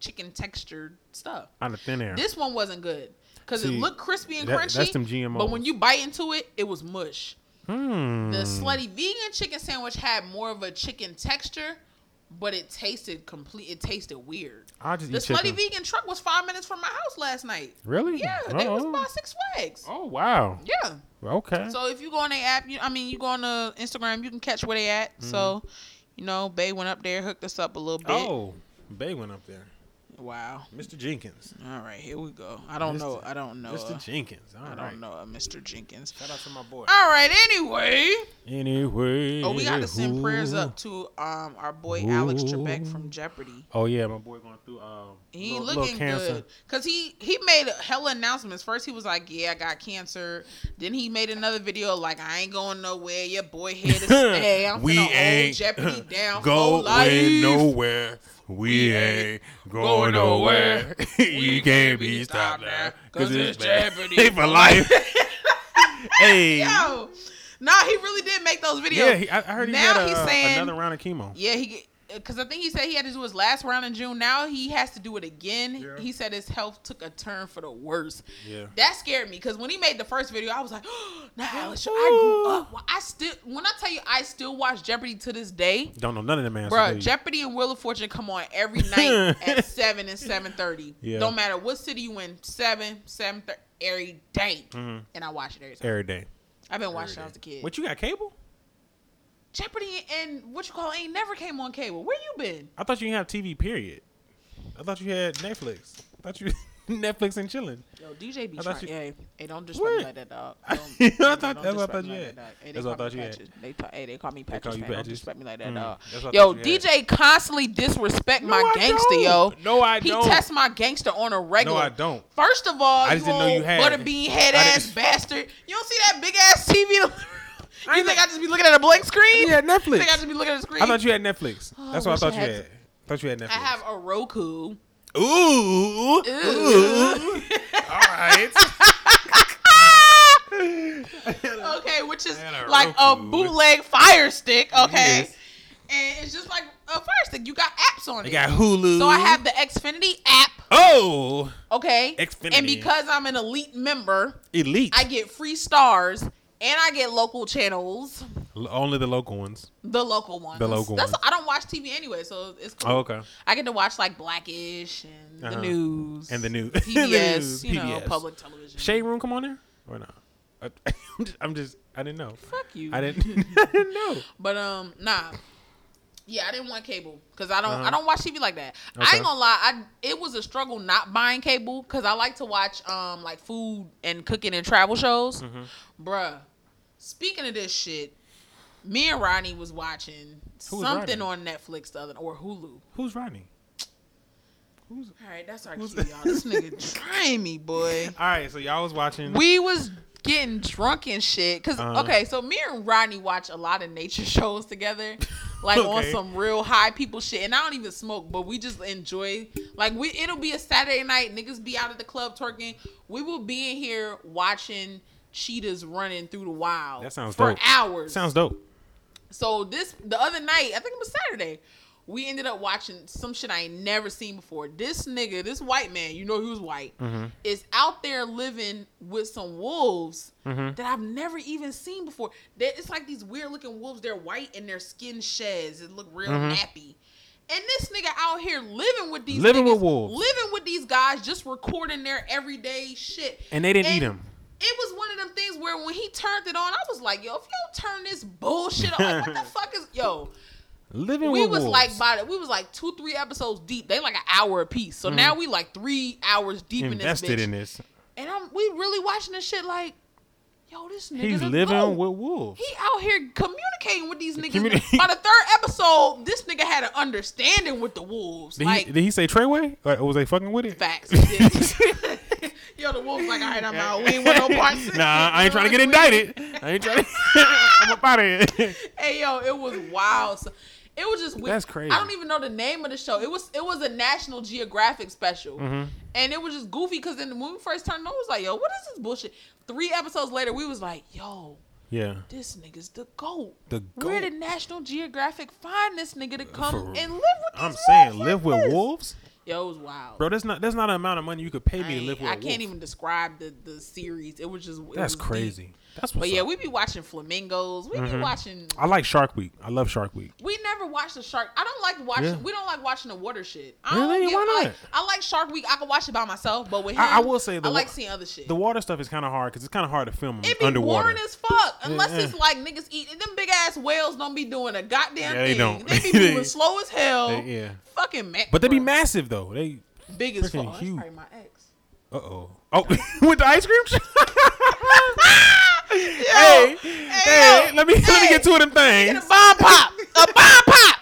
Speaker 2: chicken textured stuff.
Speaker 3: Out of thin air.
Speaker 2: This one wasn't good because it
Speaker 3: See,
Speaker 2: looked crispy and
Speaker 3: that-
Speaker 2: crunchy.
Speaker 3: that's them GMOs.
Speaker 2: But when you bite into it, it was mush.
Speaker 3: Hmm.
Speaker 2: The slutty vegan chicken sandwich had more of a chicken texture, but it tasted complete. It tasted weird.
Speaker 3: I just
Speaker 2: The
Speaker 3: eat chicken.
Speaker 2: slutty vegan truck was five minutes from my house last night.
Speaker 3: Really?
Speaker 2: Yeah, they was
Speaker 3: Oh.
Speaker 2: by Six Flags.
Speaker 3: Oh wow.
Speaker 2: Yeah.
Speaker 3: Okay.
Speaker 2: So if you go on their app, you I mean you go on the Instagram, you can catch where they at. So, you know, Bay went up there, hooked us up a little bit.
Speaker 3: Mm-hmm. oh, Bay went up there.
Speaker 2: Wow.
Speaker 3: Mr. Jenkins.
Speaker 2: All right, here we go. I don't know.
Speaker 3: Mr.
Speaker 2: I don't know.
Speaker 3: Mr.
Speaker 2: uh,
Speaker 3: Jenkins. All
Speaker 2: I
Speaker 3: right.
Speaker 2: don't know, uh, Mr. Jenkins.
Speaker 3: Shout out to my boy.
Speaker 2: All right. Anyway,
Speaker 3: Anyway.
Speaker 2: oh, we gotta send prayers up to um our boy Alex Trebek from Jeopardy.
Speaker 3: Oh yeah, my boy going through um.
Speaker 2: He ain't
Speaker 3: little- little
Speaker 2: looking good because he he made hella announcements. First he was like, "Yeah, I got cancer." Then he made another video like, "I ain't going nowhere. Your boy here to stay. I'm
Speaker 3: we
Speaker 2: finna
Speaker 3: ain't
Speaker 2: hold Jeopardy down for
Speaker 3: going
Speaker 2: life."
Speaker 3: nowhere. We, ain't going nowhere. you can't be stopped now because it's Jeopardy for life. hey,
Speaker 2: Yo, nah, he really did make those videos.
Speaker 3: yeah, he, I, I heard he
Speaker 2: now
Speaker 3: had
Speaker 2: he's
Speaker 3: uh,
Speaker 2: saying,
Speaker 3: another round of chemo.
Speaker 2: yeah, he because I think he said he had to do his last round in June. Now he has to do it again.
Speaker 3: Yeah.
Speaker 2: He said his health took a turn for the worse.
Speaker 3: Yeah.
Speaker 2: That scared me because when he made the first video, I was like, "Nah, Alex, I grew up. Well, I still when I tell you, I still watch Jeopardy to this day."
Speaker 3: Don't know none of them answers.
Speaker 2: Bruh,
Speaker 3: do you?
Speaker 2: Jeopardy and Wheel of Fortune come on every night at seven and seven thirty.
Speaker 3: Yeah.
Speaker 2: Don't matter what city you in, seven, seven thirty every day.
Speaker 3: Mhm.
Speaker 2: and I watch it every time.
Speaker 3: every day.
Speaker 2: I've been watching since I was a kid.
Speaker 3: What you got cable?
Speaker 2: Jeopardy and what you call ain't never came on cable. Where you been?
Speaker 3: I thought you didn't have TV. Period. I thought you had Netflix. I thought you Netflix and chilling.
Speaker 2: Yo, DJ be
Speaker 3: I thought
Speaker 2: trying.
Speaker 3: you-
Speaker 2: Hey, hey, don't disrespect
Speaker 3: What?
Speaker 2: me like that, dog.
Speaker 3: I
Speaker 2: Don't-
Speaker 3: thought- that's
Speaker 2: don't
Speaker 3: what I
Speaker 2: disrespect
Speaker 3: thought
Speaker 2: me
Speaker 3: you
Speaker 2: like
Speaker 3: had.
Speaker 2: that, dog. Hey, they
Speaker 3: That's what I
Speaker 2: call me
Speaker 3: thought you had.
Speaker 2: Patches. They ta- hey, they call me
Speaker 3: call
Speaker 2: Patches.
Speaker 3: you
Speaker 2: man. Don't
Speaker 3: Patches.
Speaker 2: disrespect me like that,
Speaker 3: Mm,
Speaker 2: dog.
Speaker 3: that's what I
Speaker 2: Yo,
Speaker 3: thought you had.
Speaker 2: DJ constantly disrespect my
Speaker 3: I
Speaker 2: gangster, yo.
Speaker 3: don't. No, I
Speaker 2: he
Speaker 3: don't.
Speaker 2: tests my gangster on a regular.
Speaker 3: I don't.
Speaker 2: First of all,
Speaker 3: I just
Speaker 2: you
Speaker 3: didn't know you
Speaker 2: old
Speaker 3: had.
Speaker 2: butterbean head
Speaker 3: I
Speaker 2: ass
Speaker 3: didn't-
Speaker 2: bastard. You don't see that big ass TV? you
Speaker 3: ain't-
Speaker 2: think I just be looking at a blank screen?
Speaker 3: You had
Speaker 2: You think I
Speaker 3: Netflix.
Speaker 2: just be looking at a screen?
Speaker 3: I thought you had Netflix.
Speaker 2: Oh,
Speaker 3: That's
Speaker 2: I
Speaker 3: what I thought
Speaker 2: wish I
Speaker 3: you
Speaker 2: had
Speaker 3: had. Thought you had Netflix.
Speaker 2: I have a Roku.
Speaker 3: Ooh.
Speaker 2: Ooh.
Speaker 3: All right.
Speaker 2: okay, which is
Speaker 3: And a
Speaker 2: like a
Speaker 3: Roku.
Speaker 2: bootleg Fire Stick, okay?
Speaker 3: Yes.
Speaker 2: And it's just like a Fire Stick. You got apps on
Speaker 3: I
Speaker 2: it.
Speaker 3: got Hulu.
Speaker 2: so I have the Xfinity app,
Speaker 3: Oh,
Speaker 2: okay?
Speaker 3: Xfinity.
Speaker 2: And because I'm an elite member,
Speaker 3: Elite.
Speaker 2: I get free stars and I get local channels,
Speaker 3: L- Only the local ones.
Speaker 2: the local ones.
Speaker 3: The local
Speaker 2: That's
Speaker 3: ones.
Speaker 2: I don't watch TV anyway, so it's cool.
Speaker 3: Oh, okay.
Speaker 2: I get to watch like Blackish and
Speaker 3: Uh-huh.
Speaker 2: the news
Speaker 3: And the new
Speaker 2: PBS,
Speaker 3: the news,
Speaker 2: you know,
Speaker 3: PBS.
Speaker 2: public television.
Speaker 3: Shade Room, come on there or not? I- I'm just, I'm just, I didn't know.
Speaker 2: Fuck you.
Speaker 3: I didn't, I didn't know.
Speaker 2: But um, nah. Yeah, I didn't want cable because I don't I
Speaker 3: Uh-huh.
Speaker 2: don't watch TV like that. I
Speaker 3: Okay.
Speaker 2: ain't gonna lie, I it was a struggle not buying cable because I like to watch um like food and cooking and travel shows,
Speaker 3: Mm-hmm.
Speaker 2: bruh. Speaking of this shit, me and Ronnie was watching
Speaker 3: Who is
Speaker 2: something
Speaker 3: Ronnie?
Speaker 2: on Netflix the other or Hulu.
Speaker 3: Who's Ronnie? Who's?
Speaker 2: All right, that's our cue, y'all. This nigga trying me, boy.
Speaker 3: All right, so y'all was watching.
Speaker 2: we was getting drunk and shit. because
Speaker 3: Uh-huh.
Speaker 2: okay, so me and Rodney watch a lot of nature shows together, like on
Speaker 3: Okay.
Speaker 2: some real high people shit. And I don't even smoke, but we just enjoy. Like we, it'll be a Saturday night. Niggas be out at the club twerking. We will be in here watching cheetahs running through the wild.
Speaker 3: That sounds
Speaker 2: for
Speaker 3: dope.
Speaker 2: hours.
Speaker 3: Sounds dope.
Speaker 2: So this the other night, I think it was Saturday, We ended up watching some shit I ain't never seen before. This nigga, this white man, you know he was white,
Speaker 3: Mm-hmm.
Speaker 2: is out there living with some wolves
Speaker 3: Mm-hmm.
Speaker 2: that I've never even seen before. They- It's like these weird looking wolves. They're white and their skin sheds. It look real
Speaker 3: Mm-hmm.
Speaker 2: nappy. And this nigga out here living with these
Speaker 3: Living
Speaker 2: niggas,
Speaker 3: with wolves.
Speaker 2: living with these guys, just recording their everyday shit.
Speaker 3: And they didn't eat him.
Speaker 2: It was one of them things where when he turned it on, I was like, "Yo, if you don't turn this bullshit on, like, what the fuck is yo?"
Speaker 3: Living
Speaker 2: We
Speaker 3: with
Speaker 2: was
Speaker 3: wolves.
Speaker 2: like, by the, we was like two, three episodes deep. They like an hour apiece, so now we like three hours deep in
Speaker 3: Mm-hmm. invested
Speaker 2: this bitch,
Speaker 3: in this.
Speaker 2: and I'm we really watching this shit like, "Yo, this nigga."
Speaker 3: He's
Speaker 2: the
Speaker 3: living
Speaker 2: GOAT.
Speaker 3: with wolves.
Speaker 2: He out here communicating with these niggas.
Speaker 3: Communi-
Speaker 2: By the third episode, this nigga had an understanding with the wolves.
Speaker 3: Did,
Speaker 2: like
Speaker 3: he, did he say Treyway? Or was they fucking with it?
Speaker 2: facts. bitch. Yo, the wolves like, all right, I'm out. We ain't want no parts.
Speaker 3: Nah, I ain't trying to get indicted. I ain't trying. I'm up out of here.
Speaker 2: Hey yo, it was wild. So, it was just weird.
Speaker 3: That's crazy.
Speaker 2: I don't even know the name of the show. It was it was a National Geographic special,
Speaker 3: Mm-hmm.
Speaker 2: and it was just goofy because then when we first turned it on, it was like, yo, what is this bullshit? Three episodes later, we was like, yo,
Speaker 3: Yeah.
Speaker 2: this nigga's the goat.
Speaker 3: The
Speaker 2: Where
Speaker 3: goat.
Speaker 2: did National Geographic find this nigga to come
Speaker 3: For-
Speaker 2: and live with? These
Speaker 3: I'm saying
Speaker 2: wolves like
Speaker 3: live with
Speaker 2: this?
Speaker 3: wolves,
Speaker 2: Yo, it was wild.
Speaker 3: bro. That's not that's not an amount of money you could pay
Speaker 2: I,
Speaker 3: me to live
Speaker 2: ain't-
Speaker 3: with. a
Speaker 2: I can't
Speaker 3: wolf.
Speaker 2: even describe the the series. It was just it was
Speaker 3: That's
Speaker 2: deep.
Speaker 3: crazy. Mm-hmm. That's what's
Speaker 2: But yeah,
Speaker 3: up.
Speaker 2: we be watching flamingos. We be watching
Speaker 3: I like Shark Week. I love Shark Week.
Speaker 2: We never watched the shark. I don't like watching.
Speaker 3: Yeah.
Speaker 2: We don't like watching the water shit. I
Speaker 3: Really?
Speaker 2: Don't give,
Speaker 3: Why
Speaker 2: I,
Speaker 3: not?
Speaker 2: like, I like Shark Week. I can watch it by myself, but with him,
Speaker 3: I- I will say the
Speaker 2: I
Speaker 3: wa-
Speaker 2: like seeing other shit.
Speaker 3: The water stuff is kind of hard because it's kind of hard to film
Speaker 2: it be
Speaker 3: underwater.
Speaker 2: boring as fuck unless
Speaker 3: Yeah.
Speaker 2: it's like niggas eating. Them big ass whales don't be doing a goddamn
Speaker 3: Yeah, they
Speaker 2: thing.
Speaker 3: don't.
Speaker 2: They be
Speaker 3: They-
Speaker 2: moving slow as hell.
Speaker 3: They- yeah.
Speaker 2: Fucking man.
Speaker 3: but they be massive though. They
Speaker 2: Big as
Speaker 3: freaking
Speaker 2: fuck. That's
Speaker 3: huge.
Speaker 2: probably my ex.
Speaker 3: uh oh oh with the ice cream.
Speaker 2: Yo,
Speaker 3: hey, hey,
Speaker 2: yo,
Speaker 3: let me let me
Speaker 2: hey,
Speaker 3: get two of them
Speaker 2: Get a
Speaker 3: things.
Speaker 2: bomb pop. A bomb pop.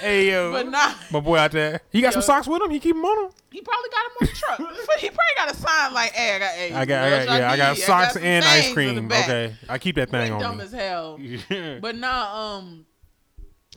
Speaker 3: Hey yo,
Speaker 2: but nah,
Speaker 3: my boy out there. He got
Speaker 2: Yo.
Speaker 3: some socks with him. He keep them on him.
Speaker 2: he probably got him on the truck. But he probably got a sign like, "Hey, I got, hey,
Speaker 3: I got, I got yeah, I got socks and ice cream. Okay, I keep that
Speaker 2: They
Speaker 3: thing
Speaker 2: dumb
Speaker 3: on
Speaker 2: as hell.
Speaker 3: me.
Speaker 2: But nah, um,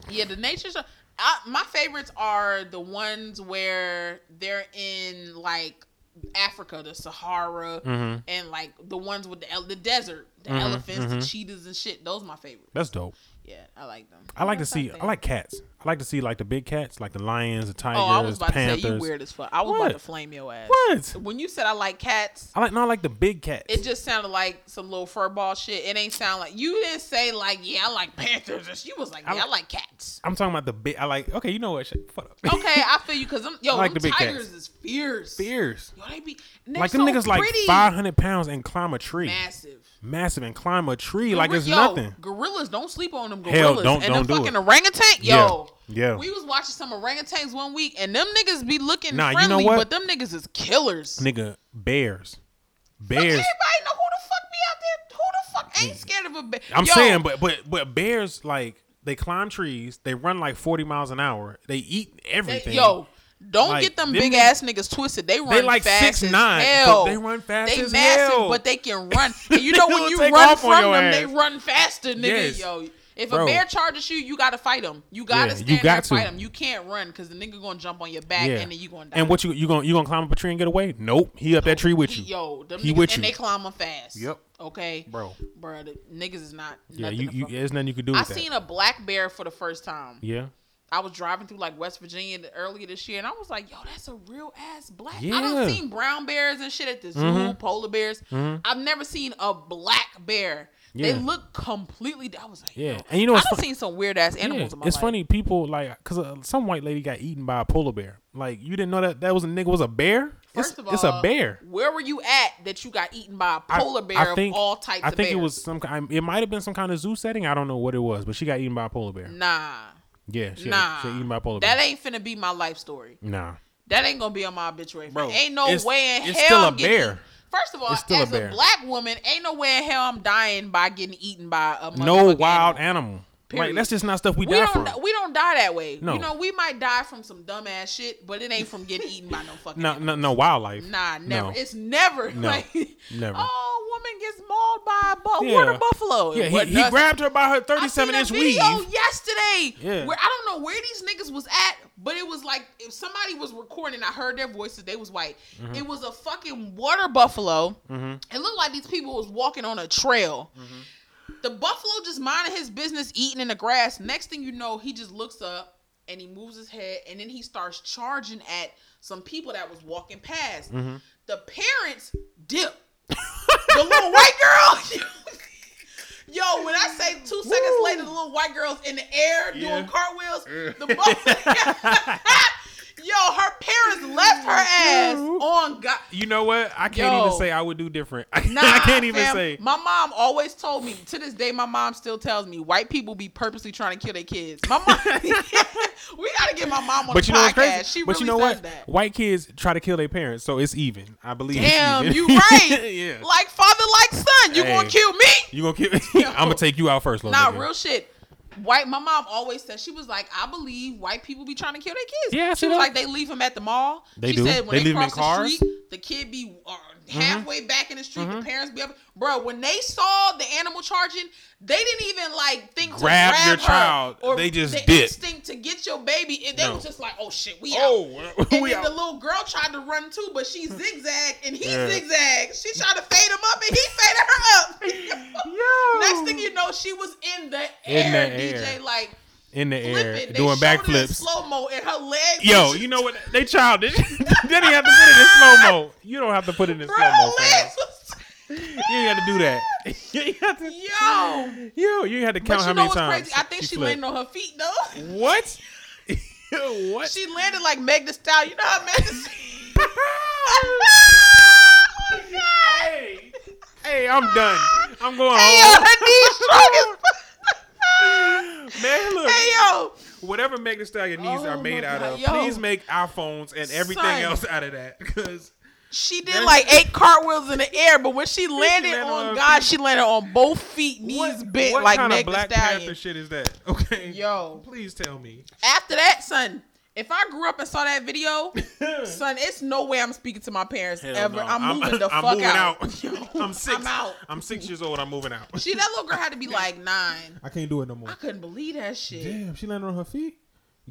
Speaker 2: yeah, the nature show. I, my favorites are the ones where they're in like Africa, the Sahara, and like the ones with the el- the desert, the elephants, the cheetahs, and shit. Those my favorite.
Speaker 3: That's dope.
Speaker 2: Yeah, I like them.
Speaker 3: I like
Speaker 2: What
Speaker 3: to
Speaker 2: else
Speaker 3: see.
Speaker 2: think?
Speaker 3: I like cats. I like to see like the big cats, like the lions, the tigers,
Speaker 2: Oh, I was about
Speaker 3: panthers.
Speaker 2: to say you weird as fuck. I was
Speaker 3: What?
Speaker 2: about to flame your ass.
Speaker 3: What?
Speaker 2: When you said I like cats,
Speaker 3: I like not like the big cats.
Speaker 2: it just sounded like some little furball shit. It ain't sound like you didn't say like yeah I like panthers. You was like yeah I,
Speaker 3: I-
Speaker 2: like cats.
Speaker 3: I'm talking about the big. I like. Okay, you know what? Shit, fuck up.
Speaker 2: Okay, I feel you because them yo
Speaker 3: I like
Speaker 2: them
Speaker 3: the big
Speaker 2: tigers
Speaker 3: cats.
Speaker 2: is fierce.
Speaker 3: Beers.
Speaker 2: Yo, they be and they're
Speaker 3: Like them
Speaker 2: so
Speaker 3: niggas like
Speaker 2: pretty.
Speaker 3: 500 pounds and climb a tree,
Speaker 2: massive.
Speaker 3: massive and climb a tree like
Speaker 2: Gor-
Speaker 3: it's
Speaker 2: yo,
Speaker 3: nothing.
Speaker 2: Gorillas don't sleep on them gorillas.
Speaker 3: Hell, don't-
Speaker 2: and
Speaker 3: don't
Speaker 2: the
Speaker 3: do
Speaker 2: fucking
Speaker 3: it.
Speaker 2: orangutan.
Speaker 3: Yeah,
Speaker 2: Yo.
Speaker 3: yeah.
Speaker 2: We was watching some orangutans one week and them niggas be looking
Speaker 3: Nah, you know
Speaker 2: friendly,
Speaker 3: what?
Speaker 2: but them niggas is killers.
Speaker 3: Nigga, bears,
Speaker 2: Fuck,
Speaker 3: bears.
Speaker 2: Everybody know who the fuck be out there. Who the fuck ain't scared of a bear?
Speaker 3: Mm. I'm
Speaker 2: Yo,
Speaker 3: saying, but but but bears like they climb trees, they run like 40 miles an hour, they eat
Speaker 2: they-
Speaker 3: everything.
Speaker 2: yo, don't
Speaker 3: Like,
Speaker 2: get them
Speaker 3: them
Speaker 2: big
Speaker 3: niggas-
Speaker 2: ass niggas twisted. They run
Speaker 3: like
Speaker 2: fast
Speaker 3: 6'9",
Speaker 2: as
Speaker 3: but
Speaker 2: hell.
Speaker 3: they run fast
Speaker 2: They
Speaker 3: as
Speaker 2: massive,
Speaker 3: hell.
Speaker 2: but they can run. And you know
Speaker 3: They
Speaker 2: when
Speaker 3: gonna
Speaker 2: you
Speaker 3: take
Speaker 2: run
Speaker 3: off on
Speaker 2: from
Speaker 3: your
Speaker 2: them, they
Speaker 3: ass.
Speaker 2: run faster, nigga.
Speaker 3: Yes.
Speaker 2: Yo, if a
Speaker 3: Bro.
Speaker 2: bear charges you, you gotta fight him. You gotta
Speaker 3: Yeah, you got
Speaker 2: stand there and fight
Speaker 3: to.
Speaker 2: him. You can't run because the nigga gonna jump on your back and then you gonna die.
Speaker 3: And what you you gonna you gonna climb up a tree and get away? Nope. He up that tree with
Speaker 2: He-
Speaker 3: you.
Speaker 2: Yo, them
Speaker 3: He
Speaker 2: niggas,
Speaker 3: with
Speaker 2: and
Speaker 3: you.
Speaker 2: they climb 'em fast.
Speaker 3: Yep.
Speaker 2: Okay,
Speaker 3: Bro.
Speaker 2: bro, the niggas is not.
Speaker 3: yeah,
Speaker 2: nothing
Speaker 3: you,
Speaker 2: to
Speaker 3: you
Speaker 2: fuck
Speaker 3: there's nothing you can do with
Speaker 2: I
Speaker 3: that.
Speaker 2: seen a black bear for the first time.
Speaker 3: yeah.
Speaker 2: I was driving through like West Virginia th- earlier this year, and I was like, "Yo, that's a real ass black." I
Speaker 3: Yeah. Mm-hmm.
Speaker 2: don't seen brown bears and shit at the zoo, polar bears. I've never seen a black bear.
Speaker 3: Yeah.
Speaker 2: They look completely. I was like,
Speaker 3: Yeah.
Speaker 2: "Yo."
Speaker 3: And you know
Speaker 2: I
Speaker 3: what's
Speaker 2: done
Speaker 3: fu-
Speaker 2: seen some weird ass
Speaker 3: Yeah,
Speaker 2: animals. in my
Speaker 3: it's
Speaker 2: life.
Speaker 3: funny people like because uh, some white lady got eaten by a polar bear. Like you didn't know that that was a nigga was a bear.
Speaker 2: First
Speaker 3: it's,
Speaker 2: of all,
Speaker 3: it's a bear.
Speaker 2: Where were you at that you got eaten by a
Speaker 3: I-
Speaker 2: polar bear
Speaker 3: I
Speaker 2: of all types?
Speaker 3: I
Speaker 2: of
Speaker 3: think it
Speaker 2: bears?
Speaker 3: was some kind. It might have been some kind of zoo setting. I don't know what it was, but she got eaten by a polar bear.
Speaker 2: nah,
Speaker 3: Yeah, she,
Speaker 2: nah.
Speaker 3: she got eaten by a polar bear.
Speaker 2: that ain't finna be my life story.
Speaker 3: nah,
Speaker 2: That ain't gonna be on my obituary.
Speaker 3: Bro,
Speaker 2: ain't no
Speaker 3: it's-
Speaker 2: way in hell.
Speaker 3: it's still a
Speaker 2: I'm getting-
Speaker 3: bear.
Speaker 2: First of all,
Speaker 3: It's still a
Speaker 2: as a,
Speaker 3: bear.
Speaker 2: black woman, ain't no way in hell I'm dying by getting eaten by a
Speaker 3: no
Speaker 2: motherfucking
Speaker 3: wild
Speaker 2: animal.
Speaker 3: animal. Like
Speaker 2: Period.
Speaker 3: that's just not stuff we,
Speaker 2: We
Speaker 3: die
Speaker 2: don't
Speaker 3: from.
Speaker 2: di- we don't die that way.
Speaker 3: No.
Speaker 2: You know, we might die from some dumbass shit, but it ain't from getting eaten by no fucking.
Speaker 3: No,
Speaker 2: animal.
Speaker 3: no, no wildlife.
Speaker 2: Nah,
Speaker 3: No.
Speaker 2: never. It's never
Speaker 3: No.
Speaker 2: like
Speaker 3: Never.
Speaker 2: Oh, woman gets mauled by a bu-
Speaker 3: Yeah.
Speaker 2: water buffalo.
Speaker 3: yeah,
Speaker 2: But
Speaker 3: he, he
Speaker 2: nothing.
Speaker 3: grabbed her by her
Speaker 2: I seen
Speaker 3: 37
Speaker 2: a
Speaker 3: inch weave.
Speaker 2: video yesterday.
Speaker 3: Yeah.
Speaker 2: Where I don't know where these niggas was at, but it was like if somebody was recording, I heard their voices. They was white.
Speaker 3: Mm-hmm.
Speaker 2: It was a fucking water buffalo. It looked like these people was walking on a trail. The buffalo just minding his business, eating in the grass. Next thing you know, he just looks up and he moves his head, and then he starts charging at some people that was walking past.
Speaker 3: Mm-hmm.
Speaker 2: The parents dip. the little white girl. Yo, when I say two seconds later, the little white girl's in the air
Speaker 3: Yeah.
Speaker 2: doing cartwheels.
Speaker 3: Yeah.
Speaker 2: The buffalo. Yo, her parents left her ass on God.
Speaker 3: You know what? I can't even
Speaker 2: Yo.
Speaker 3: say I would do different. I,
Speaker 2: Nah,
Speaker 3: can't even
Speaker 2: fam.
Speaker 3: say.
Speaker 2: My mom always told me. To this day, my mom still tells me white people be purposely trying to kill their kids. My mom, we gotta get my mom on
Speaker 3: But
Speaker 2: the
Speaker 3: you know what's
Speaker 2: podcast.
Speaker 3: crazy?
Speaker 2: She
Speaker 3: but
Speaker 2: really
Speaker 3: you know
Speaker 2: says
Speaker 3: what?
Speaker 2: that.
Speaker 3: White kids try to kill their parents, so it's even. I believe. it's
Speaker 2: Damn,
Speaker 3: even.
Speaker 2: you right.
Speaker 3: yeah.
Speaker 2: Like father, like son. You
Speaker 3: Hey.
Speaker 2: gonna kill me?
Speaker 3: you gonna kill?
Speaker 2: Yo.
Speaker 3: I'm gonna take you out first, little
Speaker 2: Nah,
Speaker 3: nigga.
Speaker 2: real shit. White, my mom always said she was like, I believe white people be trying to kill their kids.
Speaker 3: Yeah, I
Speaker 2: she
Speaker 3: see
Speaker 2: was
Speaker 3: that.
Speaker 2: like they leave them at the mall.
Speaker 3: They
Speaker 2: she
Speaker 3: do.
Speaker 2: said when
Speaker 3: They
Speaker 2: they,
Speaker 3: leave 'em in
Speaker 2: cross the
Speaker 3: cars.
Speaker 2: street, the kid be uh,
Speaker 3: Mm-hmm.
Speaker 2: halfway back in the street. The parents be up. Bro, when they saw the animal charging, they didn't even like think
Speaker 3: Grab
Speaker 2: to grab
Speaker 3: your
Speaker 2: her
Speaker 3: child.
Speaker 2: or
Speaker 3: They just
Speaker 2: the
Speaker 3: did.
Speaker 2: instinct to get your baby. And they
Speaker 3: No.
Speaker 2: was just like, oh shit, we out.
Speaker 3: Oh,
Speaker 2: And
Speaker 3: we
Speaker 2: then the
Speaker 3: out.
Speaker 2: little girl tried to run too, but she zigzagged and he
Speaker 3: Yeah.
Speaker 2: zigzagged. She tried to fade him up and he faded her up.
Speaker 3: Yo.
Speaker 2: Next thing you know, she was in the air,
Speaker 3: In the air.
Speaker 2: DJ, like
Speaker 3: in the air
Speaker 2: flipping,
Speaker 3: doing backflips.
Speaker 2: slow mo, and her legs.
Speaker 3: Yo, you know what? They childish. they didn't have to put it in slow mo. You don't have to put it in
Speaker 2: bro,
Speaker 3: slow mo.
Speaker 2: her legs. Was,
Speaker 3: You ain't got to do that. you ain't got to.
Speaker 2: yo,
Speaker 3: Yo, you had to
Speaker 2: but
Speaker 3: count
Speaker 2: you
Speaker 3: how
Speaker 2: know
Speaker 3: many
Speaker 2: what's
Speaker 3: times.
Speaker 2: crazy? I think she,
Speaker 3: flipped.
Speaker 2: landed on her feet though.
Speaker 3: What? what?
Speaker 2: She landed like Meg the Stallion. You know how Meg. The- oh my god!
Speaker 3: hey, hey, I'm done. I'm going
Speaker 2: Hey yo,
Speaker 3: home.
Speaker 2: her knees strong as.
Speaker 3: Man, look,
Speaker 2: hey yo,
Speaker 3: whatever Megan Thee Stallion knees
Speaker 2: Oh
Speaker 3: are
Speaker 2: my
Speaker 3: made out
Speaker 2: God,
Speaker 3: of,
Speaker 2: yo.
Speaker 3: please make iPhones and everything
Speaker 2: Son.
Speaker 3: else out of that. Because
Speaker 2: she did
Speaker 3: That's-
Speaker 2: like eight cartwheels in the air, but when she landed,
Speaker 3: landed on
Speaker 2: on
Speaker 3: her
Speaker 2: God, she landed on both feet, knees
Speaker 3: what,
Speaker 2: bent
Speaker 3: what
Speaker 2: like
Speaker 3: kind of
Speaker 2: Meg
Speaker 3: Black
Speaker 2: Thee Stallion.
Speaker 3: Panther shit is that? Okay.
Speaker 2: Yo.
Speaker 3: Please tell me.
Speaker 2: After that, son, if I grew up and saw that video, son, it's no way I'm speaking to my parents ever. I'm, moving the
Speaker 3: I'm
Speaker 2: fuck
Speaker 3: moving
Speaker 2: out.
Speaker 3: I'm 6
Speaker 2: I'm out.
Speaker 3: I'm six years old. I'm moving out.
Speaker 2: She that little girl had to be like nine.
Speaker 3: I can't do it no
Speaker 2: I
Speaker 3: more.
Speaker 2: couldn't believe that shit.
Speaker 3: Damn, she landed on her feet.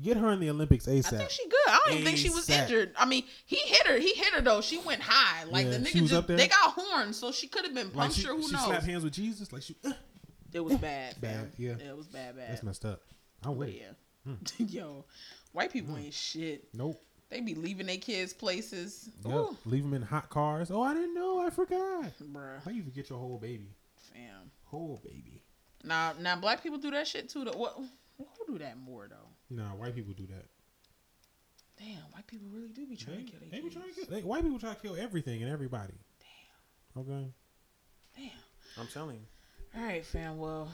Speaker 3: Get her in the Olympics ASAP.
Speaker 2: I think she good. I don't even think she was
Speaker 3: ASAP.
Speaker 2: injured. I mean, he hit her. He hit her though. She went high. Like
Speaker 3: Yeah,
Speaker 2: the
Speaker 3: she
Speaker 2: nigga
Speaker 3: was
Speaker 2: just
Speaker 3: up there.
Speaker 2: they got horns, so she could have been
Speaker 3: like she,
Speaker 2: punctured.
Speaker 3: she
Speaker 2: Who knows?
Speaker 3: slapped hands with Jesus. Like she,
Speaker 2: It was bad.
Speaker 3: Bad,
Speaker 2: fam.
Speaker 3: yeah.
Speaker 2: It was bad. Bad.
Speaker 3: that's Hmm. messed up. I'm with it.
Speaker 2: yeah. Yo, white
Speaker 3: Hmm.
Speaker 2: people ain't shit.
Speaker 3: Nope.
Speaker 2: They be leaving their kids places.
Speaker 3: Yep.
Speaker 2: Ooh,
Speaker 3: Leave them in hot cars. Oh, I didn't know. I forgot. How
Speaker 2: bruh,
Speaker 3: you forget your whole baby?
Speaker 2: fam.
Speaker 3: Whole baby.
Speaker 2: Now, now, black people do that shit too. Though. What? Who do that more though?
Speaker 3: Nah, white people do that.
Speaker 2: Damn, white people really do be trying
Speaker 3: They,
Speaker 2: to kill
Speaker 3: they
Speaker 2: their
Speaker 3: be
Speaker 2: kids.
Speaker 3: trying to kill. They, white people try to kill everything and everybody. Damn. Okay.
Speaker 2: Damn.
Speaker 3: I'm telling you.
Speaker 2: All right, fam. Well,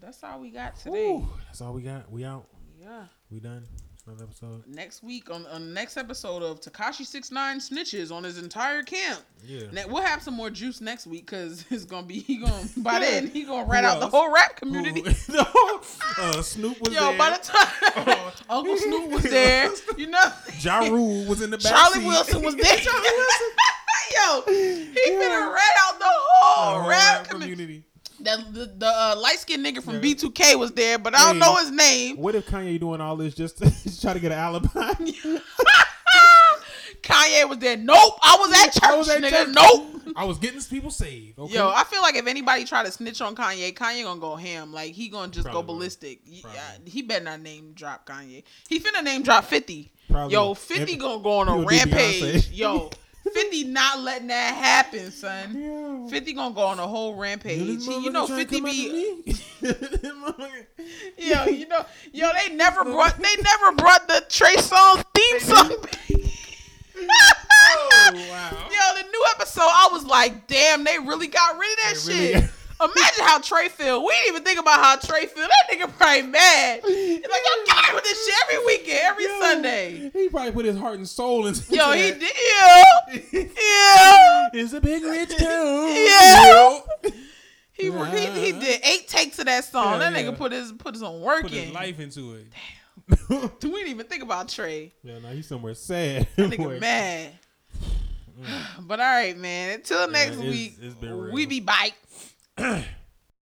Speaker 2: that's all we got today.
Speaker 3: that's all we got. We out.
Speaker 2: Yeah.
Speaker 3: We done. Another episode.
Speaker 2: Next week on, on the next episode of Takashi Six Nine snitches on his entire camp.
Speaker 3: Yeah.
Speaker 2: Ne- we'll have some more juice next week because it's gonna be he gonna by then he gonna rat
Speaker 3: Who
Speaker 2: out the
Speaker 3: else?
Speaker 2: whole rap
Speaker 3: Who-
Speaker 2: community.
Speaker 3: the whole- uh, Snoop was
Speaker 2: Yo,
Speaker 3: there.
Speaker 2: by the
Speaker 3: Oh.
Speaker 2: time Uncle Snoop was there, you know.
Speaker 3: ja Rule was in the back.
Speaker 2: Charlie
Speaker 3: seat.
Speaker 2: Wilson was there.
Speaker 3: Ja Rule was
Speaker 2: Yo, he
Speaker 3: Yeah.
Speaker 2: finna rat out the
Speaker 3: in the
Speaker 2: whole
Speaker 3: whole
Speaker 2: rap
Speaker 3: rap
Speaker 2: community.
Speaker 3: community.
Speaker 2: The, the, the uh, light skinned nigga
Speaker 3: Yeah.
Speaker 2: from B2K was there, but I don't
Speaker 3: Hey.
Speaker 2: know his name.
Speaker 3: What if Kanye doing all this just to just try to get an alibi?
Speaker 2: Kanye was there. Nope, I was at church,
Speaker 3: I was at
Speaker 2: nigga.
Speaker 3: church.
Speaker 2: Nope.
Speaker 3: I was getting people saved. Okay?
Speaker 2: Yo, I feel like if anybody try to snitch on Kanye, Kanye gonna go ham. Like he gonna just
Speaker 3: Probably
Speaker 2: go
Speaker 3: will.
Speaker 2: ballistic. Y-
Speaker 3: Probably.
Speaker 2: yeah, he better not name drop Kanye. He finna name drop Fifty.
Speaker 3: Probably.
Speaker 2: Yo, Fifty
Speaker 3: If-
Speaker 2: gonna go on
Speaker 3: he'll
Speaker 2: a
Speaker 3: do
Speaker 2: rampage.
Speaker 3: Beyonce.
Speaker 2: Yo, Fifty not letting that happen, son.
Speaker 3: Yo.
Speaker 2: Fifty gonna go on a whole rampage. He- you know, Fifty be yo, you know, yo. They never brought they never brought the Trey Songz theme song.
Speaker 3: oh wow.
Speaker 2: Yo, the new episode, I was like, damn, they really got rid of that
Speaker 3: They really
Speaker 2: shit. Imagine how Trey feel. We didn't even think about how Trey feel. That nigga probably mad. He's like, y'all got with this shit every weekend, every
Speaker 3: Yo,
Speaker 2: Sunday.
Speaker 3: He probably put his heart and soul into
Speaker 2: Yo, he
Speaker 3: that.
Speaker 2: did. Yeah.
Speaker 3: did.
Speaker 2: Yeah.
Speaker 3: It's a big rich dude.
Speaker 2: Yeah. He, he, he
Speaker 3: Uh-huh.
Speaker 2: did eight takes of that song.
Speaker 3: Yeah,
Speaker 2: that nigga
Speaker 3: yeah.
Speaker 2: put his put his own work
Speaker 3: Put his
Speaker 2: in.
Speaker 3: life into it.
Speaker 2: We didn't even think about Trey.
Speaker 3: yeah, now he's somewhere sad.
Speaker 2: That nigga mad. But all right, man. Until next
Speaker 3: it's-
Speaker 2: week,
Speaker 3: it's been real.
Speaker 2: we be bike.